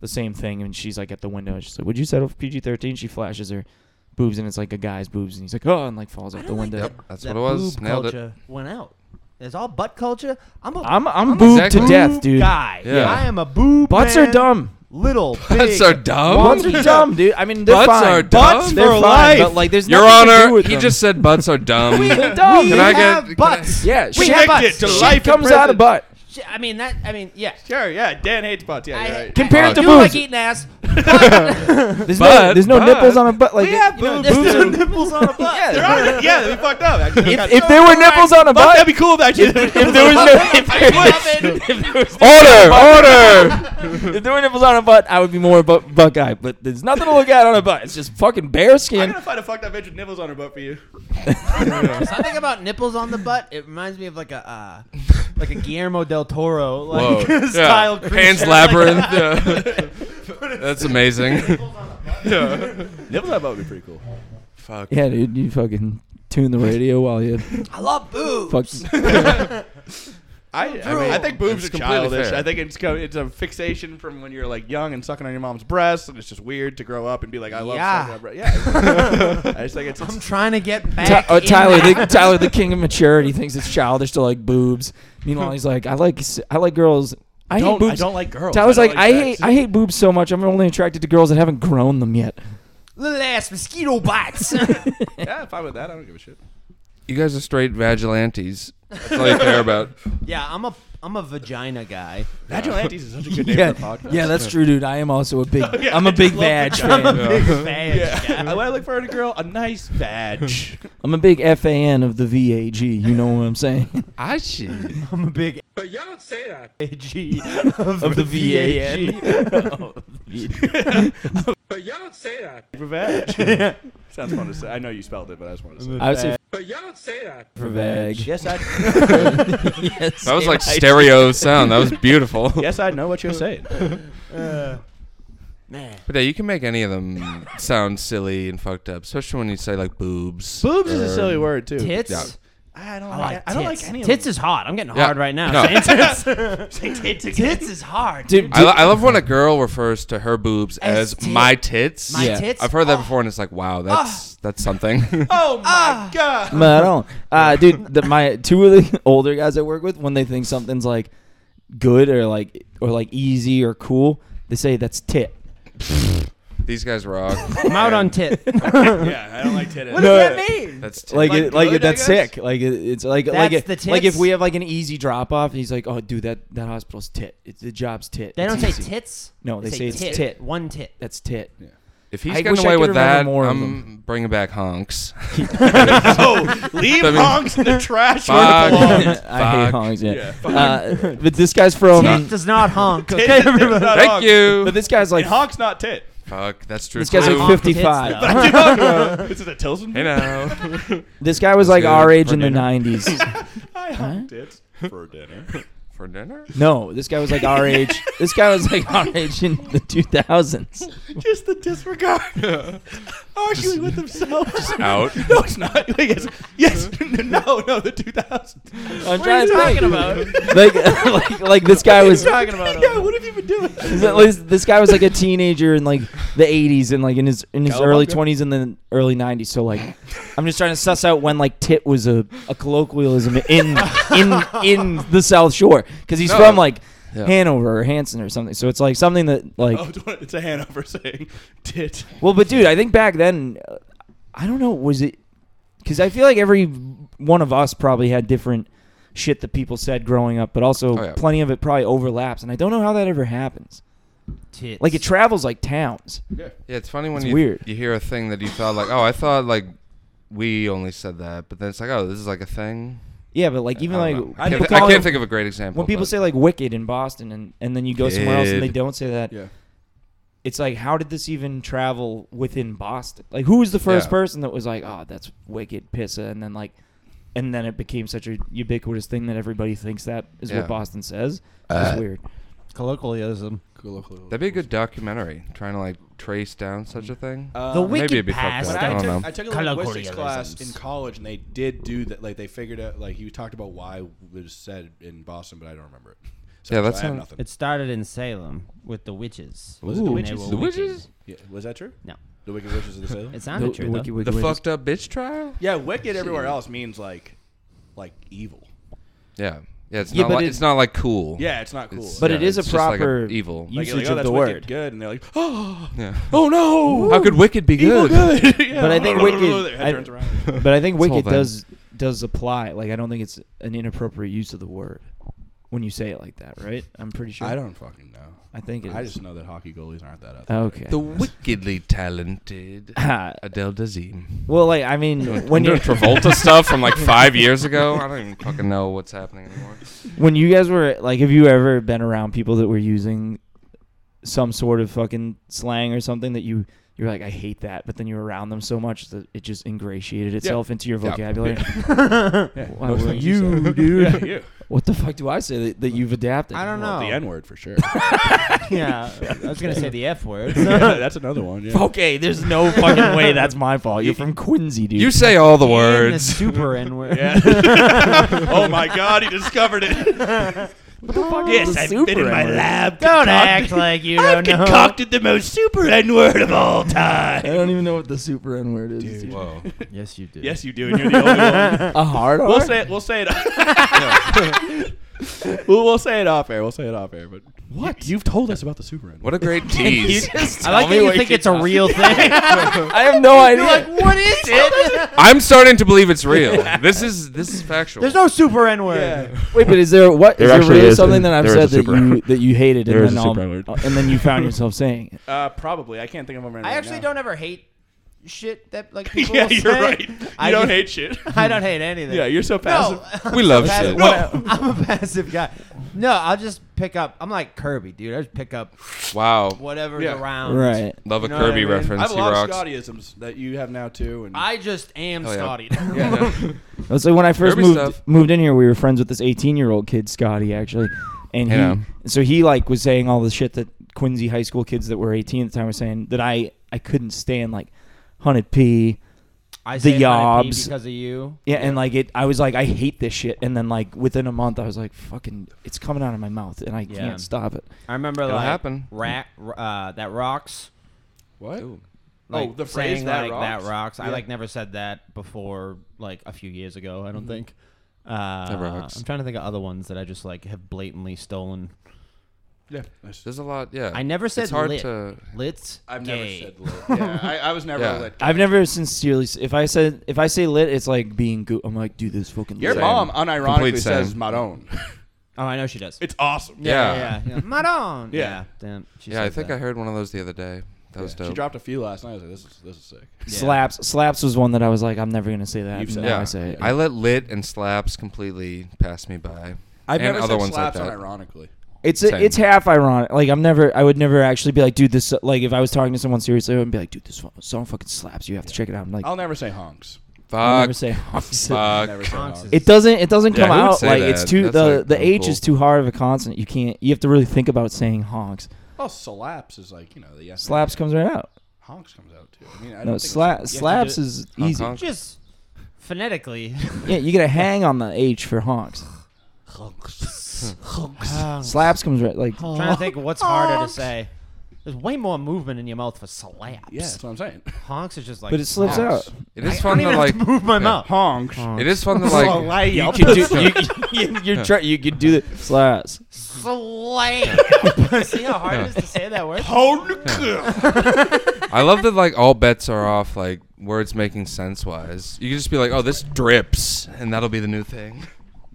[SPEAKER 2] the same thing, and she's like at the window, and she's like, "Would you settle for PG-13?" She flashes her boobs, and it's like a guy's boobs, and he's like, "Oh," and like falls out the window.
[SPEAKER 3] Yep, that's what it was.
[SPEAKER 4] boob
[SPEAKER 3] Nailed it.
[SPEAKER 4] culture went out. It's all butt culture. I'm a
[SPEAKER 2] I'm I'm, boob
[SPEAKER 3] exactly-
[SPEAKER 2] to death, dude.
[SPEAKER 4] guy.
[SPEAKER 3] Yeah.
[SPEAKER 4] I am a boob.
[SPEAKER 2] Butts
[SPEAKER 4] man.
[SPEAKER 2] are dumb.
[SPEAKER 4] Little
[SPEAKER 3] <laughs> Butts
[SPEAKER 4] big.
[SPEAKER 3] are dumb.
[SPEAKER 2] Butts are dumb, dude. I mean, they're
[SPEAKER 3] Butts
[SPEAKER 2] fine.
[SPEAKER 3] are
[SPEAKER 2] Butts
[SPEAKER 3] dumb?
[SPEAKER 2] they're
[SPEAKER 4] For
[SPEAKER 2] fine,
[SPEAKER 4] life.
[SPEAKER 2] But like, there's
[SPEAKER 3] Your
[SPEAKER 2] nothing to do
[SPEAKER 3] Honor,
[SPEAKER 2] with
[SPEAKER 3] he
[SPEAKER 2] them.
[SPEAKER 3] just said butts are
[SPEAKER 2] <laughs>
[SPEAKER 3] dumb.
[SPEAKER 2] they're dumb.
[SPEAKER 4] We
[SPEAKER 3] Can I get-
[SPEAKER 4] have
[SPEAKER 3] can I-
[SPEAKER 2] <laughs>
[SPEAKER 4] butts.
[SPEAKER 2] yeah,
[SPEAKER 4] we
[SPEAKER 2] shit
[SPEAKER 4] have
[SPEAKER 1] Connected
[SPEAKER 4] butts.
[SPEAKER 1] to
[SPEAKER 2] Shit
[SPEAKER 1] life
[SPEAKER 2] comes
[SPEAKER 1] and
[SPEAKER 2] out of butt.
[SPEAKER 4] Sh- I mean that. I mean yeah.
[SPEAKER 1] Sure, yeah. Dan hates butts. Yeah,
[SPEAKER 4] I,
[SPEAKER 1] you're
[SPEAKER 4] I,
[SPEAKER 1] right.
[SPEAKER 2] Compare
[SPEAKER 4] I
[SPEAKER 2] it to
[SPEAKER 4] do like
[SPEAKER 2] boobs.
[SPEAKER 4] eating ass.
[SPEAKER 2] There's
[SPEAKER 3] But-
[SPEAKER 2] no, there's no
[SPEAKER 3] but-
[SPEAKER 2] nipples on a butt. Like
[SPEAKER 1] We have
[SPEAKER 2] you know,
[SPEAKER 1] boobs.
[SPEAKER 2] boobs
[SPEAKER 1] There's
[SPEAKER 2] are-
[SPEAKER 1] no nipples on a butt.
[SPEAKER 2] <laughs> Yeah.
[SPEAKER 1] There are, yeah, that'd be fucked <laughs> up. Actually.
[SPEAKER 2] if, if there were nipples on a
[SPEAKER 1] Fuck,
[SPEAKER 2] butt,
[SPEAKER 1] that'd be cool. Actually,
[SPEAKER 2] if there was no, if there
[SPEAKER 4] Love it.
[SPEAKER 2] order, order. <laughs> if there were nipples on a butt, I would be more a bu- butt guy. But there's nothing to look at on a butt. It's just fucking bear
[SPEAKER 1] I'm
[SPEAKER 2] skin.
[SPEAKER 1] gonna find a fucked up bitch with nipples on her butt for <laughs> you.
[SPEAKER 4] Something about nipples on the butt. It reminds me of like a uh, like a Guillermo del
[SPEAKER 3] <laughs>
[SPEAKER 4] Toro <laughs>
[SPEAKER 3] Whoa.
[SPEAKER 4] like
[SPEAKER 3] Yeah.
[SPEAKER 4] style.
[SPEAKER 3] Pan's
[SPEAKER 4] creature. <laughs>
[SPEAKER 3] Labyrinth. yeah. That's amazing.
[SPEAKER 1] Nipples on a butt would be pretty cool.
[SPEAKER 3] Fuck.
[SPEAKER 2] Yeah, dude, you fucking tune the radio while you
[SPEAKER 4] I love boobs.
[SPEAKER 1] <laughs>
[SPEAKER 2] fuck.
[SPEAKER 1] I, I, mean, I think boobs
[SPEAKER 3] It's
[SPEAKER 1] are
[SPEAKER 3] completely
[SPEAKER 1] childish.
[SPEAKER 3] fair.
[SPEAKER 1] I think it's co- it's a fixation from when you're like young and sucking on your mom's breast, and it's just weird to grow up and be like, I love
[SPEAKER 4] Yeah.
[SPEAKER 1] sucking on bre-
[SPEAKER 4] <laughs>
[SPEAKER 1] Yeah,
[SPEAKER 2] <laughs>
[SPEAKER 1] I just think it's.
[SPEAKER 4] I'm
[SPEAKER 1] it's
[SPEAKER 4] trying to get back.
[SPEAKER 2] Ty- uh,
[SPEAKER 4] in
[SPEAKER 2] Tyler,
[SPEAKER 4] that.
[SPEAKER 2] the, Tyler, the king of maturity, thinks it's childish to like boobs. Meanwhile, he's like, I like, s- I like girls. I hate boobs.
[SPEAKER 1] like girls.
[SPEAKER 2] Tyler's
[SPEAKER 1] don't
[SPEAKER 2] like, I
[SPEAKER 1] sex.
[SPEAKER 2] hate, I hate boobs so much. I'm only attracted to girls that haven't grown them yet.
[SPEAKER 4] <laughs> little ass mosquito bites. <laughs>
[SPEAKER 1] Yeah, fine with that. I don't give a shit.
[SPEAKER 3] You guys are straight vigilantes. That's all you care about.
[SPEAKER 4] yeah, I'm a I'm a vagina guy.
[SPEAKER 1] Vigilantes is such a good name
[SPEAKER 2] Yeah,
[SPEAKER 1] for a podcast.
[SPEAKER 2] yeah, that's true, dude. I am also
[SPEAKER 1] <laughs>
[SPEAKER 2] a big,
[SPEAKER 1] yeah,
[SPEAKER 2] I'm a
[SPEAKER 1] I
[SPEAKER 2] big
[SPEAKER 1] just love
[SPEAKER 2] badge
[SPEAKER 1] the
[SPEAKER 2] fan. <laughs> I'm a,
[SPEAKER 4] Big vag guy.
[SPEAKER 1] Yeah, when I look for a girl, a nice badge.
[SPEAKER 2] big fan of the VAG. You know what I'm saying?
[SPEAKER 3] I should.
[SPEAKER 4] I'm a big
[SPEAKER 7] But y'all don't say that.
[SPEAKER 2] <laughs>
[SPEAKER 4] AG of, the
[SPEAKER 2] VAN.
[SPEAKER 7] But y'all don't say that.
[SPEAKER 1] Revenge. Sounds fun to say. I know you spelled it, but I just wanted to say. it.
[SPEAKER 2] <laughs> I would say
[SPEAKER 7] But y'all don't say that.
[SPEAKER 2] for vag.
[SPEAKER 1] Yes, I.
[SPEAKER 2] <laughs> Yes,
[SPEAKER 3] That was like
[SPEAKER 2] I-
[SPEAKER 3] stereo sound. That was
[SPEAKER 2] <laughs>
[SPEAKER 3] beautiful.
[SPEAKER 1] yes, I know what you're saying.
[SPEAKER 4] Man,
[SPEAKER 3] But yeah, you can make any of them sound silly and fucked up, especially when you say like boobs.
[SPEAKER 1] Boobs is
[SPEAKER 3] or-
[SPEAKER 1] a silly word too.
[SPEAKER 4] tits.
[SPEAKER 3] Yeah.
[SPEAKER 1] I don't
[SPEAKER 4] I
[SPEAKER 1] like.
[SPEAKER 4] like tits.
[SPEAKER 1] I don't like any of
[SPEAKER 4] tits
[SPEAKER 1] them.
[SPEAKER 4] is hot. I'm getting
[SPEAKER 3] Yeah.
[SPEAKER 4] hard right now.
[SPEAKER 3] No.
[SPEAKER 4] Saying tits.
[SPEAKER 1] <laughs> tits.
[SPEAKER 4] tits is hard,
[SPEAKER 2] Dude,
[SPEAKER 4] dude.
[SPEAKER 3] I, lo- I love when a girl refers to her boobs
[SPEAKER 4] As
[SPEAKER 3] as,
[SPEAKER 4] tit-
[SPEAKER 3] my tits.
[SPEAKER 4] My
[SPEAKER 2] Yeah.
[SPEAKER 4] tits.
[SPEAKER 3] I've heard that
[SPEAKER 4] Oh,
[SPEAKER 3] before, and it's like, wow, that's that's something.
[SPEAKER 1] <laughs> Oh my god.
[SPEAKER 2] Man, I don't. Uh, dude, the, my two of the <laughs> older guys I work with, when they think something's like good or like or like easy or cool, they say that's tit.
[SPEAKER 3] <laughs> These
[SPEAKER 1] <laughs>
[SPEAKER 3] guys rock.
[SPEAKER 4] I'm out
[SPEAKER 2] <laughs>
[SPEAKER 4] on tit. what
[SPEAKER 1] Yeah, I don't like tits.
[SPEAKER 2] No.
[SPEAKER 4] does that mean?
[SPEAKER 3] That's tit.
[SPEAKER 2] <laughs> Like
[SPEAKER 1] Like
[SPEAKER 2] it, like
[SPEAKER 1] good,
[SPEAKER 2] it,
[SPEAKER 1] I
[SPEAKER 2] that's
[SPEAKER 1] guess?
[SPEAKER 2] sick. Like it, it's like like
[SPEAKER 4] That's
[SPEAKER 2] it,
[SPEAKER 4] the
[SPEAKER 2] like if
[SPEAKER 4] tits?
[SPEAKER 2] we have like an easy drop off, he's like, oh dude, that that hospital's tit. It's the job's tit.
[SPEAKER 4] They
[SPEAKER 2] It's
[SPEAKER 4] don't say
[SPEAKER 2] easy."
[SPEAKER 4] tits.
[SPEAKER 2] No, they say it's
[SPEAKER 4] tit.
[SPEAKER 2] tit.
[SPEAKER 4] One tit.
[SPEAKER 2] That's tit.
[SPEAKER 3] if he's
[SPEAKER 2] I
[SPEAKER 3] getting
[SPEAKER 2] wish I
[SPEAKER 3] away
[SPEAKER 2] could
[SPEAKER 3] with
[SPEAKER 2] remember
[SPEAKER 3] that,
[SPEAKER 2] more of
[SPEAKER 3] I'm bringing
[SPEAKER 2] <laughs>
[SPEAKER 3] back honks. <laughs>
[SPEAKER 1] <laughs> Oh, leave
[SPEAKER 3] I mean-
[SPEAKER 1] honks in the trash where
[SPEAKER 3] Fuck.
[SPEAKER 1] it
[SPEAKER 2] <laughs>
[SPEAKER 1] belongs.
[SPEAKER 2] I
[SPEAKER 1] Yeah,
[SPEAKER 2] hate hongs.
[SPEAKER 3] Fuck.
[SPEAKER 2] Yeah, uh, but this guy's from.
[SPEAKER 4] Tit does not honk.
[SPEAKER 1] Tits
[SPEAKER 4] Okay,
[SPEAKER 1] is
[SPEAKER 4] everybody.
[SPEAKER 1] not
[SPEAKER 3] Thank
[SPEAKER 1] honk.
[SPEAKER 3] you.
[SPEAKER 2] But this guy's like
[SPEAKER 1] And honk's not tit.
[SPEAKER 3] Fuck, that's true.
[SPEAKER 2] this guy's
[SPEAKER 3] too.
[SPEAKER 2] like
[SPEAKER 4] honk with
[SPEAKER 1] <laughs>
[SPEAKER 4] tits,
[SPEAKER 2] 55.
[SPEAKER 4] though. <laughs>
[SPEAKER 1] this is a Tilson.
[SPEAKER 3] Hey now.
[SPEAKER 1] <laughs>
[SPEAKER 2] This guy was like
[SPEAKER 3] good
[SPEAKER 2] our
[SPEAKER 3] for
[SPEAKER 2] age in the
[SPEAKER 3] dinner. <laughs>
[SPEAKER 2] 90s.
[SPEAKER 1] I honk tits for dinner.
[SPEAKER 3] For dinner?
[SPEAKER 2] no, this guy was like our age. This guy was like our age in the 2000s.
[SPEAKER 1] Just the <laughs> disregard. Arguing with himself.
[SPEAKER 3] Out.
[SPEAKER 1] <laughs> No, it's not. Yes, <laughs> yes. No, no. The 2000s.
[SPEAKER 2] I'm
[SPEAKER 4] What are
[SPEAKER 2] trying
[SPEAKER 4] you
[SPEAKER 2] to
[SPEAKER 4] talking
[SPEAKER 2] think.
[SPEAKER 1] <laughs>
[SPEAKER 4] about?
[SPEAKER 2] Like, <laughs> like, like this guy was.
[SPEAKER 4] talking about?
[SPEAKER 1] Yeah. What have you been
[SPEAKER 2] <laughs>
[SPEAKER 1] doing?
[SPEAKER 2] This, this guy was like a teenager in like the 80s and like in his in his
[SPEAKER 1] Cowabunga.
[SPEAKER 2] early 20s and then early 90s. So like, I'm just trying to suss out when like tit was a, a colloquialism in in in the South Shore because he's
[SPEAKER 3] No.
[SPEAKER 2] from like
[SPEAKER 3] Yeah.
[SPEAKER 2] Hanover or Hanson or something. So it's like something that like
[SPEAKER 1] Oh, <laughs> it's- it's a Hanover saying. Tit.
[SPEAKER 2] Well, but dude, I think back then, uh, I don't know, was it because I feel like every one of us probably had different shit that people said growing up, but also
[SPEAKER 3] Oh, yeah.
[SPEAKER 2] plenty of it probably overlaps. And I don't know how that ever happens. <laughs>
[SPEAKER 4] Tits.
[SPEAKER 2] Like it travels like towns.
[SPEAKER 3] Yeah, it's funny when
[SPEAKER 2] It's
[SPEAKER 3] you
[SPEAKER 2] weird.
[SPEAKER 3] you hear a thing that you thought like, oh, I thought like we only said that, but then it's like, oh, this is like a thing.
[SPEAKER 2] Yeah, but like even
[SPEAKER 3] I
[SPEAKER 2] like
[SPEAKER 3] don't know. I,
[SPEAKER 2] when
[SPEAKER 3] can't,
[SPEAKER 2] people-
[SPEAKER 3] I can't think of a great example.
[SPEAKER 2] when people
[SPEAKER 3] but-
[SPEAKER 2] say like wicked in Boston and, and then you go somewhere else and they
[SPEAKER 3] Kid.
[SPEAKER 2] don't say that.
[SPEAKER 5] Yeah.
[SPEAKER 2] It's like how did this even travel within Boston? Like who was the first
[SPEAKER 3] Yeah.
[SPEAKER 2] person that was like, "Oh, that's wicked pissa," and then like and then it became such a ubiquitous thing that everybody thinks that is
[SPEAKER 3] Yeah. Uh,
[SPEAKER 2] what Boston says. it's weird.
[SPEAKER 4] colloquialism.
[SPEAKER 5] Cool, cool, cool.
[SPEAKER 3] that'd be a good documentary trying to like trace down such a thing.
[SPEAKER 4] the
[SPEAKER 5] Um,
[SPEAKER 3] maybe
[SPEAKER 4] wicked
[SPEAKER 3] it'd be fucked
[SPEAKER 4] past.
[SPEAKER 3] up.
[SPEAKER 5] But
[SPEAKER 3] I
[SPEAKER 5] I,
[SPEAKER 3] don't
[SPEAKER 5] took,
[SPEAKER 3] know.
[SPEAKER 5] I took a
[SPEAKER 4] Color
[SPEAKER 5] linguistics class in
[SPEAKER 4] coordinations.
[SPEAKER 5] college, and they did do that. Like they figured out, like you talked about why it was said in Boston, but I don't remember it. <laughs> So,
[SPEAKER 3] Yeah,
[SPEAKER 5] so
[SPEAKER 3] that's
[SPEAKER 5] I have
[SPEAKER 3] not-
[SPEAKER 5] nothing.
[SPEAKER 4] It started in Salem with the witches.
[SPEAKER 5] Was it the
[SPEAKER 4] And they
[SPEAKER 5] witches?
[SPEAKER 4] were
[SPEAKER 5] The
[SPEAKER 4] wicked.
[SPEAKER 5] Yeah, was that true?
[SPEAKER 4] No,
[SPEAKER 5] The Wicked Witches of the Salem.
[SPEAKER 4] it sounded true. though.
[SPEAKER 3] The fucked up bitch trial.
[SPEAKER 5] yeah, wicked everywhere else means like, like evil.
[SPEAKER 3] Yeah, yeah. It's
[SPEAKER 2] Yeah,
[SPEAKER 3] not
[SPEAKER 2] but
[SPEAKER 3] like
[SPEAKER 2] it-
[SPEAKER 3] it's not like cool.
[SPEAKER 5] Yeah, it's not cool.
[SPEAKER 2] But
[SPEAKER 3] yeah,
[SPEAKER 2] it is a
[SPEAKER 3] it's just like a
[SPEAKER 2] proper
[SPEAKER 3] evil.
[SPEAKER 5] Like,
[SPEAKER 2] usage
[SPEAKER 5] you're like, oh,
[SPEAKER 2] of
[SPEAKER 5] that's
[SPEAKER 2] the
[SPEAKER 5] wicked
[SPEAKER 2] word.
[SPEAKER 5] good, and they're like, oh,
[SPEAKER 2] <laughs>
[SPEAKER 3] Yeah.
[SPEAKER 5] oh no,
[SPEAKER 3] How could Wicked be
[SPEAKER 5] evil
[SPEAKER 3] good?
[SPEAKER 5] good?
[SPEAKER 3] <laughs>
[SPEAKER 5] Yeah.
[SPEAKER 2] But I think wicked.
[SPEAKER 5] Their head turns
[SPEAKER 2] I,
[SPEAKER 5] around.
[SPEAKER 2] <laughs> but I think
[SPEAKER 3] This whole
[SPEAKER 2] wicked
[SPEAKER 3] thing.
[SPEAKER 2] does does apply. Like I don't think it's an inappropriate use of the word when you say it like that, right? I'm pretty sure.
[SPEAKER 5] <gasps> I don't fucking know.
[SPEAKER 2] I think it is.
[SPEAKER 5] I just know that hockey goalies aren't that athletic.
[SPEAKER 2] Okay.
[SPEAKER 3] The wickedly talented
[SPEAKER 2] <laughs> Ah,
[SPEAKER 3] Adele Dazeem.
[SPEAKER 2] well, like I
[SPEAKER 3] <laughs>
[SPEAKER 2] mean, when you
[SPEAKER 3] doing Travolta stuff from like five years ago, I don't even fucking know what's happening anymore.
[SPEAKER 2] <laughs> when you guys were like, have you ever been around people that were using some sort of fucking slang or something that you you're like, I hate that, but then you're around them so much that it just ingratiated itself into your
[SPEAKER 3] Yeah.
[SPEAKER 2] vocabulary.
[SPEAKER 3] <laughs>
[SPEAKER 4] <laughs>
[SPEAKER 2] Why
[SPEAKER 5] Most
[SPEAKER 2] were
[SPEAKER 5] things
[SPEAKER 2] you,
[SPEAKER 5] you said.
[SPEAKER 2] dude?
[SPEAKER 5] <laughs> Yeah, you.
[SPEAKER 2] What the fuck do I say that, that you've adapted?
[SPEAKER 4] I don't know.
[SPEAKER 5] Well, the N word for <laughs> sure.
[SPEAKER 4] yeah, Uh, I was gonna say the F word.
[SPEAKER 5] Yeah, <laughs> that's another one. Yeah.
[SPEAKER 2] <laughs> Okay, there's no fucking way that's my fault. You're from Quincy, dude.
[SPEAKER 3] You say all the
[SPEAKER 4] And the
[SPEAKER 3] words.
[SPEAKER 4] super N word.
[SPEAKER 2] <laughs>
[SPEAKER 1] oh my god, he discovered it. yes, I've been in my lab.
[SPEAKER 4] Don't
[SPEAKER 1] concocted-
[SPEAKER 4] act like
[SPEAKER 1] <laughs>
[SPEAKER 4] you
[SPEAKER 1] I've
[SPEAKER 4] don't know.
[SPEAKER 1] concocted the most super N word of all
[SPEAKER 2] I
[SPEAKER 1] time.
[SPEAKER 2] don't even know what the super N word is.
[SPEAKER 3] Whoa.
[SPEAKER 4] Yes, you do.
[SPEAKER 1] Yes, you do, and you're the only one.
[SPEAKER 2] <laughs> A hard
[SPEAKER 1] We'll say it. We'll say <laughs> it. we'll, we'll say it off air.
[SPEAKER 5] <laughs> We'll say it off air, but what you've told us about the Super N.
[SPEAKER 3] What a
[SPEAKER 4] <laughs>
[SPEAKER 3] great tease.
[SPEAKER 4] I like that you think it's a
[SPEAKER 1] <laughs>
[SPEAKER 4] real thing.
[SPEAKER 5] <laughs>
[SPEAKER 2] I have no idea.
[SPEAKER 4] what is it?
[SPEAKER 3] I'm starting to believe it's real. This is this is factual.
[SPEAKER 4] <laughs> There's no super N word.
[SPEAKER 2] Wait, but is there what is
[SPEAKER 8] There
[SPEAKER 2] there
[SPEAKER 8] actually
[SPEAKER 2] really
[SPEAKER 8] is,
[SPEAKER 2] something
[SPEAKER 8] and
[SPEAKER 2] that I've
[SPEAKER 8] there
[SPEAKER 2] said
[SPEAKER 8] is a
[SPEAKER 2] that
[SPEAKER 8] super <laughs>
[SPEAKER 2] you that you hated
[SPEAKER 5] There
[SPEAKER 2] and
[SPEAKER 5] is
[SPEAKER 2] then
[SPEAKER 5] a
[SPEAKER 2] all,
[SPEAKER 5] super word.
[SPEAKER 2] and then you found yourself saying it?
[SPEAKER 5] Uh, probably. I can't think of them right
[SPEAKER 4] I
[SPEAKER 5] now.
[SPEAKER 4] actually don't ever hate shit
[SPEAKER 1] <laughs>
[SPEAKER 4] that like people
[SPEAKER 1] Yeah,
[SPEAKER 4] will
[SPEAKER 1] you're
[SPEAKER 4] say.
[SPEAKER 1] right. You
[SPEAKER 4] I
[SPEAKER 1] don't
[SPEAKER 4] just-
[SPEAKER 1] hate shit.
[SPEAKER 4] <laughs> I don't hate anything.
[SPEAKER 1] Yeah, you're so passive.
[SPEAKER 4] no, <laughs>
[SPEAKER 3] we love shit.
[SPEAKER 4] no. <laughs> I'm a passive guy. No, I'll just pick up. I'm like Kirby, dude. I just pick up
[SPEAKER 3] Wow.
[SPEAKER 4] whatever's
[SPEAKER 5] Yeah.
[SPEAKER 4] around.
[SPEAKER 2] Right.
[SPEAKER 3] Love a
[SPEAKER 4] You know what I
[SPEAKER 3] Kirby
[SPEAKER 4] mean?
[SPEAKER 3] reference.
[SPEAKER 5] I've
[SPEAKER 3] he
[SPEAKER 5] lost
[SPEAKER 3] rocks.
[SPEAKER 5] Scottyisms that you have now too, and
[SPEAKER 4] I just am
[SPEAKER 3] Hell Oh, yeah.
[SPEAKER 4] Scotty. <laughs>
[SPEAKER 5] yeah,
[SPEAKER 2] That's like when I first
[SPEAKER 3] Kirby
[SPEAKER 2] moved
[SPEAKER 3] stuff.
[SPEAKER 2] moved in here. We were friends with this 18 year old kid, Scotty, actually, and he
[SPEAKER 3] You know.
[SPEAKER 2] so he like was saying all the shit that Quincy high school kids that were 18 at the time were saying that I I couldn't stand like hunted p.
[SPEAKER 4] I
[SPEAKER 2] The
[SPEAKER 4] say my pee
[SPEAKER 2] yobs.
[SPEAKER 4] because of you.
[SPEAKER 2] Yeah, and like it, I was like, I hate this shit. And then like within a month, I was like, fucking, it's coming out of my mouth, and I
[SPEAKER 4] Yeah.
[SPEAKER 2] can't stop it.
[SPEAKER 4] I remember
[SPEAKER 3] It'll
[SPEAKER 4] like
[SPEAKER 3] happen.
[SPEAKER 4] ra- uh, that rocks.
[SPEAKER 5] what?
[SPEAKER 4] Like,
[SPEAKER 5] the phrase,
[SPEAKER 4] saying,
[SPEAKER 5] "That
[SPEAKER 4] like,
[SPEAKER 5] rocks"?
[SPEAKER 4] That rocks. I
[SPEAKER 5] Yeah.
[SPEAKER 4] like never said that before, like a few years ago. I don't think. Uh,
[SPEAKER 3] rocks.
[SPEAKER 4] I'm trying to think of other ones that I just like have blatantly stolen.
[SPEAKER 5] Yeah, that's-
[SPEAKER 3] <laughs> There's a lot. Yeah.
[SPEAKER 4] I never said
[SPEAKER 3] It's hard
[SPEAKER 4] lit.
[SPEAKER 3] to.
[SPEAKER 4] Lit's
[SPEAKER 5] I've
[SPEAKER 4] gay.
[SPEAKER 5] never said lit. Yeah, I, I was never
[SPEAKER 3] Yeah.
[SPEAKER 5] a lit.
[SPEAKER 2] I've never sincerely. s- If I said if I say lit, it's like being goo. I'm like, dude, this fucking.
[SPEAKER 5] Your
[SPEAKER 2] lit.
[SPEAKER 5] mom
[SPEAKER 3] Complete
[SPEAKER 5] unironically says <laughs>
[SPEAKER 3] same.
[SPEAKER 5] Maron.
[SPEAKER 4] Oh, I know she does.
[SPEAKER 1] It's awesome.
[SPEAKER 3] Yeah.
[SPEAKER 4] yeah, yeah. Madon. Yeah.
[SPEAKER 5] Yeah.
[SPEAKER 4] Damn. She
[SPEAKER 3] Yeah, I
[SPEAKER 4] said
[SPEAKER 3] think
[SPEAKER 4] that.
[SPEAKER 3] I heard one of those the other day. That was dope.
[SPEAKER 5] She dropped a few last night. I was like, this is this is sick.
[SPEAKER 2] slaps. Slaps was one that I was like, I'm never gonna say that.
[SPEAKER 5] You've
[SPEAKER 2] and
[SPEAKER 5] said
[SPEAKER 2] now
[SPEAKER 3] yeah.
[SPEAKER 2] I say it.
[SPEAKER 3] I let lit and slaps completely pass me by.
[SPEAKER 5] I've
[SPEAKER 3] and
[SPEAKER 5] never
[SPEAKER 3] other
[SPEAKER 5] said
[SPEAKER 3] ones
[SPEAKER 5] slaps
[SPEAKER 3] like that.
[SPEAKER 5] unironically.
[SPEAKER 2] It's a,
[SPEAKER 3] Same.
[SPEAKER 2] it's half ironic. Like I'm never, I would never actually be like, dude, this. Like if I was talking to someone seriously, I would be like, dude, this fu- song fucking slaps. You have to check it out. I'm like,
[SPEAKER 5] I'll never say honks.
[SPEAKER 2] I'll never <laughs>
[SPEAKER 3] Fuck.
[SPEAKER 2] say.
[SPEAKER 4] <laughs>
[SPEAKER 3] Fuck.
[SPEAKER 5] Never say
[SPEAKER 4] Honks
[SPEAKER 5] honks.
[SPEAKER 4] is-
[SPEAKER 2] It doesn't. It doesn't
[SPEAKER 3] Yeah,
[SPEAKER 2] come
[SPEAKER 3] who would
[SPEAKER 2] out
[SPEAKER 3] say
[SPEAKER 2] like
[SPEAKER 3] that?
[SPEAKER 2] it's too
[SPEAKER 3] That's,
[SPEAKER 2] the
[SPEAKER 3] like,
[SPEAKER 2] the H is
[SPEAKER 3] uncool.
[SPEAKER 2] too hard of a consonant. You can't. You have to really think about saying honks.
[SPEAKER 5] Oh, slaps is like you know the yes.
[SPEAKER 2] Slaps comes right out.
[SPEAKER 5] Honks comes out too. I mean, I don't
[SPEAKER 2] No,
[SPEAKER 5] think
[SPEAKER 2] sla- slaps
[SPEAKER 4] do it.
[SPEAKER 2] is easy.
[SPEAKER 3] Honk.
[SPEAKER 4] Just phonetically.
[SPEAKER 2] Yeah, you gotta hang on the H for <laughs> honks. Slaps comes right like
[SPEAKER 4] I'm trying to think what's harder to say. There's way more movement in your mouth for slaps.
[SPEAKER 5] Yeah, that's what I'm saying.
[SPEAKER 4] Honks is just
[SPEAKER 2] <laughs>
[SPEAKER 4] like.
[SPEAKER 2] but it slips out.
[SPEAKER 3] It is
[SPEAKER 4] I
[SPEAKER 3] fun
[SPEAKER 4] don't
[SPEAKER 3] to
[SPEAKER 4] even
[SPEAKER 3] like.
[SPEAKER 4] have to move my
[SPEAKER 3] yeah.
[SPEAKER 4] mouth.
[SPEAKER 5] Honks.
[SPEAKER 3] It is
[SPEAKER 4] <laughs>
[SPEAKER 3] fun to like.
[SPEAKER 2] You <laughs> can do you, you, you're try, you could do the slaps.
[SPEAKER 4] Slap. See how hard it is to say that word?
[SPEAKER 3] I love that like all bets are off. Like words making sense wise. You can just be like, oh, this drips, and that'll be the new thing.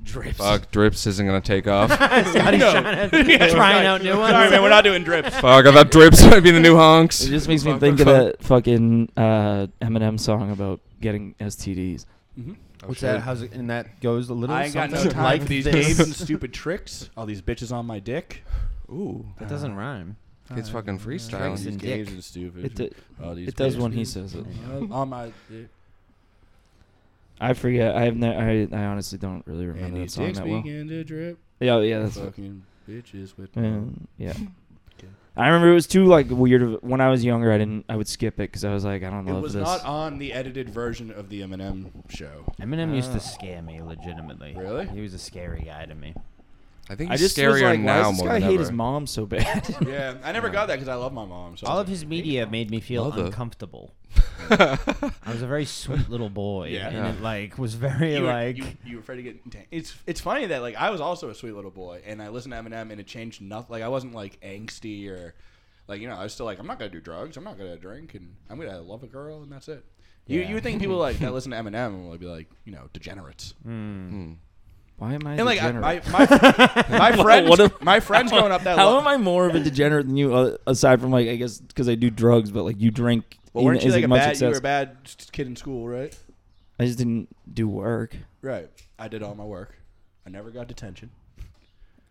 [SPEAKER 4] Drips.
[SPEAKER 3] Fuck, drips isn't gonna
[SPEAKER 2] <laughs>
[SPEAKER 3] take off.
[SPEAKER 4] Scotty's
[SPEAKER 1] No.
[SPEAKER 4] trying to-
[SPEAKER 1] Yeah,
[SPEAKER 4] trying out new
[SPEAKER 1] <laughs>
[SPEAKER 4] ones.
[SPEAKER 1] Sorry, man, we're not doing
[SPEAKER 5] <laughs>
[SPEAKER 1] drips.
[SPEAKER 3] Fuck, I thought drips might be the new honks.
[SPEAKER 2] It just makes me think of that fucking uh, Eminem song about getting STDs.
[SPEAKER 4] What's that? How's it? And that goes a little.
[SPEAKER 5] Mm-hmm. I ain't got no
[SPEAKER 4] something
[SPEAKER 5] time
[SPEAKER 4] like
[SPEAKER 5] for these
[SPEAKER 4] this.
[SPEAKER 5] games and stupid tricks. All these bitches on my dick. Ooh,
[SPEAKER 4] That doesn't rhyme.
[SPEAKER 3] It's fucking
[SPEAKER 5] All
[SPEAKER 4] Tricks
[SPEAKER 5] these
[SPEAKER 4] and
[SPEAKER 3] freestyling.
[SPEAKER 5] games
[SPEAKER 4] dick.
[SPEAKER 5] and stupid.
[SPEAKER 2] It, do-
[SPEAKER 5] all these
[SPEAKER 2] it does when he
[SPEAKER 5] bitches
[SPEAKER 2] says it.
[SPEAKER 5] on- on my dick.
[SPEAKER 2] I forget. I have ne- I, I honestly don't really remember
[SPEAKER 5] And
[SPEAKER 2] that
[SPEAKER 5] these
[SPEAKER 2] song
[SPEAKER 5] dicks
[SPEAKER 2] that well.
[SPEAKER 5] begin to drip.
[SPEAKER 2] Yeah, yeah, that's
[SPEAKER 5] fucking bitches with.
[SPEAKER 2] yeah. yeah. I remember it was too like weird. of- When I was younger, I didn't. I would skip it because I was like, I don't
[SPEAKER 5] It
[SPEAKER 2] love
[SPEAKER 5] was
[SPEAKER 2] this.
[SPEAKER 5] not on the edited version of the Eminem show.
[SPEAKER 4] Eminem used to scare me legitimately.
[SPEAKER 5] Really?
[SPEAKER 4] He was a scary guy to me.
[SPEAKER 3] I think
[SPEAKER 2] I
[SPEAKER 3] he's
[SPEAKER 2] just was
[SPEAKER 3] scarier
[SPEAKER 2] like, why
[SPEAKER 3] now
[SPEAKER 2] does this
[SPEAKER 3] more
[SPEAKER 2] guy
[SPEAKER 3] than
[SPEAKER 2] hate
[SPEAKER 3] ever.
[SPEAKER 2] his
[SPEAKER 3] <laughs>
[SPEAKER 2] mom so bad?
[SPEAKER 5] <laughs> yeah, I never got that because I love my mom. So I
[SPEAKER 4] All
[SPEAKER 5] was
[SPEAKER 4] of his media made me feel
[SPEAKER 3] Mother.
[SPEAKER 4] uncomfortable. I was a very sweet little boy,
[SPEAKER 5] Yeah.
[SPEAKER 4] and
[SPEAKER 5] Yeah.
[SPEAKER 4] it like was very
[SPEAKER 5] you were,
[SPEAKER 4] like
[SPEAKER 5] you, you were afraid to get. dang- It's it's funny that like I was also a sweet little boy, and I listened to Eminem, and it changed nothing. Like I wasn't like angsty or like you know I was still like I'm not gonna do drugs, I'm not gonna drink, and I'm gonna love a girl, and that's it. You you would think people like that listen to
[SPEAKER 2] <laughs>
[SPEAKER 5] Eminem would be like you know degenerates,
[SPEAKER 2] why am I?
[SPEAKER 5] and like I,
[SPEAKER 2] degenerate?
[SPEAKER 5] my my, my friends
[SPEAKER 2] <laughs> What a-
[SPEAKER 5] my friends growing up that
[SPEAKER 2] <laughs> How
[SPEAKER 5] lo-
[SPEAKER 2] am I more of a degenerate than you? Uh, aside from like, I guess because I do drugs, but like you drink.
[SPEAKER 5] well weren't
[SPEAKER 2] even-
[SPEAKER 5] you
[SPEAKER 2] isn't
[SPEAKER 5] like a
[SPEAKER 2] much
[SPEAKER 5] bad you were
[SPEAKER 2] excess.
[SPEAKER 5] a bad s- kid in school right
[SPEAKER 2] I just didn't do work.
[SPEAKER 5] right I did all my work I never got detention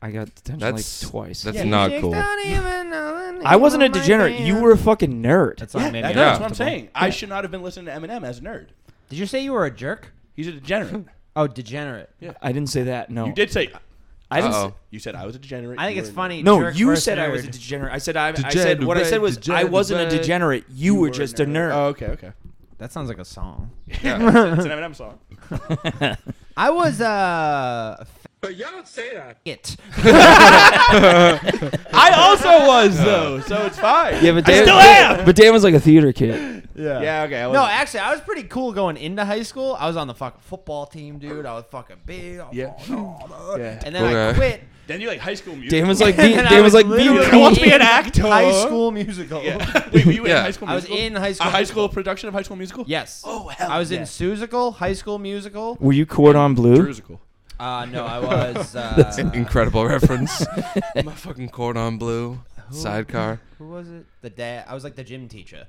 [SPEAKER 2] I got detention
[SPEAKER 3] That's
[SPEAKER 2] like twice.
[SPEAKER 3] That's not cool.
[SPEAKER 2] I wasn't a degenerate. You were a fucking nerd.
[SPEAKER 4] That's not maybe.
[SPEAKER 5] That-
[SPEAKER 3] Yeah.
[SPEAKER 5] that's what I'm saying I should not have been listening to Eminem as a nerd
[SPEAKER 4] Did you say you were a jerk?
[SPEAKER 5] he's a
[SPEAKER 3] <laughs>
[SPEAKER 5] degenerate
[SPEAKER 4] Oh, degenerate.
[SPEAKER 2] I didn't say that. No,
[SPEAKER 5] you did say
[SPEAKER 2] I didn't.
[SPEAKER 3] Uh-oh.
[SPEAKER 2] say-
[SPEAKER 5] You said I was a degenerate.
[SPEAKER 4] I think
[SPEAKER 5] you
[SPEAKER 4] it's
[SPEAKER 5] were a
[SPEAKER 4] funny.
[SPEAKER 2] no,
[SPEAKER 4] jerk
[SPEAKER 2] you
[SPEAKER 4] versus
[SPEAKER 2] said I was a
[SPEAKER 4] nerd.
[SPEAKER 2] degenerate. I said I, I said what I said was I
[SPEAKER 3] Degenerate,
[SPEAKER 2] wasn't a
[SPEAKER 3] degenerate.
[SPEAKER 2] degenerate. You, were just a
[SPEAKER 5] nerd.
[SPEAKER 2] nerd.
[SPEAKER 5] Oh, okay, okay.
[SPEAKER 4] That sounds like a song. <laughs>
[SPEAKER 5] It's an Eminem song.
[SPEAKER 4] I was uh,
[SPEAKER 7] But y'all don't say that.
[SPEAKER 4] it.
[SPEAKER 5] I also was though, so it's fine.
[SPEAKER 2] yeah, but Dan,
[SPEAKER 1] still am!
[SPEAKER 2] But Dan was like a theater kid.
[SPEAKER 4] <laughs>
[SPEAKER 5] Yeah, yeah okay. I
[SPEAKER 4] No,
[SPEAKER 5] wasn't-
[SPEAKER 4] actually, I was pretty cool going into high school. I was on the fucking football team, dude. I was fucking big. I was
[SPEAKER 5] Yeah.
[SPEAKER 4] all-
[SPEAKER 5] <laughs> Yeah.
[SPEAKER 4] And then I
[SPEAKER 3] Okay.
[SPEAKER 4] quit.
[SPEAKER 5] Then you like high school music.
[SPEAKER 2] Dan was <laughs>
[SPEAKER 4] <laughs>
[SPEAKER 2] like, the,
[SPEAKER 4] And I
[SPEAKER 2] Dan was
[SPEAKER 4] was
[SPEAKER 2] like, the-
[SPEAKER 4] literally-
[SPEAKER 5] I want to be an actor.
[SPEAKER 4] High School Musical.
[SPEAKER 5] Yeah. Wait, were you in
[SPEAKER 3] Yeah.
[SPEAKER 5] high school?
[SPEAKER 4] <laughs> I was
[SPEAKER 5] musical?
[SPEAKER 4] in High School
[SPEAKER 5] A high school production of High School Musical.
[SPEAKER 4] Yes.
[SPEAKER 5] Oh hell.
[SPEAKER 4] I was
[SPEAKER 5] yeah.
[SPEAKER 4] in Susical, High School Musical.
[SPEAKER 2] were you cordon bleu?
[SPEAKER 5] Musical.
[SPEAKER 4] Uh, no, I was. Uh,
[SPEAKER 3] That's an incredible
[SPEAKER 4] <laughs>
[SPEAKER 3] reference. <laughs> My fucking cordon bleu, sidecar.
[SPEAKER 4] Who was it? The dad. I was like the gym teacher.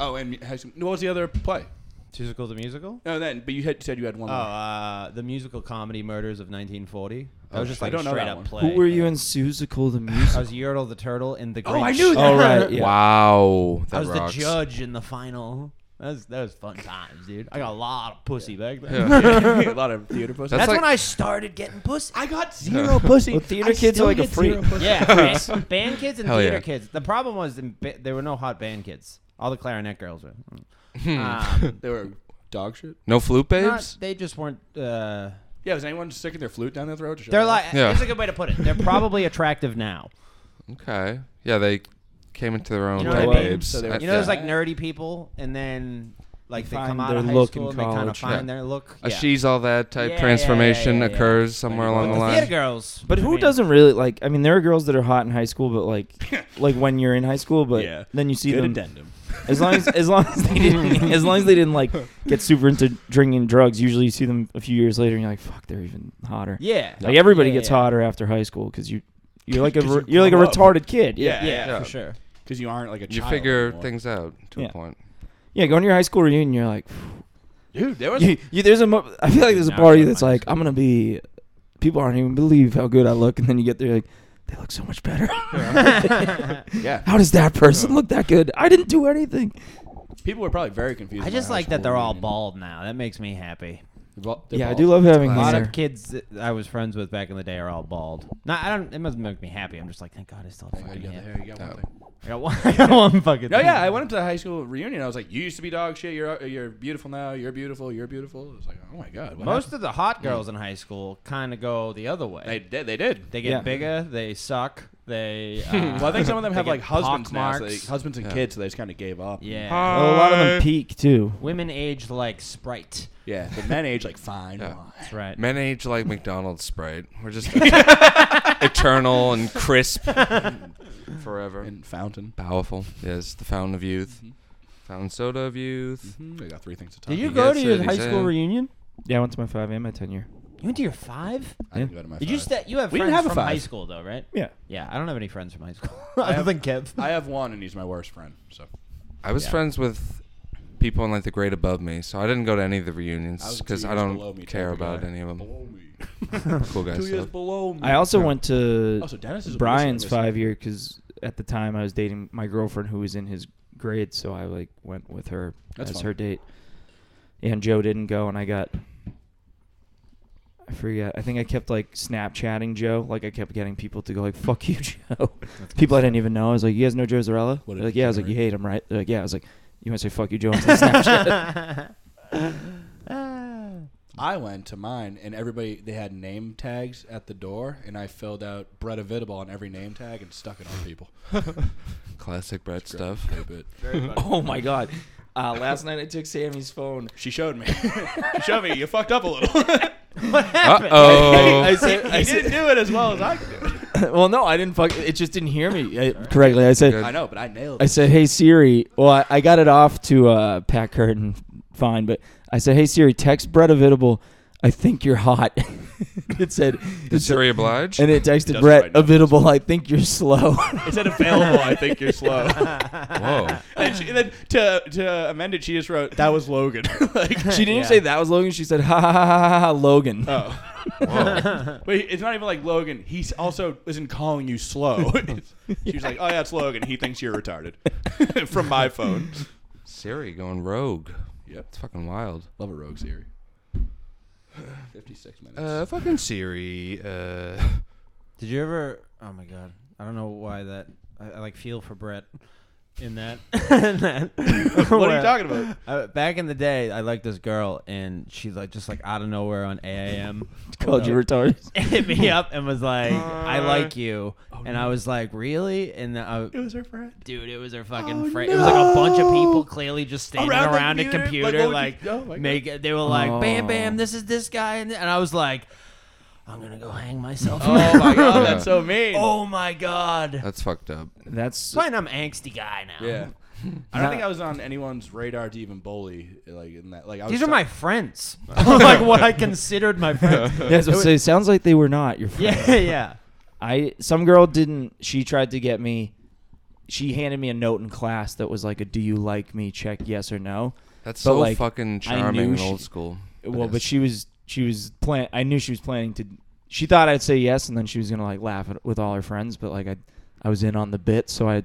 [SPEAKER 5] Oh, and high school. What was the other play?
[SPEAKER 4] Susical the musical.
[SPEAKER 5] No, then. But you had said you had one.
[SPEAKER 4] Oh,
[SPEAKER 5] more.
[SPEAKER 4] uh, the musical comedy murders of 1940. That was just
[SPEAKER 5] I
[SPEAKER 4] like
[SPEAKER 5] don't know
[SPEAKER 4] straight
[SPEAKER 5] that
[SPEAKER 4] up
[SPEAKER 5] one.
[SPEAKER 4] play.
[SPEAKER 2] Who were you in Susical the
[SPEAKER 4] I
[SPEAKER 2] <laughs> music?
[SPEAKER 4] was Yertle the turtle in the. Grinch.
[SPEAKER 5] Oh, I knew that. <laughs>
[SPEAKER 2] Oh right, yeah.
[SPEAKER 3] Wow, that
[SPEAKER 4] I was
[SPEAKER 3] rocks.
[SPEAKER 4] the judge in the final. That was, that was fun times, dude. I got a lot of pussy back then. <laughs>
[SPEAKER 5] <laughs> a
[SPEAKER 3] Yeah.
[SPEAKER 5] lot of theater posters.
[SPEAKER 4] That's
[SPEAKER 3] That's like-
[SPEAKER 4] when I started getting pussy.
[SPEAKER 5] I got zero pussy.
[SPEAKER 2] Well, theater
[SPEAKER 5] I
[SPEAKER 2] kids
[SPEAKER 5] still
[SPEAKER 2] are like a
[SPEAKER 5] get zero
[SPEAKER 2] freak.
[SPEAKER 5] pussy.
[SPEAKER 4] yeah, band, band kids and
[SPEAKER 3] Hell
[SPEAKER 4] theater
[SPEAKER 3] yeah.
[SPEAKER 4] kids. The problem was in, ba- there were no hot band kids. All the clarinet girls were.
[SPEAKER 3] Hmm. <laughs>
[SPEAKER 4] um,
[SPEAKER 5] They were dog shit.
[SPEAKER 3] No flute
[SPEAKER 4] not,
[SPEAKER 3] babes.
[SPEAKER 4] they just weren't. Uh,
[SPEAKER 5] Yeah, was anyone sticking their flute down their throat? to show
[SPEAKER 4] they're
[SPEAKER 5] off?
[SPEAKER 4] like.
[SPEAKER 3] Yeah.
[SPEAKER 4] It's a good way to put it.
[SPEAKER 3] <laughs>
[SPEAKER 4] They're probably attractive now.
[SPEAKER 3] Okay. Yeah, they came into their own
[SPEAKER 4] You know
[SPEAKER 3] type
[SPEAKER 4] what I mean?
[SPEAKER 3] Oh, babes.
[SPEAKER 5] So they
[SPEAKER 3] I-
[SPEAKER 5] were-
[SPEAKER 4] You know, there's
[SPEAKER 5] Yeah.
[SPEAKER 4] like nerdy people, and then like they
[SPEAKER 2] find
[SPEAKER 4] come out
[SPEAKER 2] their
[SPEAKER 4] of high
[SPEAKER 2] look in
[SPEAKER 4] school and they kind of
[SPEAKER 2] college.
[SPEAKER 4] find
[SPEAKER 3] Yeah.
[SPEAKER 4] their look.
[SPEAKER 3] a
[SPEAKER 4] yeah.
[SPEAKER 3] she's all that type
[SPEAKER 4] Yeah, yeah,
[SPEAKER 3] transformation
[SPEAKER 4] yeah, yeah, yeah.
[SPEAKER 3] occurs somewhere along the
[SPEAKER 4] the
[SPEAKER 3] line.
[SPEAKER 4] theater girls.
[SPEAKER 2] But
[SPEAKER 4] I
[SPEAKER 2] who
[SPEAKER 4] mean,
[SPEAKER 2] doesn't really like? I mean, there are girls that are hot in high school, but <laughs> like, like when you're in high school, but
[SPEAKER 5] Yeah.
[SPEAKER 2] then you see
[SPEAKER 5] Good
[SPEAKER 2] them.
[SPEAKER 5] addendum.
[SPEAKER 2] As long as, as long as
[SPEAKER 5] <laughs>
[SPEAKER 2] they didn't, as long as they didn't like get super into drinking drugs. Usually, you see them a few years later, and you're like, "Fuck, they're even hotter."
[SPEAKER 4] Yeah.
[SPEAKER 2] Like everybody
[SPEAKER 4] Yeah,
[SPEAKER 2] gets
[SPEAKER 4] yeah. <laughs>
[SPEAKER 2] hotter <laughs> after high school because you, you're like a
[SPEAKER 5] <laughs> 'Cause you
[SPEAKER 2] re- you're like a
[SPEAKER 5] grow up.
[SPEAKER 2] retarded kid. Yeah.
[SPEAKER 5] Yeah,
[SPEAKER 4] Yeah,
[SPEAKER 5] yeah.
[SPEAKER 4] for sure.
[SPEAKER 5] Because you aren't like a
[SPEAKER 3] You
[SPEAKER 5] child
[SPEAKER 3] figure
[SPEAKER 5] anymore.
[SPEAKER 3] things out to
[SPEAKER 2] Yeah.
[SPEAKER 3] a point.
[SPEAKER 2] yeah, Going to your high school reunion, you're like,
[SPEAKER 5] Dude, there was
[SPEAKER 2] you, you, there's a. Mo- I feel like there's a
[SPEAKER 4] Now
[SPEAKER 2] part of you
[SPEAKER 4] I'm
[SPEAKER 2] that's
[SPEAKER 4] high
[SPEAKER 2] like, I'm gonna be. People aren't even believe how good I look, and then you get there like, they look so
[SPEAKER 5] <laughs>
[SPEAKER 2] much better. <laughs>
[SPEAKER 5] yeah.
[SPEAKER 2] How does that person look that good? I didn't do anything.
[SPEAKER 5] People were probably very confused.
[SPEAKER 4] I
[SPEAKER 5] in
[SPEAKER 4] just
[SPEAKER 5] high
[SPEAKER 4] like that
[SPEAKER 5] school
[SPEAKER 4] they're all
[SPEAKER 5] reunion.
[SPEAKER 4] bald now. That makes me happy.
[SPEAKER 5] They're bald- they're
[SPEAKER 2] Yeah, I
[SPEAKER 5] bald.
[SPEAKER 2] do love having
[SPEAKER 4] A lot
[SPEAKER 2] hair.
[SPEAKER 4] of kids that I was friends with back in the day are all bald. Not, I don't. It doesn't make me happy. I'm just like, thank God I still have
[SPEAKER 5] I
[SPEAKER 4] fucking
[SPEAKER 5] got the
[SPEAKER 4] hair.
[SPEAKER 5] hair, you got one
[SPEAKER 3] Oh.
[SPEAKER 5] thing.
[SPEAKER 4] I got one, <laughs> I got one fucking.
[SPEAKER 5] No,
[SPEAKER 4] thing.
[SPEAKER 5] yeah, I went up to the high school reunion. I was like, "You used to be dog shit. You're you're beautiful now. You're beautiful. You're beautiful." It was like, "Oh my god." What
[SPEAKER 4] Most of the hot girls in high school kind of go the other way.
[SPEAKER 5] happened? they did. They did.
[SPEAKER 4] They get
[SPEAKER 2] Yeah.
[SPEAKER 4] bigger. They suck. <laughs> They. Uh,
[SPEAKER 5] well, I think some of them
[SPEAKER 4] they
[SPEAKER 5] have
[SPEAKER 4] get
[SPEAKER 5] like husbands now, so they,
[SPEAKER 4] pockmarks.
[SPEAKER 5] husbands and kids, so they just kind of gave up.
[SPEAKER 4] yeah.
[SPEAKER 2] Well, a lot of them peak too.
[SPEAKER 4] Women age like Sprite.
[SPEAKER 5] yeah. The men age like fine
[SPEAKER 3] Yeah.
[SPEAKER 5] wine.
[SPEAKER 4] That's right.
[SPEAKER 3] Men age
[SPEAKER 4] <laughs>
[SPEAKER 3] like McDonald's Sprite. We're just eternal and
[SPEAKER 4] <laughs>
[SPEAKER 3] crisp forever.
[SPEAKER 5] and fountain.
[SPEAKER 3] Powerful. Yes, the fountain of youth. Fountain soda of youth.
[SPEAKER 5] They Hmm, got three things to talk.
[SPEAKER 4] Mm-hmm. Did you
[SPEAKER 3] He
[SPEAKER 4] go to
[SPEAKER 3] gets
[SPEAKER 4] your
[SPEAKER 3] it,
[SPEAKER 4] high
[SPEAKER 3] he's
[SPEAKER 4] school
[SPEAKER 3] in.
[SPEAKER 4] reunion?
[SPEAKER 2] Yeah, I went to my five and my ten year.
[SPEAKER 4] You went to your five?
[SPEAKER 5] I didn't go to my.
[SPEAKER 4] Did you? <laughs>
[SPEAKER 5] five.
[SPEAKER 4] St- you have
[SPEAKER 5] We didn't
[SPEAKER 4] friends
[SPEAKER 5] have a
[SPEAKER 4] from
[SPEAKER 5] five.
[SPEAKER 4] high school though, right?
[SPEAKER 1] Yeah.
[SPEAKER 4] Yeah, I don't have any friends from high school. <laughs> I don't think Kev.
[SPEAKER 5] I have one, and he's my worst friend. So
[SPEAKER 3] I was
[SPEAKER 4] Yeah.
[SPEAKER 3] friends with people in like the grade above me, so I didn't go to any of the reunions
[SPEAKER 5] was
[SPEAKER 3] because
[SPEAKER 5] two
[SPEAKER 3] I
[SPEAKER 5] years below
[SPEAKER 3] don't
[SPEAKER 5] me,
[SPEAKER 3] care
[SPEAKER 5] type of
[SPEAKER 3] about
[SPEAKER 5] guy.
[SPEAKER 3] any of them.
[SPEAKER 5] below me. <laughs>
[SPEAKER 3] Cool guys.
[SPEAKER 5] Two years
[SPEAKER 3] though.
[SPEAKER 5] below me.
[SPEAKER 2] I also went to
[SPEAKER 5] Oh, so Dennis is a
[SPEAKER 2] Brian's
[SPEAKER 5] listener.
[SPEAKER 2] five year because at the time I was dating my girlfriend who was in his grade, so I like went with her
[SPEAKER 5] That's
[SPEAKER 2] as
[SPEAKER 5] fun.
[SPEAKER 2] her date. And Joe didn't go, and I got. I forget. I think I kept like Snapchatting Joe. Like I kept getting people to go like "fuck you, <laughs> Joe." people I didn't even know. I was like, "You guys know Joe Zarella?"
[SPEAKER 5] What
[SPEAKER 2] They're
[SPEAKER 5] did
[SPEAKER 2] like,
[SPEAKER 5] you
[SPEAKER 2] "Yeah." I was
[SPEAKER 5] do,
[SPEAKER 2] like, "You
[SPEAKER 5] right?
[SPEAKER 2] hate him, right?" They're like, "Yeah." I was like, "You want to say fuck you, Joe?" on Snapchat?
[SPEAKER 5] I went to mine, and everybody they had name tags at the door, and I filled out Brett Avitable on every name tag and stuck it on people.
[SPEAKER 3] Classic Brett stuff.
[SPEAKER 5] But
[SPEAKER 2] <laughs> oh my god! Uh, last night I took Sammy's phone.
[SPEAKER 5] she showed me. she showed me. You fucked up a
[SPEAKER 2] <laughs>
[SPEAKER 5] little.
[SPEAKER 3] <laughs> Uh oh.
[SPEAKER 2] said, I
[SPEAKER 5] you didn't do it as well as I could do. it.
[SPEAKER 2] <laughs> well, no, I didn't fuck. It just didn't hear me uh, correctly. I said,
[SPEAKER 3] Good.
[SPEAKER 5] I know, but I nailed
[SPEAKER 2] I
[SPEAKER 5] it.
[SPEAKER 2] said, "Hey Siri." Well, I, I got it off to uh, Pat Curtin, fine. But I said, "Hey Siri, text Brett Avitable. I think you're hot." <laughs> it said, it
[SPEAKER 3] Did
[SPEAKER 2] said-
[SPEAKER 3] Siri oblige?
[SPEAKER 2] and it texted
[SPEAKER 5] doesn't
[SPEAKER 2] Brett
[SPEAKER 5] write notes.
[SPEAKER 2] Avitable. I think you're slow.
[SPEAKER 1] It said available. I think you're slow.
[SPEAKER 3] <laughs> Whoa.
[SPEAKER 1] and, she, and then to to amend it, she just wrote that was
[SPEAKER 5] <laughs>
[SPEAKER 1] Logan. like,
[SPEAKER 2] <laughs> she didn't say that was Logan. She said, "Ha ha ha ha, ha, ha Logan."
[SPEAKER 1] oh,
[SPEAKER 3] Whoa.
[SPEAKER 5] <laughs>
[SPEAKER 1] wait, it's not even like Logan. He s- also isn't calling you
[SPEAKER 5] <laughs>
[SPEAKER 4] <laughs>
[SPEAKER 1] slow. she was like, oh yeah, it's Logan. He thinks you're retarded. From my phone.
[SPEAKER 3] <laughs> Siri going rogue.
[SPEAKER 5] Yep.
[SPEAKER 3] It's fucking wild.
[SPEAKER 5] Love a rogue Siri. Fifty-six minutes.
[SPEAKER 3] Uh, fucking Siri.
[SPEAKER 5] <laughs>
[SPEAKER 3] Uh,
[SPEAKER 4] Did you ever? Oh my god, I don't know why that. I, I like feel for Brett in that. <laughs> in that
[SPEAKER 1] <laughs> What are you talking about?
[SPEAKER 4] Uh, back in the day, I liked this girl, and she like just like out of nowhere on AIM
[SPEAKER 2] <laughs> Called
[SPEAKER 3] Oh.
[SPEAKER 2] you retarded.
[SPEAKER 4] hit
[SPEAKER 1] <laughs>
[SPEAKER 4] me up and was like,
[SPEAKER 3] Uh,
[SPEAKER 4] "I like you," and I was like, "Really?" And then I,
[SPEAKER 1] oh, It was her friend. Oh,
[SPEAKER 4] dude, it was her fucking friend. It was like a bunch of people clearly just standing
[SPEAKER 1] Around
[SPEAKER 4] around,
[SPEAKER 1] the
[SPEAKER 4] a
[SPEAKER 1] computer?
[SPEAKER 4] computer,
[SPEAKER 1] Like, what would
[SPEAKER 4] like,
[SPEAKER 1] you- oh my God.
[SPEAKER 4] make it. They were like, "Bam,
[SPEAKER 2] Oh.
[SPEAKER 4] bam, this is this guy," and, and I was like, "I'm gonna go hang myself."
[SPEAKER 1] Oh my
[SPEAKER 4] <laughs>
[SPEAKER 1] god,
[SPEAKER 3] Yeah.
[SPEAKER 1] that's so mean.
[SPEAKER 4] oh my god!
[SPEAKER 3] that's fucked up.
[SPEAKER 2] <laughs> That's
[SPEAKER 4] Fine, I'm angsty guy now.
[SPEAKER 5] yeah. <laughs> I don't think I was on anyone's radar to even bully like in that. Like I was
[SPEAKER 4] These are
[SPEAKER 5] so-
[SPEAKER 3] <laughs>
[SPEAKER 4] my friends. <laughs> like what I considered my friends. <laughs>
[SPEAKER 2] yeah. So it sounds like they were not your friend.
[SPEAKER 4] yeah, yeah.
[SPEAKER 2] I some girl didn't. She tried to get me. She handed me a note in class that was like a "Do you like me?" Check yes or no.
[SPEAKER 3] That's
[SPEAKER 2] But,
[SPEAKER 3] so
[SPEAKER 2] like, I
[SPEAKER 3] fucking charming
[SPEAKER 2] knew
[SPEAKER 3] and
[SPEAKER 2] she-
[SPEAKER 3] old school.
[SPEAKER 2] Well,
[SPEAKER 3] It
[SPEAKER 2] but
[SPEAKER 3] is.
[SPEAKER 2] she was she was plan. I knew she was planning to. She thought I'd say yes, and then she was gonna like laugh at, with all her friends. But like I, I was in on the bit, so I,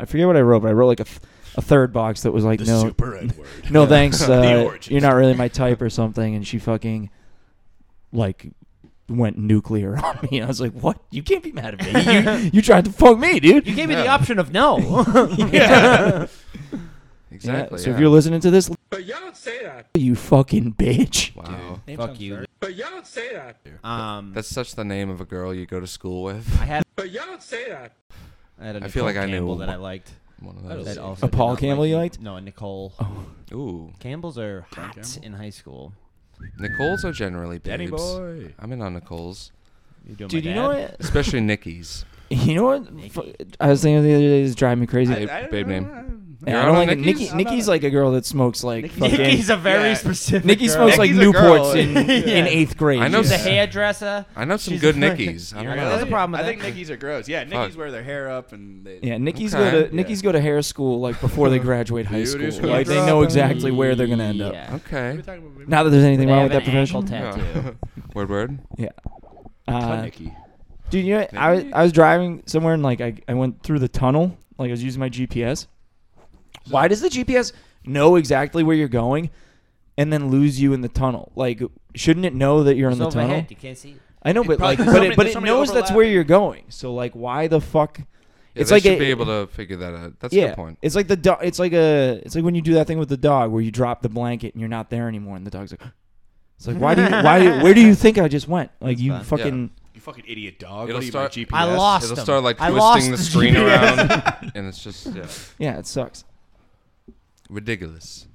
[SPEAKER 2] I forget what I wrote, but I wrote like a, th- a third box that was like
[SPEAKER 5] the
[SPEAKER 2] no,
[SPEAKER 5] super N word.
[SPEAKER 2] <laughs> no
[SPEAKER 5] <laughs>
[SPEAKER 2] thanks, uh,
[SPEAKER 5] origins.
[SPEAKER 2] you're not really my type or something. And she fucking, like, went nuclear <laughs> on me. I was like, what? You can't be mad at
[SPEAKER 5] <laughs>
[SPEAKER 2] me. You, you tried to fuck me, dude.
[SPEAKER 4] You gave me the
[SPEAKER 3] Yeah.
[SPEAKER 4] option of no.
[SPEAKER 2] Yeah,
[SPEAKER 3] Exactly.
[SPEAKER 2] So if
[SPEAKER 3] yeah.
[SPEAKER 2] you're listening to this,
[SPEAKER 7] But y'all don't say that.
[SPEAKER 2] you fucking bitch.
[SPEAKER 3] Wow.
[SPEAKER 4] Fuck you.
[SPEAKER 7] But y'all don't say that.
[SPEAKER 4] Um,
[SPEAKER 3] That's such the name of a girl you go to school with.
[SPEAKER 4] I had,
[SPEAKER 7] But y'all don't say that.
[SPEAKER 4] I had
[SPEAKER 3] I
[SPEAKER 4] a Nicole
[SPEAKER 3] feel like I knew
[SPEAKER 4] Campbell
[SPEAKER 3] one.
[SPEAKER 4] that I liked.
[SPEAKER 3] One of those.
[SPEAKER 4] That
[SPEAKER 5] Oh,
[SPEAKER 4] also
[SPEAKER 2] A
[SPEAKER 4] did
[SPEAKER 2] Paul
[SPEAKER 4] not
[SPEAKER 2] Campbell
[SPEAKER 4] like
[SPEAKER 2] you
[SPEAKER 4] me.
[SPEAKER 2] liked? Oh.
[SPEAKER 4] No, a Nicole.
[SPEAKER 3] Ooh.
[SPEAKER 4] Campbell's are hot
[SPEAKER 5] Campbell?
[SPEAKER 4] in high school.
[SPEAKER 3] Nicole's are generally
[SPEAKER 5] Danny
[SPEAKER 3] babes.
[SPEAKER 5] boy.
[SPEAKER 3] I'm in on Nicole's,
[SPEAKER 4] You doing
[SPEAKER 2] Dude,
[SPEAKER 4] my
[SPEAKER 2] you know
[SPEAKER 4] dad?
[SPEAKER 2] what?
[SPEAKER 3] especially Nikki's.
[SPEAKER 2] You know what? Fu- I was thinking the other day, is driving me crazy.
[SPEAKER 3] Babe,
[SPEAKER 2] I,
[SPEAKER 3] babe name.
[SPEAKER 2] I
[SPEAKER 3] You're
[SPEAKER 2] don't
[SPEAKER 3] on
[SPEAKER 2] like it. Nikki,
[SPEAKER 3] Nikki's?
[SPEAKER 5] I'm
[SPEAKER 2] Nikki's
[SPEAKER 5] not-
[SPEAKER 2] like a girl that smokes like fucking.
[SPEAKER 4] Nikki's a very
[SPEAKER 5] Yeah.
[SPEAKER 4] specific.
[SPEAKER 2] Nikki
[SPEAKER 4] girl.
[SPEAKER 2] smokes like
[SPEAKER 5] Nikki's a girl.
[SPEAKER 2] Newports in, in
[SPEAKER 4] Yeah.
[SPEAKER 2] eighth grade.
[SPEAKER 3] I know
[SPEAKER 4] She's a
[SPEAKER 3] Yeah.
[SPEAKER 4] hairdresser.
[SPEAKER 3] I know some
[SPEAKER 2] <laughs>
[SPEAKER 4] She's
[SPEAKER 3] good
[SPEAKER 4] a-
[SPEAKER 3] Nikki's. I don't
[SPEAKER 4] There's a
[SPEAKER 3] know.
[SPEAKER 4] problem with
[SPEAKER 5] I think
[SPEAKER 4] that.
[SPEAKER 5] Nikki's are gross. Yeah, Nikki's wear their hair up and they,
[SPEAKER 2] Yeah, Nikki's go
[SPEAKER 3] Okay.
[SPEAKER 2] to Nikki's go to hair school like before they graduate high
[SPEAKER 5] Beauty
[SPEAKER 2] school.
[SPEAKER 5] school
[SPEAKER 2] Like they know exactly where they're gonna end up.
[SPEAKER 4] Yeah.
[SPEAKER 3] Okay.
[SPEAKER 2] Not that there's anything
[SPEAKER 4] They
[SPEAKER 2] wrong
[SPEAKER 4] have
[SPEAKER 2] with that
[SPEAKER 4] an ankle
[SPEAKER 2] profession.
[SPEAKER 4] tattoo.
[SPEAKER 3] <laughs> Word word.
[SPEAKER 2] Yeah. Uh,
[SPEAKER 5] Nikki.
[SPEAKER 2] dude, you know, what? I was I was driving somewhere and like I, I went through the tunnel. Like I was using my GPS. Why does the GPS know exactly where you're going, and then lose you in the tunnel? Like, shouldn't it know that you're in
[SPEAKER 4] <laughs> It's
[SPEAKER 2] the tunnel?
[SPEAKER 4] overhead. You can't see. it.
[SPEAKER 2] I know, but
[SPEAKER 5] probably-
[SPEAKER 2] like, but
[SPEAKER 5] there's so
[SPEAKER 2] it,
[SPEAKER 5] many-
[SPEAKER 2] but
[SPEAKER 5] there's
[SPEAKER 2] it
[SPEAKER 5] so many
[SPEAKER 2] knows that's where
[SPEAKER 5] overlapping.
[SPEAKER 2] you're going. So like, why the fuck?
[SPEAKER 3] Yeah,
[SPEAKER 2] it's
[SPEAKER 3] they
[SPEAKER 2] like
[SPEAKER 3] should
[SPEAKER 2] a-
[SPEAKER 3] be able to figure that out. That's
[SPEAKER 2] yeah,
[SPEAKER 3] the point.
[SPEAKER 2] it's like the do- it's like a it's like when you do that thing with the dog where you drop the blanket and you're not there anymore, and the dog's like, <gasps> it's like why do you why where do you think I just went? Like you
[SPEAKER 4] fun.
[SPEAKER 2] fucking
[SPEAKER 5] You fucking idiot dog.
[SPEAKER 3] It'll
[SPEAKER 5] what are you, my
[SPEAKER 3] start-
[SPEAKER 5] GPS?
[SPEAKER 4] I lost
[SPEAKER 3] It'll
[SPEAKER 4] him.
[SPEAKER 3] start like
[SPEAKER 4] I
[SPEAKER 3] twisting the
[SPEAKER 4] lost
[SPEAKER 3] screen
[SPEAKER 4] GPS. <laughs>
[SPEAKER 3] around, and it's just yeah,
[SPEAKER 2] yeah, it sucks.
[SPEAKER 3] ridiculous.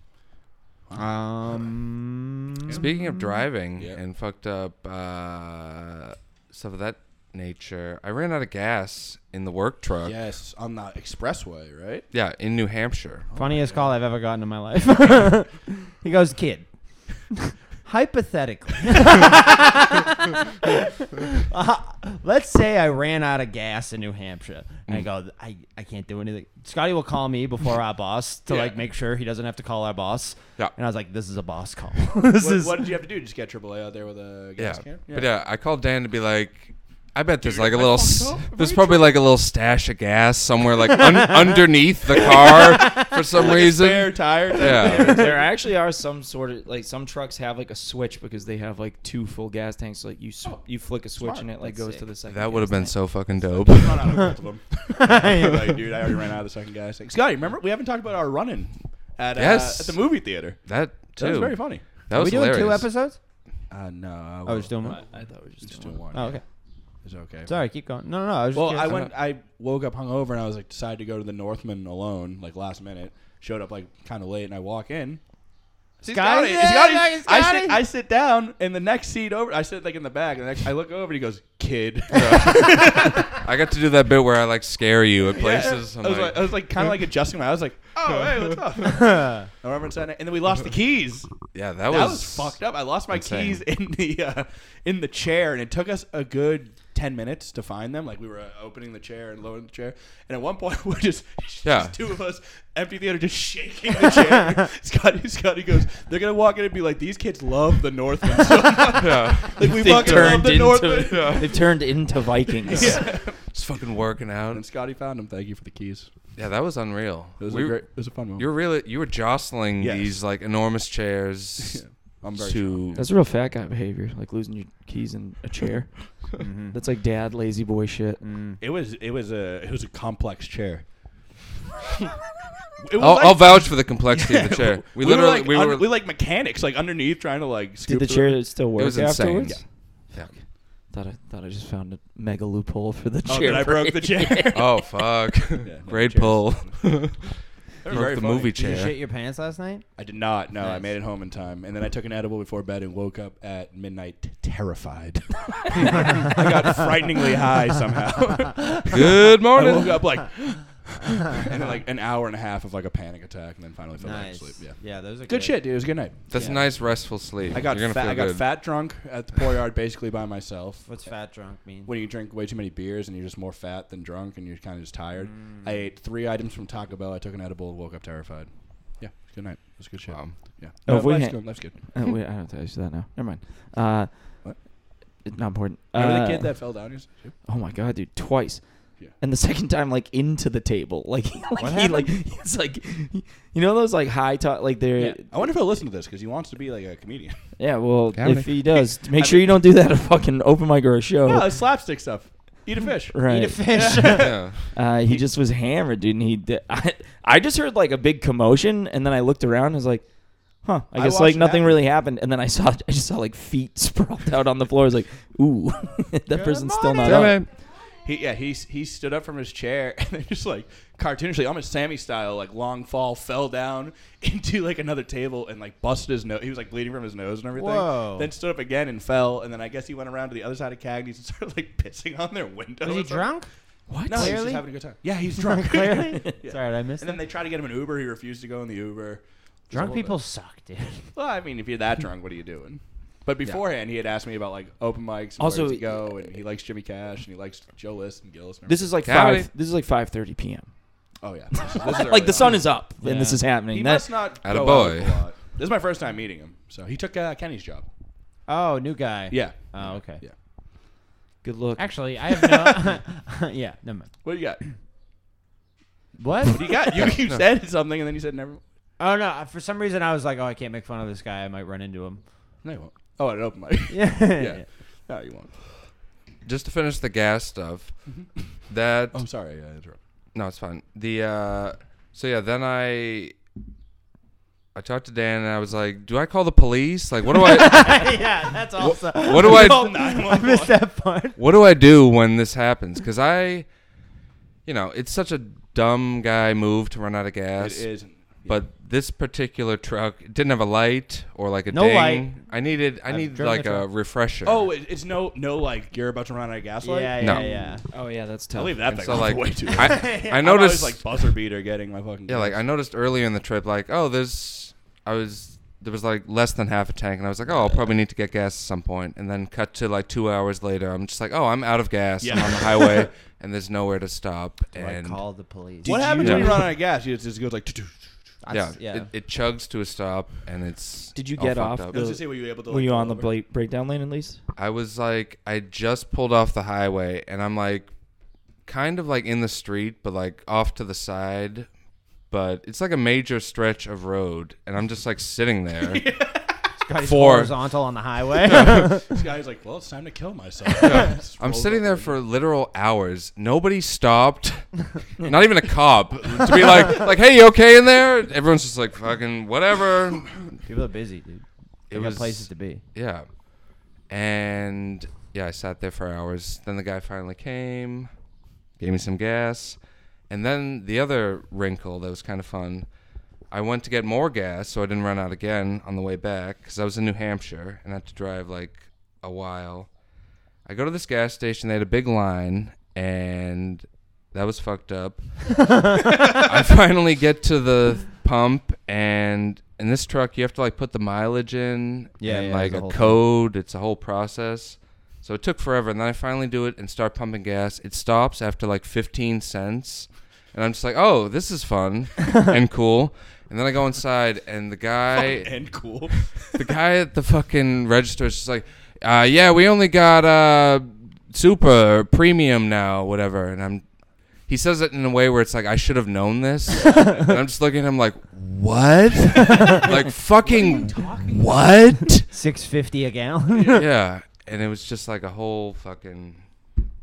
[SPEAKER 4] Um,
[SPEAKER 3] Speaking of driving
[SPEAKER 5] Yep.
[SPEAKER 3] and fucked up uh, stuff of that nature, I ran out of gas in the work truck. Yeah,
[SPEAKER 5] Yes, on the expressway, right?
[SPEAKER 3] in New Hampshire.
[SPEAKER 2] <laughs>
[SPEAKER 4] <laughs> funniest call I've ever gotten in my life. he goes, "Kid, <laughs> hypothetically, <laughs> uh, let's say I ran out of gas in New Hampshire.
[SPEAKER 3] Mm.
[SPEAKER 4] And I go, I, I can't do anything. Scotty will call me before our boss to like make sure he doesn't have to call our boss.
[SPEAKER 3] Yeah.
[SPEAKER 4] And I was like, this is a boss call. <laughs> this
[SPEAKER 5] What,
[SPEAKER 4] is
[SPEAKER 5] what did you have to do? Just get AAA out there with a
[SPEAKER 3] Yeah.
[SPEAKER 5] gas can?
[SPEAKER 3] But yeah, I called Dan to be like, I bet there's like a little, s- there's probably like a little stash of gas
[SPEAKER 5] <laughs>
[SPEAKER 3] somewhere like un- underneath the car for some
[SPEAKER 5] <laughs>
[SPEAKER 3] reason.
[SPEAKER 5] tire.
[SPEAKER 3] Yeah.
[SPEAKER 2] there actually are some sort of like some trucks have like a switch because they have like two full gas tanks. Like you sw- you flick a switch and it like goes to the second.
[SPEAKER 3] <laughs> That
[SPEAKER 2] gas
[SPEAKER 3] would have been
[SPEAKER 2] tank.
[SPEAKER 3] so fucking dope.
[SPEAKER 5] Run out of both of them. <laughs>
[SPEAKER 4] <laughs>
[SPEAKER 5] like, dude, I already ran out of the second gas tank. Scotty, remember we haven't talked about our running at uh,
[SPEAKER 3] Yes.
[SPEAKER 5] at the movie theater.
[SPEAKER 3] That too.
[SPEAKER 5] That was very funny.
[SPEAKER 3] That was
[SPEAKER 4] we doing two
[SPEAKER 3] hilarious.
[SPEAKER 4] episodes?
[SPEAKER 5] Uh, no, I
[SPEAKER 4] I was doing one.
[SPEAKER 2] I thought it was just.
[SPEAKER 5] doing one.
[SPEAKER 4] Oh, okay.
[SPEAKER 5] It's okay.
[SPEAKER 4] Sorry, keep going. No, no, no. I was just
[SPEAKER 5] Well,
[SPEAKER 4] curious.
[SPEAKER 5] I went. I woke up hungover and I was like, decided to go to the Northman alone, like last minute. Showed up like kind of late, and I walk in. Scotty,
[SPEAKER 4] Scotty!
[SPEAKER 5] Scotty-
[SPEAKER 4] Yeah, fucking
[SPEAKER 5] I
[SPEAKER 4] Scotty!
[SPEAKER 5] sit, I sit down, and the next seat over, I sit like in the back, and the next, I look over, and he goes, <laughs> "Kid."
[SPEAKER 3] I got to do that bit where I like
[SPEAKER 5] <laughs>
[SPEAKER 3] scare you at places. I'm
[SPEAKER 5] I was like, I was like kind of like adjusting my. I was <laughs> like, "Oh, hey, what's <laughs> up?" I remember on Saturday, and then we lost the keys.
[SPEAKER 3] yeah, that was,
[SPEAKER 5] That was
[SPEAKER 3] <laughs>
[SPEAKER 5] fucked up. I lost my
[SPEAKER 3] insane.
[SPEAKER 5] keys in the uh, in the chair, and it took us a good ten minutes to find them. Like we were uh, opening the chair and lowering the chair, and at one point <laughs> we're just, just
[SPEAKER 3] Yeah.
[SPEAKER 5] two of us, empty theater, just shaking the
[SPEAKER 3] <laughs>
[SPEAKER 5] chair. Scotty, Scotty goes, they're gonna walk in and be like, these kids love the Northman so
[SPEAKER 3] <laughs>
[SPEAKER 5] much.
[SPEAKER 3] Yeah.
[SPEAKER 5] <laughs> Like we
[SPEAKER 2] They
[SPEAKER 5] fucking love
[SPEAKER 2] turned
[SPEAKER 5] the
[SPEAKER 2] into-
[SPEAKER 5] Northman.
[SPEAKER 2] <laughs> They've turned
[SPEAKER 5] <laughs>
[SPEAKER 2] into Vikings.
[SPEAKER 3] It's fucking working
[SPEAKER 5] And
[SPEAKER 3] out.
[SPEAKER 5] Scotty found them. Thank you for the keys.
[SPEAKER 3] Yeah, that was unreal.
[SPEAKER 5] It was
[SPEAKER 3] We-
[SPEAKER 5] a great, it was a fun moment. <laughs>
[SPEAKER 3] You were really you were jostling
[SPEAKER 5] Yes.
[SPEAKER 3] these like
[SPEAKER 5] <laughs>
[SPEAKER 3] enormous chairs
[SPEAKER 5] I'm very
[SPEAKER 3] to
[SPEAKER 2] That's real fat guy behavior, like losing your keys in
[SPEAKER 5] <laughs>
[SPEAKER 2] a chair.
[SPEAKER 3] <laughs> Mm-hmm.
[SPEAKER 2] That's like dad lazy boy shit.
[SPEAKER 5] It was it was a it was a complex chair.
[SPEAKER 3] <laughs>
[SPEAKER 5] It was
[SPEAKER 3] I'll,
[SPEAKER 5] like-
[SPEAKER 3] I'll vouch for the complexity of
[SPEAKER 5] <laughs>
[SPEAKER 3] the chair. <laughs> We, literally
[SPEAKER 5] were like,
[SPEAKER 3] we
[SPEAKER 5] un-
[SPEAKER 3] were
[SPEAKER 5] we like mechanics like underneath trying to like
[SPEAKER 2] Did
[SPEAKER 5] scoop
[SPEAKER 2] the chair still work
[SPEAKER 3] was insane.
[SPEAKER 2] afterwards?
[SPEAKER 3] Yeah.
[SPEAKER 2] Thought I thought I just found a mega loophole for the
[SPEAKER 5] Oh,
[SPEAKER 2] chair.
[SPEAKER 5] then I broke the <laughs> chair.
[SPEAKER 3] Oh fuck!
[SPEAKER 5] no,
[SPEAKER 3] <laughs> Great
[SPEAKER 5] chairs. <laughs>
[SPEAKER 3] pull.
[SPEAKER 5] They were
[SPEAKER 3] Broke
[SPEAKER 5] very
[SPEAKER 3] the
[SPEAKER 5] funny.
[SPEAKER 3] movie
[SPEAKER 4] Did you shit
[SPEAKER 3] chair.
[SPEAKER 4] your pants last night?
[SPEAKER 5] I did not. No, I made it home in time, and then I took an edible before bed and woke up at midnight t- terrified. <laughs> I got frighteningly high
[SPEAKER 2] <laughs>
[SPEAKER 5] somehow.
[SPEAKER 3] <laughs>
[SPEAKER 5] <laughs>
[SPEAKER 3] Good
[SPEAKER 5] I
[SPEAKER 3] morning.
[SPEAKER 5] woke up like, <laughs> and then, like an hour and a half of like a panic attack, and then finally fell back
[SPEAKER 4] Nice.
[SPEAKER 5] asleep. Yeah.
[SPEAKER 4] yeah, those are
[SPEAKER 5] Good shit, dude. It was a good night.
[SPEAKER 3] That's
[SPEAKER 5] Yeah.
[SPEAKER 3] a nice restful sleep.
[SPEAKER 5] I got
[SPEAKER 3] You're gonna
[SPEAKER 5] fat,
[SPEAKER 3] feel
[SPEAKER 5] I got
[SPEAKER 3] good. <laughs>
[SPEAKER 5] fat drunk at the poor yard, basically by myself.
[SPEAKER 4] What's fat drunk mean?
[SPEAKER 5] when you drink way too many beers and you're just more fat than drunk and you're kind of just tired. I ate three items from Taco Bell. I took an edible and woke up terrified. Yeah, good night. It was good shit.
[SPEAKER 3] Wow.
[SPEAKER 5] Yeah.
[SPEAKER 2] Oh, if we
[SPEAKER 5] life's
[SPEAKER 2] had-
[SPEAKER 5] good. Life's good.
[SPEAKER 2] Uh, wait, I don't tell you that now. Never mind. Uh,
[SPEAKER 5] What?
[SPEAKER 2] It's not important.
[SPEAKER 5] Remember the
[SPEAKER 2] Uh,
[SPEAKER 5] kid that fell down? He's-
[SPEAKER 2] Oh my god, dude! Twice.
[SPEAKER 5] Yeah.
[SPEAKER 2] And the second time, like into the table, <laughs> like, like he like it's like you know those like high top like they're yeah.
[SPEAKER 5] I wonder if he'll listen to this because he wants to be like a comedian.
[SPEAKER 2] well if
[SPEAKER 3] Howdy.
[SPEAKER 2] he does make
[SPEAKER 5] I
[SPEAKER 2] sure you don't do that at a fucking open mic or a
[SPEAKER 5] <laughs>
[SPEAKER 2] show
[SPEAKER 5] No, it's slapstick stuff. Eat a fish.
[SPEAKER 2] Mm-hmm. right
[SPEAKER 4] Eat
[SPEAKER 5] <laughs>
[SPEAKER 4] a fish. <laughs>
[SPEAKER 3] yeah.
[SPEAKER 2] Uh, he just was hammered, dude. And he, di- <laughs> I, I just heard like a big commotion, and then I looked around and was like, "Huh, I
[SPEAKER 5] I
[SPEAKER 2] guess
[SPEAKER 5] watched
[SPEAKER 2] like
[SPEAKER 5] it
[SPEAKER 2] nothing
[SPEAKER 5] happen.
[SPEAKER 2] really happened." And then I saw, <laughs> I just saw like feet <laughs> sprawled out on the floor. I was like, "Ooh, <laughs> that person's still not up."
[SPEAKER 5] He, yeah, he, he stood up from his chair <laughs> and then just like cartoonishly, almost Sammy style, like long fall, fell down <laughs> into like another table and like busted his nose. He was like bleeding from his nose and everything.
[SPEAKER 4] Whoa.
[SPEAKER 5] Then stood up again and fell. And then I guess he went around to the other side of Cagney's and <laughs> started like pissing on their window.
[SPEAKER 4] Was he
[SPEAKER 5] or something.
[SPEAKER 4] drunk?
[SPEAKER 2] What?
[SPEAKER 5] No, he's just
[SPEAKER 4] Clearly?
[SPEAKER 5] having a good time. <laughs> Yeah,
[SPEAKER 4] <laughs>
[SPEAKER 5] he's drunk.
[SPEAKER 4] Drunk, clearly?
[SPEAKER 5] <laughs> Yeah.
[SPEAKER 4] Sorry, did I missed
[SPEAKER 5] And then
[SPEAKER 4] that.
[SPEAKER 5] they try to get him an Uber. He refused to go in the Uber.
[SPEAKER 4] Drunk people suck, dude.
[SPEAKER 5] <laughs> Well, I mean, if you're that drunk, what are you doing? But beforehand, he had asked me about like open mics and
[SPEAKER 2] Also,
[SPEAKER 5] where to go, and he likes Jimmy Cash and he likes Joe List and Gillis. And
[SPEAKER 2] This is like
[SPEAKER 3] Howdy.
[SPEAKER 2] five. This is like five thirty p.m.
[SPEAKER 5] oh yeah, this is, this is
[SPEAKER 2] <laughs> Like the
[SPEAKER 5] sun.
[SPEAKER 2] sun is up, and this is happening.
[SPEAKER 5] He
[SPEAKER 2] That-
[SPEAKER 5] must not
[SPEAKER 3] Atta
[SPEAKER 5] go
[SPEAKER 3] boy.
[SPEAKER 5] out a lot. This is my first time meeting him, so he took uh, Kenny's job.
[SPEAKER 4] Oh, new guy.
[SPEAKER 5] Yeah.
[SPEAKER 4] Oh, okay.
[SPEAKER 5] Yeah. <laughs>
[SPEAKER 2] good look.
[SPEAKER 4] Actually, I have no. <laughs> yeah, never mind.
[SPEAKER 5] What do you got? <coughs>
[SPEAKER 4] What?
[SPEAKER 5] You got you, <coughs> you said something and then you said never.
[SPEAKER 4] oh no! For some reason, I was like, "Oh, I can't make fun of this guy. I might run into him." <laughs>
[SPEAKER 5] No, you won't. Oh, at an open mic. <laughs>
[SPEAKER 4] Yeah.
[SPEAKER 5] yeah. No, you won't.
[SPEAKER 3] Just to finish the gas stuff.
[SPEAKER 5] Mm-hmm.
[SPEAKER 3] That
[SPEAKER 5] Oh, I'm sorry, I interrupted.
[SPEAKER 3] No, it's fine. The uh so yeah, then I I talked to Dan and I was like, "Do I call the police? Like, what do I
[SPEAKER 4] Yeah, that's also.
[SPEAKER 3] what
[SPEAKER 4] <laughs>
[SPEAKER 3] do I
[SPEAKER 5] <laughs>
[SPEAKER 4] I missed that part.
[SPEAKER 3] what do I do when this happens? Because I, you know, it's such a dumb guy move to run out of gas.
[SPEAKER 5] It is.
[SPEAKER 3] But this particular truck didn't have a light or like a
[SPEAKER 4] No
[SPEAKER 3] ding.
[SPEAKER 4] light.
[SPEAKER 3] I needed I needed
[SPEAKER 4] driven
[SPEAKER 3] like
[SPEAKER 4] the
[SPEAKER 3] a
[SPEAKER 4] truck.
[SPEAKER 3] refresher.
[SPEAKER 5] Oh, it, it's no, no, like you're about to run out of gas.
[SPEAKER 4] Yeah,
[SPEAKER 5] light?
[SPEAKER 4] yeah,
[SPEAKER 3] No.
[SPEAKER 4] yeah.
[SPEAKER 2] Oh yeah, that's
[SPEAKER 5] I
[SPEAKER 2] tough.
[SPEAKER 5] leave that
[SPEAKER 3] And
[SPEAKER 5] thing
[SPEAKER 3] so
[SPEAKER 5] on
[SPEAKER 3] like
[SPEAKER 5] way too. long.
[SPEAKER 3] <laughs> I, I
[SPEAKER 5] I'm always
[SPEAKER 3] noticed
[SPEAKER 5] like buzzer beater getting my fucking.
[SPEAKER 3] yeah, like I noticed earlier in the trip like, "Oh, there's I was there was like less than half a tank, and I was like, oh, I'll probably need to get gas at some point. And then cut to like two hours later, I'm just like, oh, I'm out of gas. I'm
[SPEAKER 1] Yeah.
[SPEAKER 3] on
[SPEAKER 5] <laughs>
[SPEAKER 3] the highway, and there's nowhere to stop. and
[SPEAKER 4] call the police.
[SPEAKER 5] What happens when
[SPEAKER 3] Yeah.
[SPEAKER 5] you run out of gas? It just goes like.
[SPEAKER 4] I
[SPEAKER 3] yeah,
[SPEAKER 4] s- yeah.
[SPEAKER 3] It, it chugs to a stop, and it's.
[SPEAKER 2] Did you
[SPEAKER 3] all
[SPEAKER 2] get
[SPEAKER 3] fucked
[SPEAKER 2] off
[SPEAKER 3] up.
[SPEAKER 2] the-
[SPEAKER 5] Let's just say were you able to?
[SPEAKER 2] Were
[SPEAKER 5] like,
[SPEAKER 2] you
[SPEAKER 5] pull
[SPEAKER 2] on the
[SPEAKER 5] over?
[SPEAKER 2] bla- breakdown lane at least?
[SPEAKER 3] I was like, I just pulled off the highway, and I'm like, kind of like in the street, but like off to the side. But it's like a major stretch of road, and I'm just like
[SPEAKER 2] <laughs>
[SPEAKER 3] sitting there.
[SPEAKER 4] Scotty's
[SPEAKER 3] Four.
[SPEAKER 4] horizontal on the highway. <laughs>
[SPEAKER 5] This guy's like, well, it's time to kill myself. Just
[SPEAKER 3] I'm
[SPEAKER 5] rolls
[SPEAKER 3] sitting
[SPEAKER 5] up
[SPEAKER 3] there
[SPEAKER 5] the
[SPEAKER 3] for literal hours.
[SPEAKER 2] <laughs>
[SPEAKER 3] Nobody stopped. Not even a cop to be like, like, hey, you okay in there? Everyone's just like,
[SPEAKER 2] <laughs>
[SPEAKER 3] fucking whatever.
[SPEAKER 4] People are busy, dude. They
[SPEAKER 3] It
[SPEAKER 4] got
[SPEAKER 3] was-
[SPEAKER 4] places to be.
[SPEAKER 3] Yeah. And yeah, I sat there for hours. Then the guy finally came, gave me some gas. And then the other wrinkle that was kind of fun, I went to get more gas so I didn't run out again on the way back because I was in New Hampshire and had to drive like a while. I go to this gas station, they had a big line, and that was fucked up. I finally get to the pump and in this truck you have to like put the mileage in
[SPEAKER 4] Yeah,
[SPEAKER 3] and
[SPEAKER 4] yeah,
[SPEAKER 3] like
[SPEAKER 4] it's a
[SPEAKER 3] a
[SPEAKER 4] whole thing.
[SPEAKER 3] code, it's a whole process. So it took forever and then I finally do it and start pumping gas. It stops after like 15 cents and I'm just like, "Oh, this is fun and cool." And then I go inside and the guy
[SPEAKER 1] and cool.
[SPEAKER 3] the guy at the fucking register is just like, uh, yeah, we only got uh, super or premium now, whatever. And I'm, he says it in a way where it's like, I should have
[SPEAKER 2] <laughs>
[SPEAKER 3] known this. and I'm just looking at him like, what? like
[SPEAKER 2] <laughs>
[SPEAKER 3] fucking what?
[SPEAKER 4] Six fifty a gallon. <laughs>
[SPEAKER 3] yeah. And it was just like a whole fucking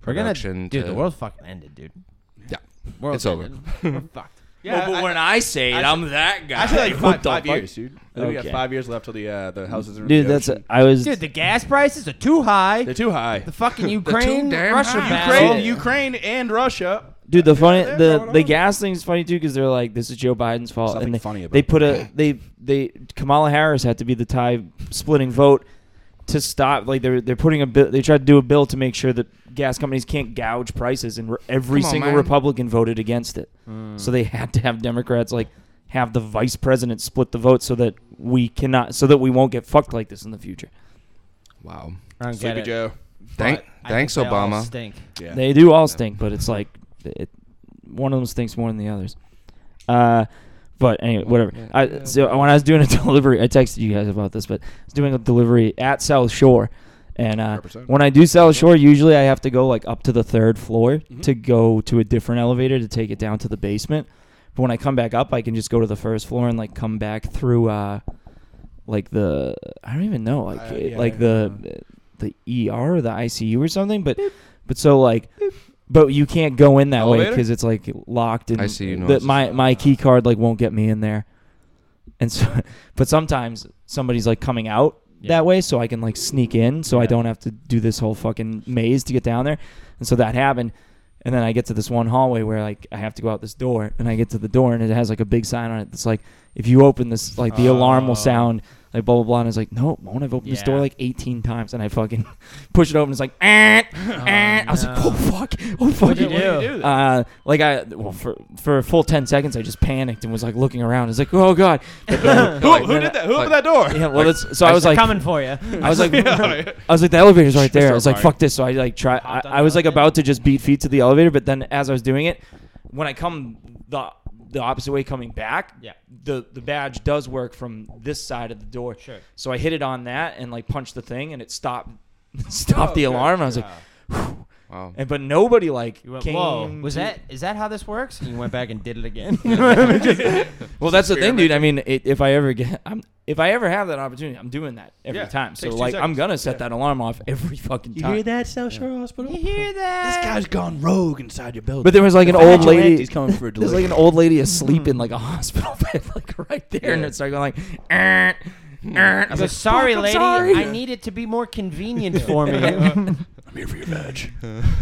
[SPEAKER 4] We're gonna,
[SPEAKER 3] production.
[SPEAKER 4] dude. The
[SPEAKER 3] to-
[SPEAKER 4] world fucking ended, dude.
[SPEAKER 3] Yeah.
[SPEAKER 4] World's
[SPEAKER 3] It's over.
[SPEAKER 4] ended. We're fucked.
[SPEAKER 5] Yeah, I-
[SPEAKER 2] I say it, I'm that guy.
[SPEAKER 5] I feel like five,
[SPEAKER 2] the
[SPEAKER 5] five
[SPEAKER 2] fuck?
[SPEAKER 5] years, dude. I think we
[SPEAKER 2] Okay. Mm,
[SPEAKER 5] got five years left till the uh, the houses are.
[SPEAKER 2] Dude, that's I was.
[SPEAKER 4] Dude, the gas prices are too high.
[SPEAKER 5] they're too high.
[SPEAKER 3] <laughs>
[SPEAKER 4] The fucking Ukraine,
[SPEAKER 3] damn
[SPEAKER 4] Russia
[SPEAKER 3] high.
[SPEAKER 4] battle.
[SPEAKER 5] Ukraine, <laughs> Ukraine, and Russia.
[SPEAKER 2] Dude, the funny
[SPEAKER 5] they're
[SPEAKER 2] the
[SPEAKER 5] going
[SPEAKER 2] the
[SPEAKER 5] on.
[SPEAKER 2] gas thing's funny too because they're like, this is Joe Biden's fault,
[SPEAKER 5] Something
[SPEAKER 2] and they,
[SPEAKER 5] funny about
[SPEAKER 2] they put a they they Kamala Harris had to be the tie splitting vote to stop. Like they're they're putting a bill. They tried to do a bill to make sure that gas companies can't gouge prices, and re- every
[SPEAKER 3] Come on,
[SPEAKER 2] single
[SPEAKER 3] man.
[SPEAKER 2] Republican voted against it.
[SPEAKER 5] Mm.
[SPEAKER 2] So they had to have Democrats like have the vice president split the vote so that we cannot so that we won't get fucked like this in the future.
[SPEAKER 3] Wow.
[SPEAKER 4] I don't get
[SPEAKER 5] Sleepy
[SPEAKER 4] it,
[SPEAKER 5] Joe.
[SPEAKER 3] Thank,
[SPEAKER 4] but I
[SPEAKER 3] thanks,
[SPEAKER 4] think they all
[SPEAKER 3] Obama.
[SPEAKER 4] Stink.
[SPEAKER 5] Yeah.
[SPEAKER 2] They do all stink, but it's like it, one of them stinks more than the others. Uh, but anyway, whatever. I so uh, when I was doing a <laughs> delivery, I texted you guys about this, but I was doing a delivery at South Shore, and uh,
[SPEAKER 5] Represent.
[SPEAKER 2] when I do South Shore, usually I have to go like up to the third floor to go to a different elevator to take it down to the basement. But when I come back up, I can just go to the first floor and like come back through, uh, like the I don't even know, like
[SPEAKER 5] Uh,
[SPEAKER 2] it-
[SPEAKER 5] yeah,
[SPEAKER 2] like
[SPEAKER 5] I
[SPEAKER 2] the the ER or the ICU or something. But but so like, but you can't go in that way
[SPEAKER 5] Elevator?
[SPEAKER 2] because it's like locked and
[SPEAKER 3] I see you
[SPEAKER 2] that
[SPEAKER 3] noises.
[SPEAKER 2] my my key card like won't get me in there. And so, <laughs> but sometimes somebody's like coming out
[SPEAKER 4] Yeah.
[SPEAKER 2] that way, so I can like sneak in, so I
[SPEAKER 4] Yeah.
[SPEAKER 2] don't have to do this whole fucking maze to get down there. And so that happened. And then I get to this one hallway where like I have to go out this door, and I get to the door, and it has like a big sign on it that's like, if you open this, like the alarm will
[SPEAKER 4] Oh.
[SPEAKER 2] sound, like blah blah blah. And it's like, no, won't I've opened this door
[SPEAKER 4] Yeah.
[SPEAKER 2] like 18 times, and I fucking <laughs> push it open. It's like,
[SPEAKER 4] <laughs>
[SPEAKER 2] eh, eh. I was like,
[SPEAKER 4] no.
[SPEAKER 2] oh fuck, oh fuck.
[SPEAKER 4] What'd you do?
[SPEAKER 2] Uh, like I, well, for for a full 10 seconds, I just panicked and was like looking around. It's like, oh god. But then-
[SPEAKER 5] Who, who
[SPEAKER 2] then
[SPEAKER 5] did
[SPEAKER 2] I-
[SPEAKER 5] that? Who
[SPEAKER 3] like-
[SPEAKER 5] opened that door?
[SPEAKER 2] Yeah, well, that's, so I
[SPEAKER 3] I
[SPEAKER 2] was
[SPEAKER 4] They're
[SPEAKER 2] like,
[SPEAKER 4] coming
[SPEAKER 3] <laughs>
[SPEAKER 4] for you.
[SPEAKER 2] I
[SPEAKER 4] <laughs>
[SPEAKER 2] was
[SPEAKER 5] <laughs>
[SPEAKER 2] like,
[SPEAKER 5] Yeah.
[SPEAKER 2] I was like, the elevator's right there.
[SPEAKER 5] Mr.
[SPEAKER 2] I was like,
[SPEAKER 5] O'Brien.
[SPEAKER 2] fuck this. So I like try. I,
[SPEAKER 4] Popped on
[SPEAKER 2] I was
[SPEAKER 4] the
[SPEAKER 2] like
[SPEAKER 4] elevator.
[SPEAKER 2] about to just beat feet to the elevator, but then as I was doing it, when I come the the opposite way coming back,
[SPEAKER 4] Yeah.
[SPEAKER 2] the the badge does work from this side of the door.
[SPEAKER 4] Sure.
[SPEAKER 2] So I hit it on that and like punched the thing, and it stopped <laughs> stopped
[SPEAKER 4] Oh,
[SPEAKER 2] the alarm. I was like,
[SPEAKER 3] Wow.
[SPEAKER 2] and but nobody like
[SPEAKER 4] You went,
[SPEAKER 2] came.
[SPEAKER 4] Whoa, was
[SPEAKER 2] to-
[SPEAKER 4] that is that how this works? And you went back and did it again. <laughs>
[SPEAKER 2] Well, that's the thing, dude. I mean, it, if I ever get, I'm if I ever have that opportunity, I'm doing that every
[SPEAKER 5] Yeah,
[SPEAKER 2] time. So
[SPEAKER 5] takes two
[SPEAKER 2] like, I'm
[SPEAKER 5] seconds.
[SPEAKER 2] gonna set that alarm off every fucking time.
[SPEAKER 5] that, South Shore Hospital?
[SPEAKER 4] you hear that?
[SPEAKER 5] gone rogue inside your building.
[SPEAKER 2] But there was like an old lady.
[SPEAKER 5] He's coming for a
[SPEAKER 2] <laughs> There's
[SPEAKER 5] delivery.
[SPEAKER 2] like an old lady asleep in like a <laughs> hospital bed, like right there, and it started going like. "Eh, eh." I
[SPEAKER 4] I
[SPEAKER 2] was
[SPEAKER 4] go,
[SPEAKER 2] like,
[SPEAKER 4] sorry,
[SPEAKER 2] "Fuck, I'm
[SPEAKER 4] lady.
[SPEAKER 2] sorry."
[SPEAKER 4] I need it to be more convenient for
[SPEAKER 3] <laughs>
[SPEAKER 4] me. <laughs>
[SPEAKER 5] I'm here for your badge.
[SPEAKER 4] oh,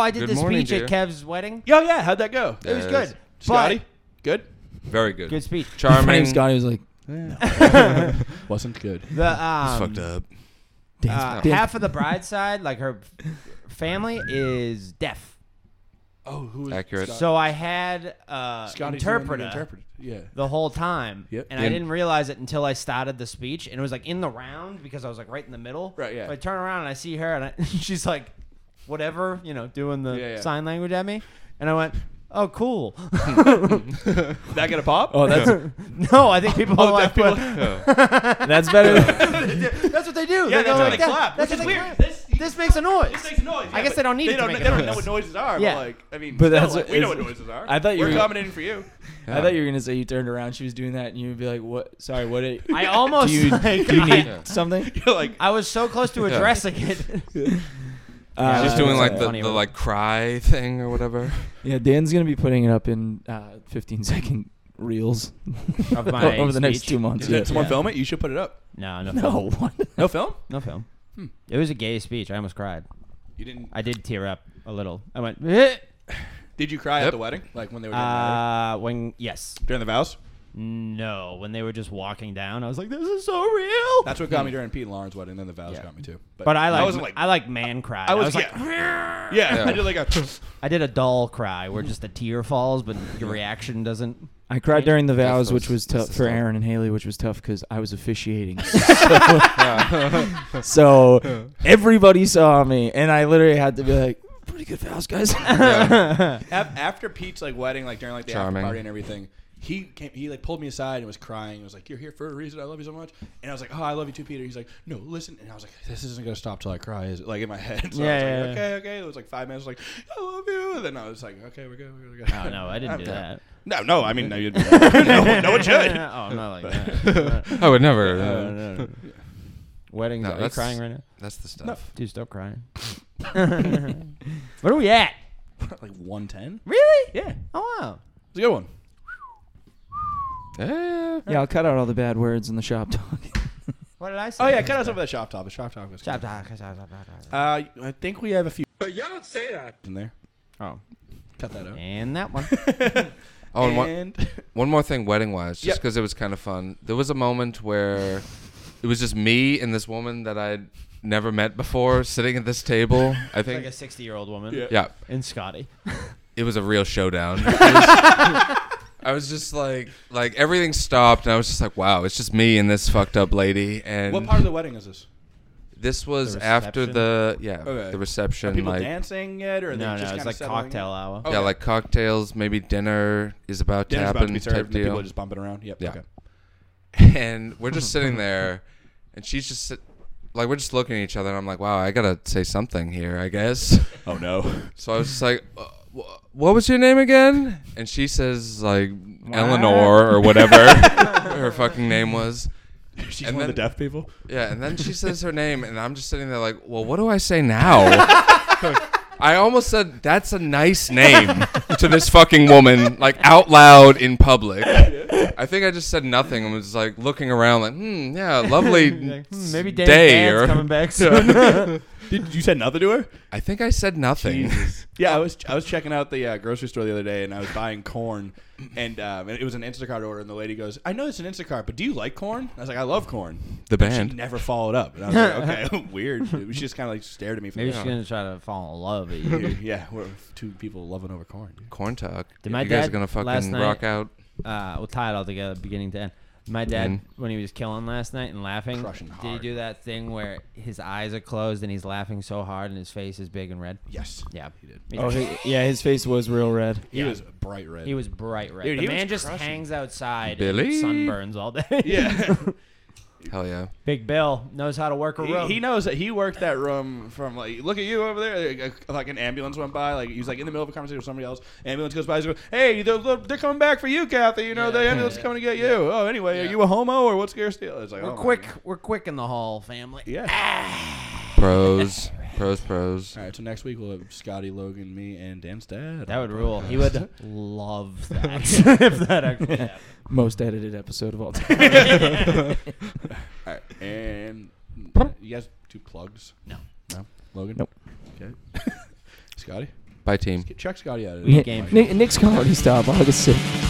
[SPEAKER 4] I did
[SPEAKER 3] Good
[SPEAKER 4] this
[SPEAKER 3] morning,
[SPEAKER 4] speech at
[SPEAKER 3] dear.
[SPEAKER 4] Kev's wedding.
[SPEAKER 5] Yo, yeah, how'd that go?
[SPEAKER 4] It was
[SPEAKER 3] Yes.
[SPEAKER 4] good.
[SPEAKER 5] Scotty,
[SPEAKER 4] But-
[SPEAKER 5] good.
[SPEAKER 3] <laughs> Very good.
[SPEAKER 4] Good speech.
[SPEAKER 2] My
[SPEAKER 3] Charming.
[SPEAKER 2] name's Scotty. Was like,
[SPEAKER 5] <laughs> Wasn't good.
[SPEAKER 4] The um,
[SPEAKER 3] Fucked up.
[SPEAKER 2] dance,
[SPEAKER 4] uh,
[SPEAKER 2] dance.
[SPEAKER 4] half of the bride's side, like her f- family, is deaf.
[SPEAKER 5] Oh, who was
[SPEAKER 2] <laughs>
[SPEAKER 3] Accurate.
[SPEAKER 5] Scott-
[SPEAKER 4] So I had uh,
[SPEAKER 5] Scotty's the one that
[SPEAKER 4] interpreter.
[SPEAKER 5] interpreted. Yeah.
[SPEAKER 4] the whole time.
[SPEAKER 5] Yep.
[SPEAKER 4] And I
[SPEAKER 3] Yeah.
[SPEAKER 4] didn't realize it until I started the speech, and it was like in the round because I was like right in the middle.
[SPEAKER 5] Right, yeah.
[SPEAKER 4] So I turn around and I see her, and I, <laughs> she's like, whatever, you know, doing the
[SPEAKER 5] Yeah, yeah.
[SPEAKER 4] sign language at me, and I went. Oh, cool! <laughs>
[SPEAKER 5] That gonna pop? <laughs>
[SPEAKER 2] Oh, that's
[SPEAKER 4] no, I think people are like,
[SPEAKER 5] people-
[SPEAKER 2] that's better. Than,
[SPEAKER 4] <laughs> that's what they do.
[SPEAKER 1] Yeah,
[SPEAKER 4] they
[SPEAKER 1] that's
[SPEAKER 4] go
[SPEAKER 1] how
[SPEAKER 4] like
[SPEAKER 1] they
[SPEAKER 4] that.
[SPEAKER 1] clap,
[SPEAKER 4] That's
[SPEAKER 1] which
[SPEAKER 4] how
[SPEAKER 1] is
[SPEAKER 4] they
[SPEAKER 1] weird.
[SPEAKER 4] clap.
[SPEAKER 1] This-
[SPEAKER 4] This makes a noise.
[SPEAKER 1] This makes noise.
[SPEAKER 4] I guess they don't need
[SPEAKER 1] they
[SPEAKER 4] to
[SPEAKER 1] don't,
[SPEAKER 4] make
[SPEAKER 1] They
[SPEAKER 4] a
[SPEAKER 1] don't
[SPEAKER 4] noise.
[SPEAKER 1] know what noises are.
[SPEAKER 4] Yeah.
[SPEAKER 1] But like, I mean,
[SPEAKER 2] But
[SPEAKER 1] but
[SPEAKER 2] that's
[SPEAKER 1] that's
[SPEAKER 2] what-
[SPEAKER 1] we know what
[SPEAKER 2] it's-
[SPEAKER 1] noises are.
[SPEAKER 2] I thought you
[SPEAKER 1] we're
[SPEAKER 2] were-
[SPEAKER 1] accommodating for you.
[SPEAKER 2] <laughs> <laughs> I thought you were gonna say you turned around, she was doing that, and you'd be like, "What? Sorry, what? It,
[SPEAKER 4] I almost
[SPEAKER 2] do you,
[SPEAKER 4] like,
[SPEAKER 2] do you need
[SPEAKER 3] Yeah.
[SPEAKER 2] something?"
[SPEAKER 1] You're like,
[SPEAKER 4] I was so close to
[SPEAKER 3] Yeah.
[SPEAKER 4] addressing it.
[SPEAKER 2] Uh,
[SPEAKER 3] Just doing
[SPEAKER 2] that's
[SPEAKER 3] like
[SPEAKER 2] all
[SPEAKER 3] the,
[SPEAKER 2] right.
[SPEAKER 3] the like cry thing or whatever.
[SPEAKER 2] yeah. Dan's gonna be putting it up in uh, 15 second reels
[SPEAKER 4] Of
[SPEAKER 2] <laughs>
[SPEAKER 4] my
[SPEAKER 2] over the next
[SPEAKER 4] speech.
[SPEAKER 2] two months.
[SPEAKER 5] Did
[SPEAKER 2] Yeah.
[SPEAKER 5] someone
[SPEAKER 4] Yeah.
[SPEAKER 5] film it? You should put it up.
[SPEAKER 4] No, <laughs> no,
[SPEAKER 5] <laughs>
[SPEAKER 4] film.
[SPEAKER 2] No, what?
[SPEAKER 5] No film?
[SPEAKER 4] no film. It was a gay speech. I almost cried.
[SPEAKER 5] You didn't.
[SPEAKER 4] I did tear up a little. I went. "Eh."
[SPEAKER 5] Did you cry
[SPEAKER 3] Yep.
[SPEAKER 5] at the wedding? Like when they were doing, the wedding? <laughs>
[SPEAKER 4] Uh, when yes,
[SPEAKER 5] during the vows?
[SPEAKER 4] no, when they were just walking down, I was like, "This is so real."
[SPEAKER 5] That's what got me during Pete and Lauren's wedding. Then the vows
[SPEAKER 4] Yeah.
[SPEAKER 5] got me too.
[SPEAKER 4] but I like, I,
[SPEAKER 5] wasn't like.
[SPEAKER 4] like man cry.
[SPEAKER 5] I was,
[SPEAKER 4] like,
[SPEAKER 1] <laughs>
[SPEAKER 5] yeah. yeah. I did like a.
[SPEAKER 4] I did a dull cry where just a tear falls, but your reaction doesn't.
[SPEAKER 2] I cried during the vows,
[SPEAKER 3] was-
[SPEAKER 2] which was
[SPEAKER 3] that's
[SPEAKER 2] tough
[SPEAKER 3] the
[SPEAKER 2] for
[SPEAKER 3] stuff.
[SPEAKER 2] Aaron and Haley, which was tough because I was officiating. <laughs> So, so everybody saw me, and I literally had to be like, "Pretty good vows, guys." <laughs>
[SPEAKER 5] Af- after Pete's like wedding, like during like the
[SPEAKER 3] Charming.
[SPEAKER 5] after party and everything, he came. He like pulled me aside and was crying. He was like, "You're here for a reason. I love you so much." And I was like, "Oh, I love you too, Peter." He's like, "No, listen." And I was like, "This isn't gonna stop till I cry." Is it? like in my <laughs> head. So I was
[SPEAKER 4] Yeah,
[SPEAKER 5] like,
[SPEAKER 4] yeah,
[SPEAKER 5] Okay, okay. It was like five minutes. I was like, "I love you," and then I was like, "Okay, we're good. We're good."
[SPEAKER 4] Oh no, I didn't do that.
[SPEAKER 5] <laughs> No, no. I mean, no, <laughs> you didn't. no, no one <laughs> should.
[SPEAKER 4] <laughs> oh, I'm not
[SPEAKER 5] <laughs>
[SPEAKER 4] like that.
[SPEAKER 3] I would never.
[SPEAKER 4] No, no, no. Weddings.
[SPEAKER 3] No,
[SPEAKER 4] are you
[SPEAKER 3] that's-
[SPEAKER 4] crying right now?
[SPEAKER 3] uh, That's the stuff.
[SPEAKER 4] Dude, stop crying. <laughs> Where are we at?
[SPEAKER 5] like one ten.
[SPEAKER 4] Really? Yeah. Oh wow.
[SPEAKER 5] It's a good one.
[SPEAKER 3] Eh,
[SPEAKER 2] yeah, I'll cut out all the bad words in the shop talk. <laughs>
[SPEAKER 4] What did I say?
[SPEAKER 5] Oh yeah, cut out some of that shop top. The shop top was.
[SPEAKER 4] Stop, stop, stop, stop, stop, stop.
[SPEAKER 5] Uh, I think we have a few
[SPEAKER 7] But y'all don't say that.
[SPEAKER 5] in there.
[SPEAKER 4] Oh,
[SPEAKER 5] Cut that out.
[SPEAKER 4] <laughs> and that one.
[SPEAKER 3] Oh, and one, <laughs>
[SPEAKER 5] And
[SPEAKER 3] one more thing, wedding wise, just
[SPEAKER 5] Yep.
[SPEAKER 3] because it was kind of fun. There was a moment where it was just me and this woman that I'd never met before sitting at this table. I think.
[SPEAKER 4] like a 60 year old woman.
[SPEAKER 5] Yeah.
[SPEAKER 3] yeah,
[SPEAKER 5] <laughs>
[SPEAKER 4] And Scotty.
[SPEAKER 3] it was a real showdown. It was- I was just like, like everything stopped, and I was just like, wow, it's just me and this fucked up lady. And
[SPEAKER 5] what part of the wedding is this?
[SPEAKER 3] this was
[SPEAKER 4] The
[SPEAKER 3] after
[SPEAKER 4] reception?
[SPEAKER 3] the yeah
[SPEAKER 5] Okay.
[SPEAKER 3] the
[SPEAKER 5] Are
[SPEAKER 3] reception,
[SPEAKER 5] people
[SPEAKER 3] like
[SPEAKER 5] dancing yet, or are
[SPEAKER 4] No,
[SPEAKER 5] they
[SPEAKER 4] no,
[SPEAKER 5] just
[SPEAKER 4] it's
[SPEAKER 5] kind
[SPEAKER 4] like
[SPEAKER 5] of
[SPEAKER 4] cocktail hour.
[SPEAKER 5] Oh,
[SPEAKER 3] yeah,
[SPEAKER 5] okay.
[SPEAKER 3] like cocktails, maybe dinner is about
[SPEAKER 5] Dinner's
[SPEAKER 3] to
[SPEAKER 5] about
[SPEAKER 3] happen
[SPEAKER 5] to be
[SPEAKER 3] type
[SPEAKER 5] served, and the people
[SPEAKER 3] deal.
[SPEAKER 5] are just bumping around. Yep.
[SPEAKER 3] Yeah.
[SPEAKER 5] Okay.
[SPEAKER 3] <laughs> and we're just sitting there, and she's just sit- like we're just looking at each other, and I'm like, wow, I gotta say something here, I guess.
[SPEAKER 5] Oh no.
[SPEAKER 3] <laughs>
[SPEAKER 5] <laughs>
[SPEAKER 3] So I was just like, uh, wh- what was your name again? And she says like Eleanor or whatever her fucking name was.
[SPEAKER 5] She's
[SPEAKER 3] And
[SPEAKER 5] one of the
[SPEAKER 3] then-
[SPEAKER 5] deaf people.
[SPEAKER 3] Yeah, and then she says her name, and I'm just sitting there like, well, what do I say
[SPEAKER 4] <laughs>
[SPEAKER 3] now? I almost said that's a nice name to this fucking woman, like out loud in public. I think I just said nothing and was like looking around, like, hmm, yeah, lovely.
[SPEAKER 4] <laughs> Like, hmm, maybe Dan's
[SPEAKER 3] day
[SPEAKER 4] dad's
[SPEAKER 3] or-
[SPEAKER 5] <laughs>
[SPEAKER 4] coming back soon.
[SPEAKER 5] Did you said nothing to her?
[SPEAKER 3] I think I said nothing.
[SPEAKER 5] <laughs> Yeah, I was I was checking out the uh, grocery store the other day, and I was buying corn, and um, it was an Instacart order, and the lady goes, "I know it's an Instacart, but do you like corn?" I was like, "I love corn."
[SPEAKER 3] The
[SPEAKER 5] And
[SPEAKER 3] band.
[SPEAKER 5] she never followed up, and I was
[SPEAKER 4] <laughs>
[SPEAKER 5] like, "Okay, <laughs> weird." She just kind of like stared at me. From
[SPEAKER 4] maybe
[SPEAKER 5] the
[SPEAKER 4] she's gonna try to fall in love with
[SPEAKER 5] <laughs>
[SPEAKER 4] you.
[SPEAKER 5] Dude, yeah, we're two people loving over corn.
[SPEAKER 3] Corn talk.
[SPEAKER 4] Did my
[SPEAKER 3] you guys
[SPEAKER 4] dad
[SPEAKER 3] gonna
[SPEAKER 4] last
[SPEAKER 3] fucking
[SPEAKER 4] night-
[SPEAKER 3] rock out?
[SPEAKER 4] Uh, we'll tie it all together, beginning to end. My dad, when he was killing last night and laughing,
[SPEAKER 5] Mm-hmm. Crushing
[SPEAKER 4] did he
[SPEAKER 5] hard.
[SPEAKER 4] do that thing where his eyes are closed and he's laughing so hard and his face is big and red?
[SPEAKER 5] Yes,
[SPEAKER 4] Yeah,
[SPEAKER 5] he did.
[SPEAKER 4] He,
[SPEAKER 2] oh, he- yeah, his face was real red.
[SPEAKER 5] He was bright red.
[SPEAKER 4] he was bright red.
[SPEAKER 5] Dude,
[SPEAKER 4] the
[SPEAKER 5] he was
[SPEAKER 4] man just
[SPEAKER 5] crushing.
[SPEAKER 4] hangs outside,
[SPEAKER 3] Billy?
[SPEAKER 4] and sunburns all day.
[SPEAKER 5] yeah.
[SPEAKER 3] Hell yeah.
[SPEAKER 4] <laughs> Big Bill knows how to work a room.
[SPEAKER 5] He, he knows that he worked that room from like look at you over there. Like, a- like an ambulance went by, like he was like in the middle of a conversation with somebody else. Ambulance goes by, he's like, "Hey, they're, they're- they're coming back for you, Kathy. You know
[SPEAKER 4] Yeah,
[SPEAKER 5] the
[SPEAKER 4] yeah,
[SPEAKER 5] ambulance
[SPEAKER 4] yeah.
[SPEAKER 5] is coming to get you. Oh, anyway, are you a homo or what's your deal?" It's like
[SPEAKER 4] We're
[SPEAKER 5] oh my
[SPEAKER 4] quick. Ah.
[SPEAKER 5] God.
[SPEAKER 4] We're quick in the hall, family.
[SPEAKER 5] Yeah.
[SPEAKER 3] Pros, pros, pros.
[SPEAKER 5] All right. So next week we'll have Scotty, Logan, me, and Dan's dad.
[SPEAKER 4] That would rule. He would <laughs> love that if that <laughs> actually happened.
[SPEAKER 2] Most edited episode of all
[SPEAKER 5] <laughs>
[SPEAKER 2] time. <laughs>
[SPEAKER 5] All right. And you guys do plugs?
[SPEAKER 4] No.
[SPEAKER 5] No. Logan.
[SPEAKER 2] Nope.
[SPEAKER 5] Okay. <laughs> Scotty.
[SPEAKER 3] Bye team.
[SPEAKER 5] Check Scotty out. of it.
[SPEAKER 2] Yeah,
[SPEAKER 4] Game.
[SPEAKER 2] Nick, Nick's comedy stop August 6th.